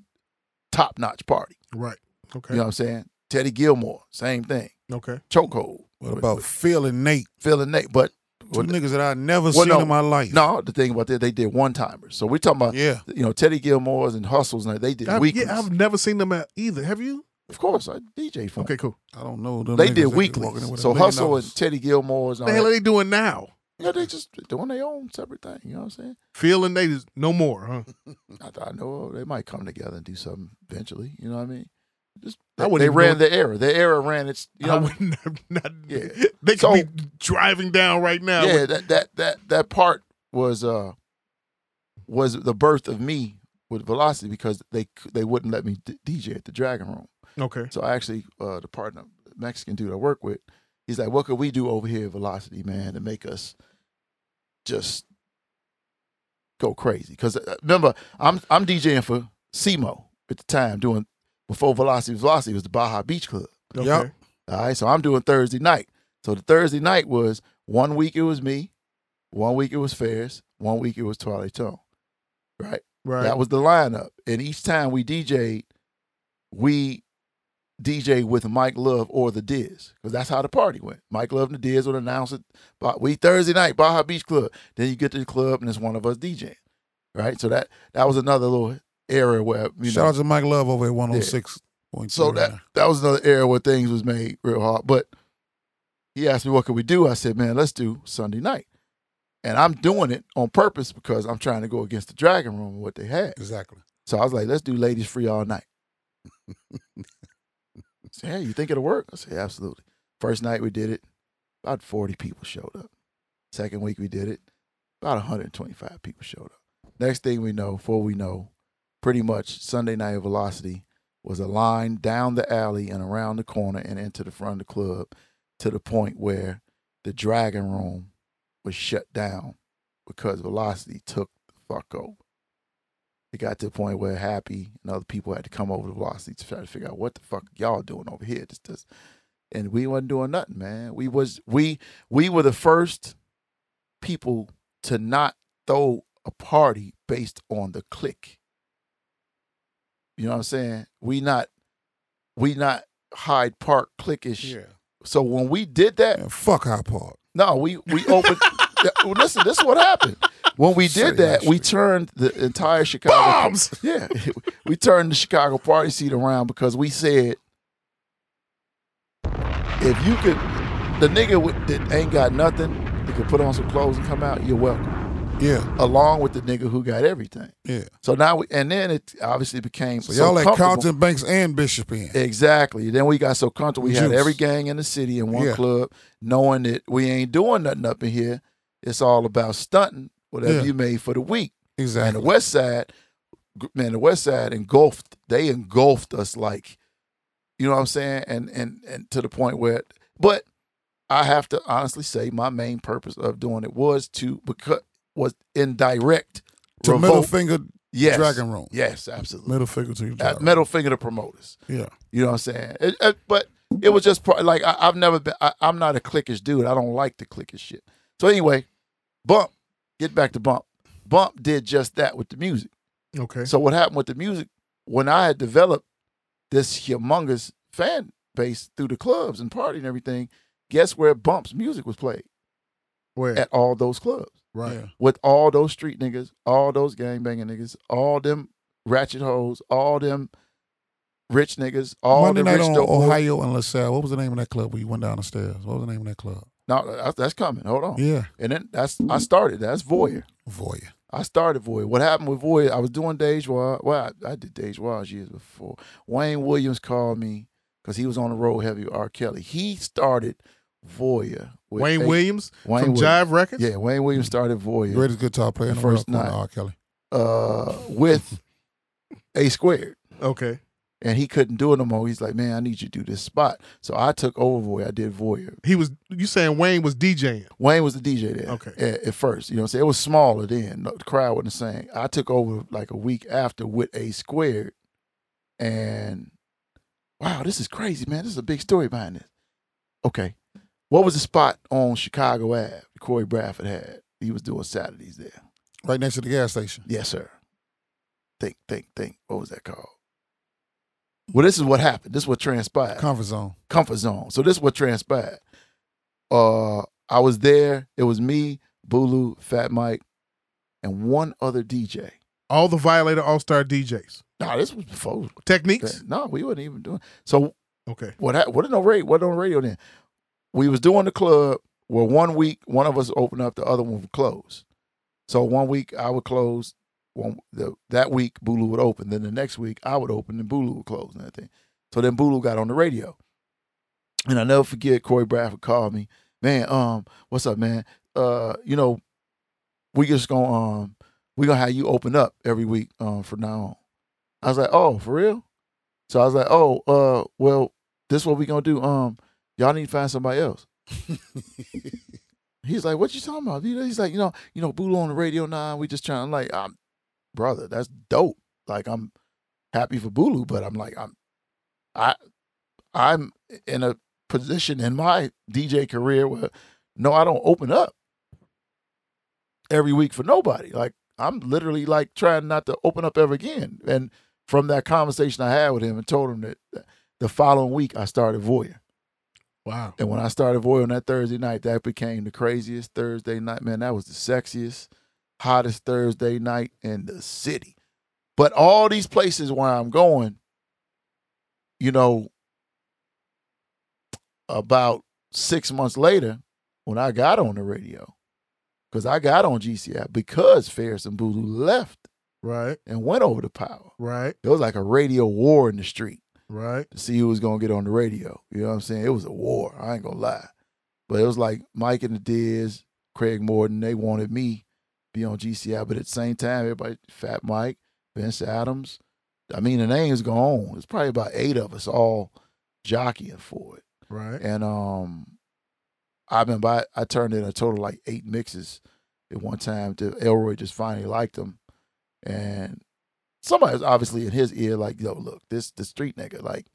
S3: top notch party.
S2: Right. Okay.
S3: You know what I'm saying? Teddy Gilmore, same thing.
S2: Okay.
S3: Chokehold.
S1: What about Phil and Nate?
S3: Phil and Nate? But
S1: Two
S3: Well,
S1: niggas that I never
S3: well,
S1: seen
S3: no.
S1: in my life.
S3: no, the thing about that, they did one timers. So we're talking about
S1: Yeah.
S3: you know Teddy Gilmore's and Hustles, and they did
S2: I've,
S3: weeklies.
S2: yeah, I've never seen them at either. Have you?
S3: of course, I DJ for 'em.
S2: Okay, cool.
S1: I don't know. Them
S3: They
S1: niggas
S3: did
S1: be walking in
S3: weeklies.
S1: with a
S3: So
S1: million
S3: Hustle
S1: dollars.
S3: and Teddy Gilmore's, and
S2: What the hell
S3: all
S2: are
S3: that.
S2: they doing now?
S3: You know, they just doing their own separate thing. You know what I'm saying?
S2: Phil and Nate is no more, huh?
S1: Mm.
S3: I, I know they might come together and do something eventually. You know what I mean? Just
S2: I
S3: they,
S2: wouldn't
S3: they
S2: even
S3: ran
S2: know-
S3: the era. The era ran its. You know,
S2: I
S3: what I mean?
S2: wouldn't have not.
S3: Yeah.
S2: They could
S3: So-
S2: be driving down right now.
S3: yeah, that that that that part was uh was the birth of me with Velocity because they c- they wouldn't let me d- DJ at the Dragon Room.
S2: Okay.
S3: So I actually uh the partner Mexican dude I work with, he's like, "What could we do over here at Velocity, man, to make us just go crazy?" Cuz remember, I'm I'm DJing for Simo at the time doing before Velocity, Velocity was the Baja Beach Club.
S2: Okay.
S1: Yup.
S3: All right, so I'm doing Thursday night. So the Thursday night was one week it was me, one week it was Ferris, one week it was Twilight Tone. right?
S2: Right.
S3: That was the lineup. And each time we DJ'd, we DJ with Mike Love or the Diz, because that's how the party went. Mike Love and the Diz would announce it. But we Thursday night, Baja Beach Club. Then you get to the club and it's one of us DJing, right? So that that was another little era where you
S1: Shout
S3: know.
S1: out to Mike Love over at 106.
S3: So that that was another era where things was made real hard. But he asked me, "What could we do?" I said, "Man, let's do Sunday night." And I'm doing it on purpose because I'm trying to go against the Dragon Room and what they had.
S1: Exactly.
S3: So I was like, let's do ladies free all night. I said, hey, you think it'll work? I said, absolutely. First night we did it, about 40 people showed up. Second week we did it, about 125 people showed up. Next thing we know, before we know, pretty much Sunday night velocity was a line down the alley and around the corner and into the front of the club to the point where the dragon room was shut down because velocity took the fuck over it got to the point where Happy and other people had to come over to Velocity to try to figure out what the fuck y'all doing over here. This, this. And we wasn't doing nothing, man. We was we we were the first people to not throw a party based on the click. You know what I'm saying? We not we not Hyde Park clickish. So when we did that,
S1: Yeah, fuck High Park.
S3: no, we we opened. Yeah, well, listen, this is what happened. When we
S1: Straight
S3: did that,
S1: down
S3: we turned the entire Chicago
S2: Bombs!
S3: Yeah, we turned the Chicago party scene around because we said, if you could, the nigga with- that ain't got nothing, that could put on some clothes and come out, you're welcome,
S1: Yeah,
S3: along with the nigga who got everything.
S1: yeah.
S3: So now, we, and then it obviously became
S1: So, y'all had
S3: comfortable.
S1: Carlton Banks and Bishop in.
S3: Exactly. Then we got so comfortable. We had
S1: Juice.
S3: every gang in the city in one
S1: Yeah.
S3: club, knowing that we ain't doing nothing up in here. It's all about stunting whatever
S1: Yeah.
S3: you made for the week. And the
S1: Exactly.
S3: West Side, g- man, the West Side engulfed. They engulfed us like, you know what I'm saying? And and and to the point where, but I have to honestly say, my main purpose of doing it was to because was indirect
S1: to
S3: revolt.
S1: middle finger,
S3: yes,
S1: Dragon Room.
S3: yes, absolutely.
S1: middle finger to your
S3: Uh,
S1: dragon.
S3: middle finger to promoters.
S1: yeah,
S3: You know what I'm saying? It, it- but it was just part, like I, I've never been. I, I'm not a clickish dude. I don't like the clickish shit. So anyway, Bump, get back to Bump. Bump did just that with the music.
S2: Okay.
S3: So what happened with the music when I had developed this humongous fan base through the clubs and party and everything? Guess where Bump's music was played
S2: Where?
S3: at all those clubs
S2: right.
S1: Yeah.
S3: with all those street niggas, all those gangbanging niggas, all them ratchet hoes, all them rich niggas, all
S1: Monday
S3: the
S1: night
S3: rich
S1: on
S3: dope hoes.
S1: Ohio and LaSalle. What was the name of that club where you went down the stairs? What was the name of that club?
S3: No, uh, that's, that's coming. Hold on.
S1: Yeah, Mm-hmm.
S3: And then that's I started. That's Voyeur.
S1: Voya.
S3: I started Voyeur. What happened with Voyeur? I was doing Deja. Well, I, I did Deja years before. Wayne Williams called me because he was on the road heavy with R. Kelly. He started Voyeur. with
S2: Wayne
S3: a-
S2: Williams
S3: Wayne
S2: from Jive Records.
S3: Yeah, Wayne Williams started Voyeur
S1: Greatest guitar player in the
S3: First
S1: world, according to
S3: night.
S1: R. Kelly.
S3: uh, with A Squared.
S2: Okay.
S3: and he couldn't do it no more. He's like, man, I need you to do this spot. So I took over Voyeur. I did Voyeur.
S2: He was. You saying Wayne was DJing?
S3: Wayne was the DJ there.
S2: Okay.
S3: At, at first, you know, what I'm saying it was smaller then. No, The crowd wasn't the same. I took over like a week after with a squared, and wow, this is crazy, man. This is a big story behind this. Okay, what was the spot on Chicago Ave? Corey Bradford had. He was doing Saturdays there.
S1: Right next to the gas station.
S3: Yes, sir. Think, think, think. What was that called? Well, this is what happened. This is what transpired
S1: Comfort zone.
S3: comfort zone. So this is what transpired. Uh, I was there. It was me, Bulu, Fat Mike, and one other DJ.
S2: All the Violator All Star DJs.
S3: No, this was before.
S2: Techniques.
S3: that. No, we wasn't even doing. So
S2: Okay.
S3: what? hap- What on radio? What on radio then? We was doing the club where one week one of us opened up, the other one would close. So one week I would close. One the, that week Bulu would open. Then the next week I would open, and Bulu would close. And that thing. So then Bulu got on the radio. and I never forget Corey Bradford called me, man. Um, what's up, man? Uh, you know, we just gonna um, we gonna have you open up every week um from now on. I was like, oh, for real? So I was like, oh, uh, well, this what we gonna do? Um, y'all need to find somebody else. He's like, what you talking about? You know, He's like, you know, you know, Boo on the radio now. We just trying. I'm like, I'm, brother, that's dope. Like, I'm happy for Bulu, but I'm like, I'm, I, I'm in a position in my DJ career where no, I don't open up every week for nobody. Like I'm literally like trying not to open up ever again. And from that conversation I had with him and told him that the following week I started Voyeur.
S2: Wow.
S3: And when I started Voyeur on that Thursday night, that became the craziest Thursday night. Man, that was the sexiest, hottest Thursday night in the city. But all these places where I'm going, you know, about six months later, when I got on the radio, because I got on GCI because Ferris and Bulu left
S2: Right.
S3: and went over to power.
S2: Right.
S3: It was like a radio war in the street
S2: Right.
S3: to see who was gonna get on the radio. You know what I'm saying? It was a war. I ain't gonna lie, but it was like Mike and the Diz, Craig Morton. They wanted me to be on GCI, but at the same time, everybody, Fat Mike, Vince Adams. I mean, the names go on. It's probably about eight of us all jockeying for it.
S2: Right.
S3: And um, I remember I, I turned in a total of like eight mixes at one time. To Elroy just finally liked them, and somebody was obviously in his ear like, "Yo, look, this the street nigga. Like,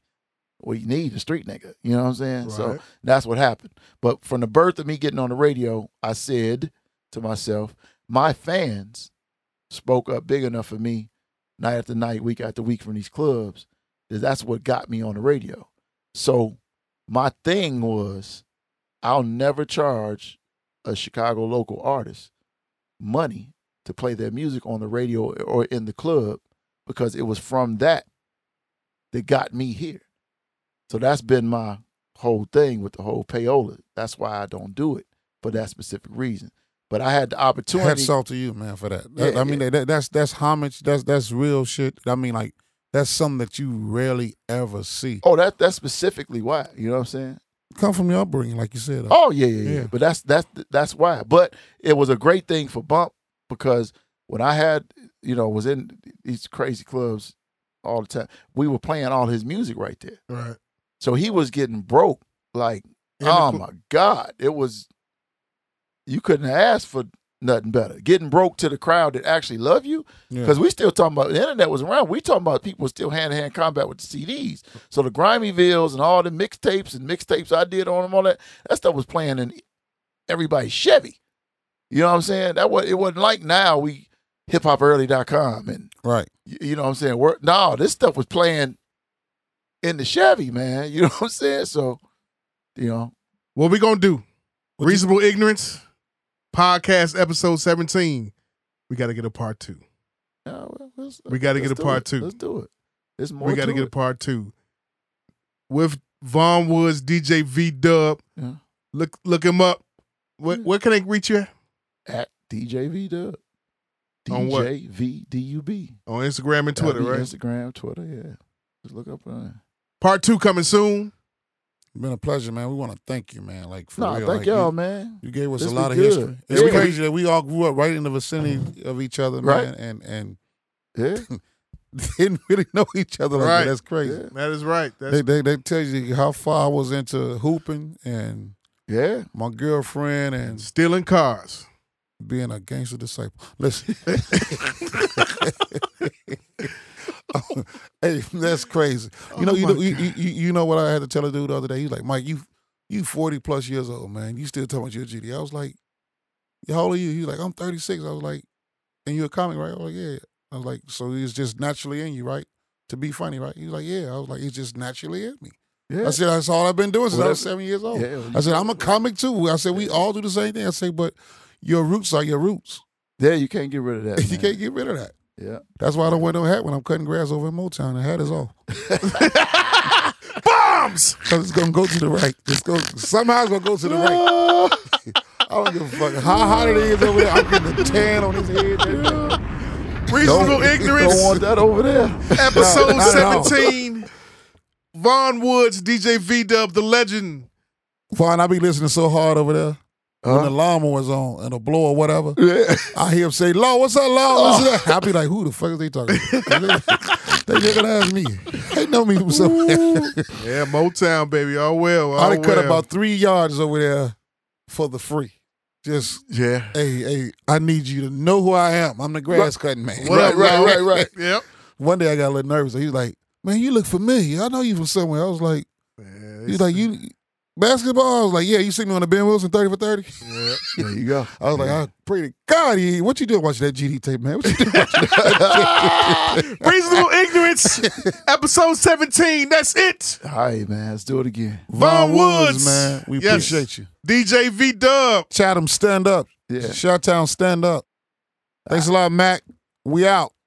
S3: we need a street nigga." You know what I'm saying? So
S2: Right.
S3: that's what happened. But from the birth of me getting on the radio, I said to myself, "My fans spoke up big enough for me, night after night, week after week from these clubs. That that's what got me on the radio." So my thing was I'll never charge a Chicago local artist money to play their music on the radio or in the club because it was from that that got me here. So that's been my whole thing with the whole payola. That's why I don't do it for that specific reason. But I had the opportunity.
S1: Hats off to you, man, for that. That-
S3: Yeah,
S1: I mean,
S3: yeah.
S1: that, that's that's homage. That's that's real shit. I mean, like that's something that you rarely ever see.
S3: oh, that that's specifically why. You know what I'm saying?
S1: Come from your upbringing, like you said. uh,
S3: Oh yeah, yeah, yeah,
S1: Yeah.
S3: But that's that's that's why. But it was a great thing for Bump because when I had you know was in these crazy clubs all the time, we were playing all his music right there.
S2: Right.
S3: So he was getting broke. Like
S2: In the
S3: oh
S2: cl-
S3: my god, it was you couldn't ask for nothing better. Getting broke to the crowd that actually love you
S1: Yeah.
S3: because we still talking about the internet was around. We talking about people still hand to hand combat with the CDs. So the Grimeyvilles and all the mixtapes and mixtapes I did on them, all that that stuff was playing in everybody's Chevy. You know what I'm saying? That was it wasn't like now we hiphopearly.com and
S1: right.
S3: y- you know what I'm saying. We're, no, this stuff was playing in the Chevy, man. You know what I'm saying? So you know,
S2: What we gonna do?
S1: What you-
S2: Reasonable ignorance podcast episode seventeen. We got to get a part two.
S3: yeah, well, let's-
S2: We gotta
S3: let's
S2: get a
S3: do
S2: part
S3: it.
S2: two.
S3: Let's do it. It's more.
S2: we got to
S3: to
S2: get
S3: it.
S2: a part two with Vaughn Woods, DJ V Dub.
S3: Yeah.
S2: Look, look him up. Where, where can they reach you at?
S3: at DJ V Dub.
S2: On what?
S3: DJ V D U B.
S2: on Instagram and Twitter? Right.
S3: Instagram, Twitter, yeah. Just look up on there.
S2: Part two coming soon.
S1: Been a pleasure, man. We want to thank you, man. Like for
S3: Nah,
S1: real.
S3: thank
S1: like,
S3: y'all,
S1: You,
S3: man.
S1: you gave us
S3: This
S1: a
S3: was
S1: lot of
S3: good.
S1: history. It's
S3: Yeah. Mm-hmm.
S1: crazy that we all grew up right in the vicinity of each other, man, and and
S3: Yeah.
S1: didn't really know each other like that.
S2: Right.
S1: That's crazy.
S3: Yeah.
S2: That is right. That's
S1: They, they they tell you how far I was into hooping and
S3: Yeah.
S1: my girlfriend and
S2: stealing cars.
S1: being a gangster disciple. Listen. hey, that's crazy. You know,
S2: Oh
S1: you,
S2: my
S1: know you, you you you know what I had to tell a dude the other day. He's like, Mike, you you forty plus years old, man. You still talking about your GD? I was like, how old are you? He's like, I'm thirty six. I was like, and you're a comic, right? I was like, yeah. I was like, so it's just naturally in you, right? To be funny, right? He was like, yeah. I was like, it's just naturally in me.
S3: Yeah.
S1: I said, that's all I've been doing since I was
S3: Whatever.
S1: seven years old.
S3: yeah.
S1: I said, I'm a comic too. I said, we all do the same thing. I said, but your roots are your roots.
S3: Yeah, you can't get rid of that.
S1: you
S3: man.
S1: can't get rid of that.
S3: Yeah.
S1: That's why I don't wear no hat when I'm cutting grass over in Motown. The hat is off.
S2: Bombs.
S1: Because it's going to go to the right. It's going somehow it's going to go to the right. I don't give a fuck how hot it is over there. I'm getting a tan on his head.
S2: Reasonable ignorance.
S3: Don't want that over there.
S2: episode
S1: not at all.
S2: 17. Von Woods, DJ V Dub, the legend.
S1: Vaughn, I be listening so hard over there. When the
S3: Huh?
S1: lawnmower's on and the blower, whatever,
S3: Yeah.
S1: I hear him say, Law, what's up, Law? What's up? I be like, who the fuck is they talking about? they looking at me. They know me from somewhere.
S2: Yeah, Motown, baby. Oh, well.
S1: I
S2: Oh,
S1: done cut
S2: well.
S1: about three yards over there for the free. Just
S3: Yeah.
S1: hey, hey, I need you to know who I am. I'm the grass cutting man.
S2: What up,
S3: Right,
S2: y'all?
S3: right, right, right.
S2: Yep.
S1: One day I got a little nervous. He was like, Man, you look familiar. I know you from somewhere. I was like,
S2: Yeah,
S1: he's like, You basketball? I was like, yeah, you see me on the Ben Wilson 30 for 30?
S2: Yeah.
S3: There you go.
S1: I was like, I pray to God, he, what you doing watching that GD tape, man? What you doing watching that?
S2: Reasonable ignorance, episode seventeen. That's it.
S3: All right, man. Let's do it again.
S2: Von Woods.
S1: man. We
S2: Yes.
S1: appreciate you.
S2: DJ V Dub.
S1: Chatham, stand up.
S3: Yeah.
S1: Shutdown, stand up. Thanks a lot, Mac. We out.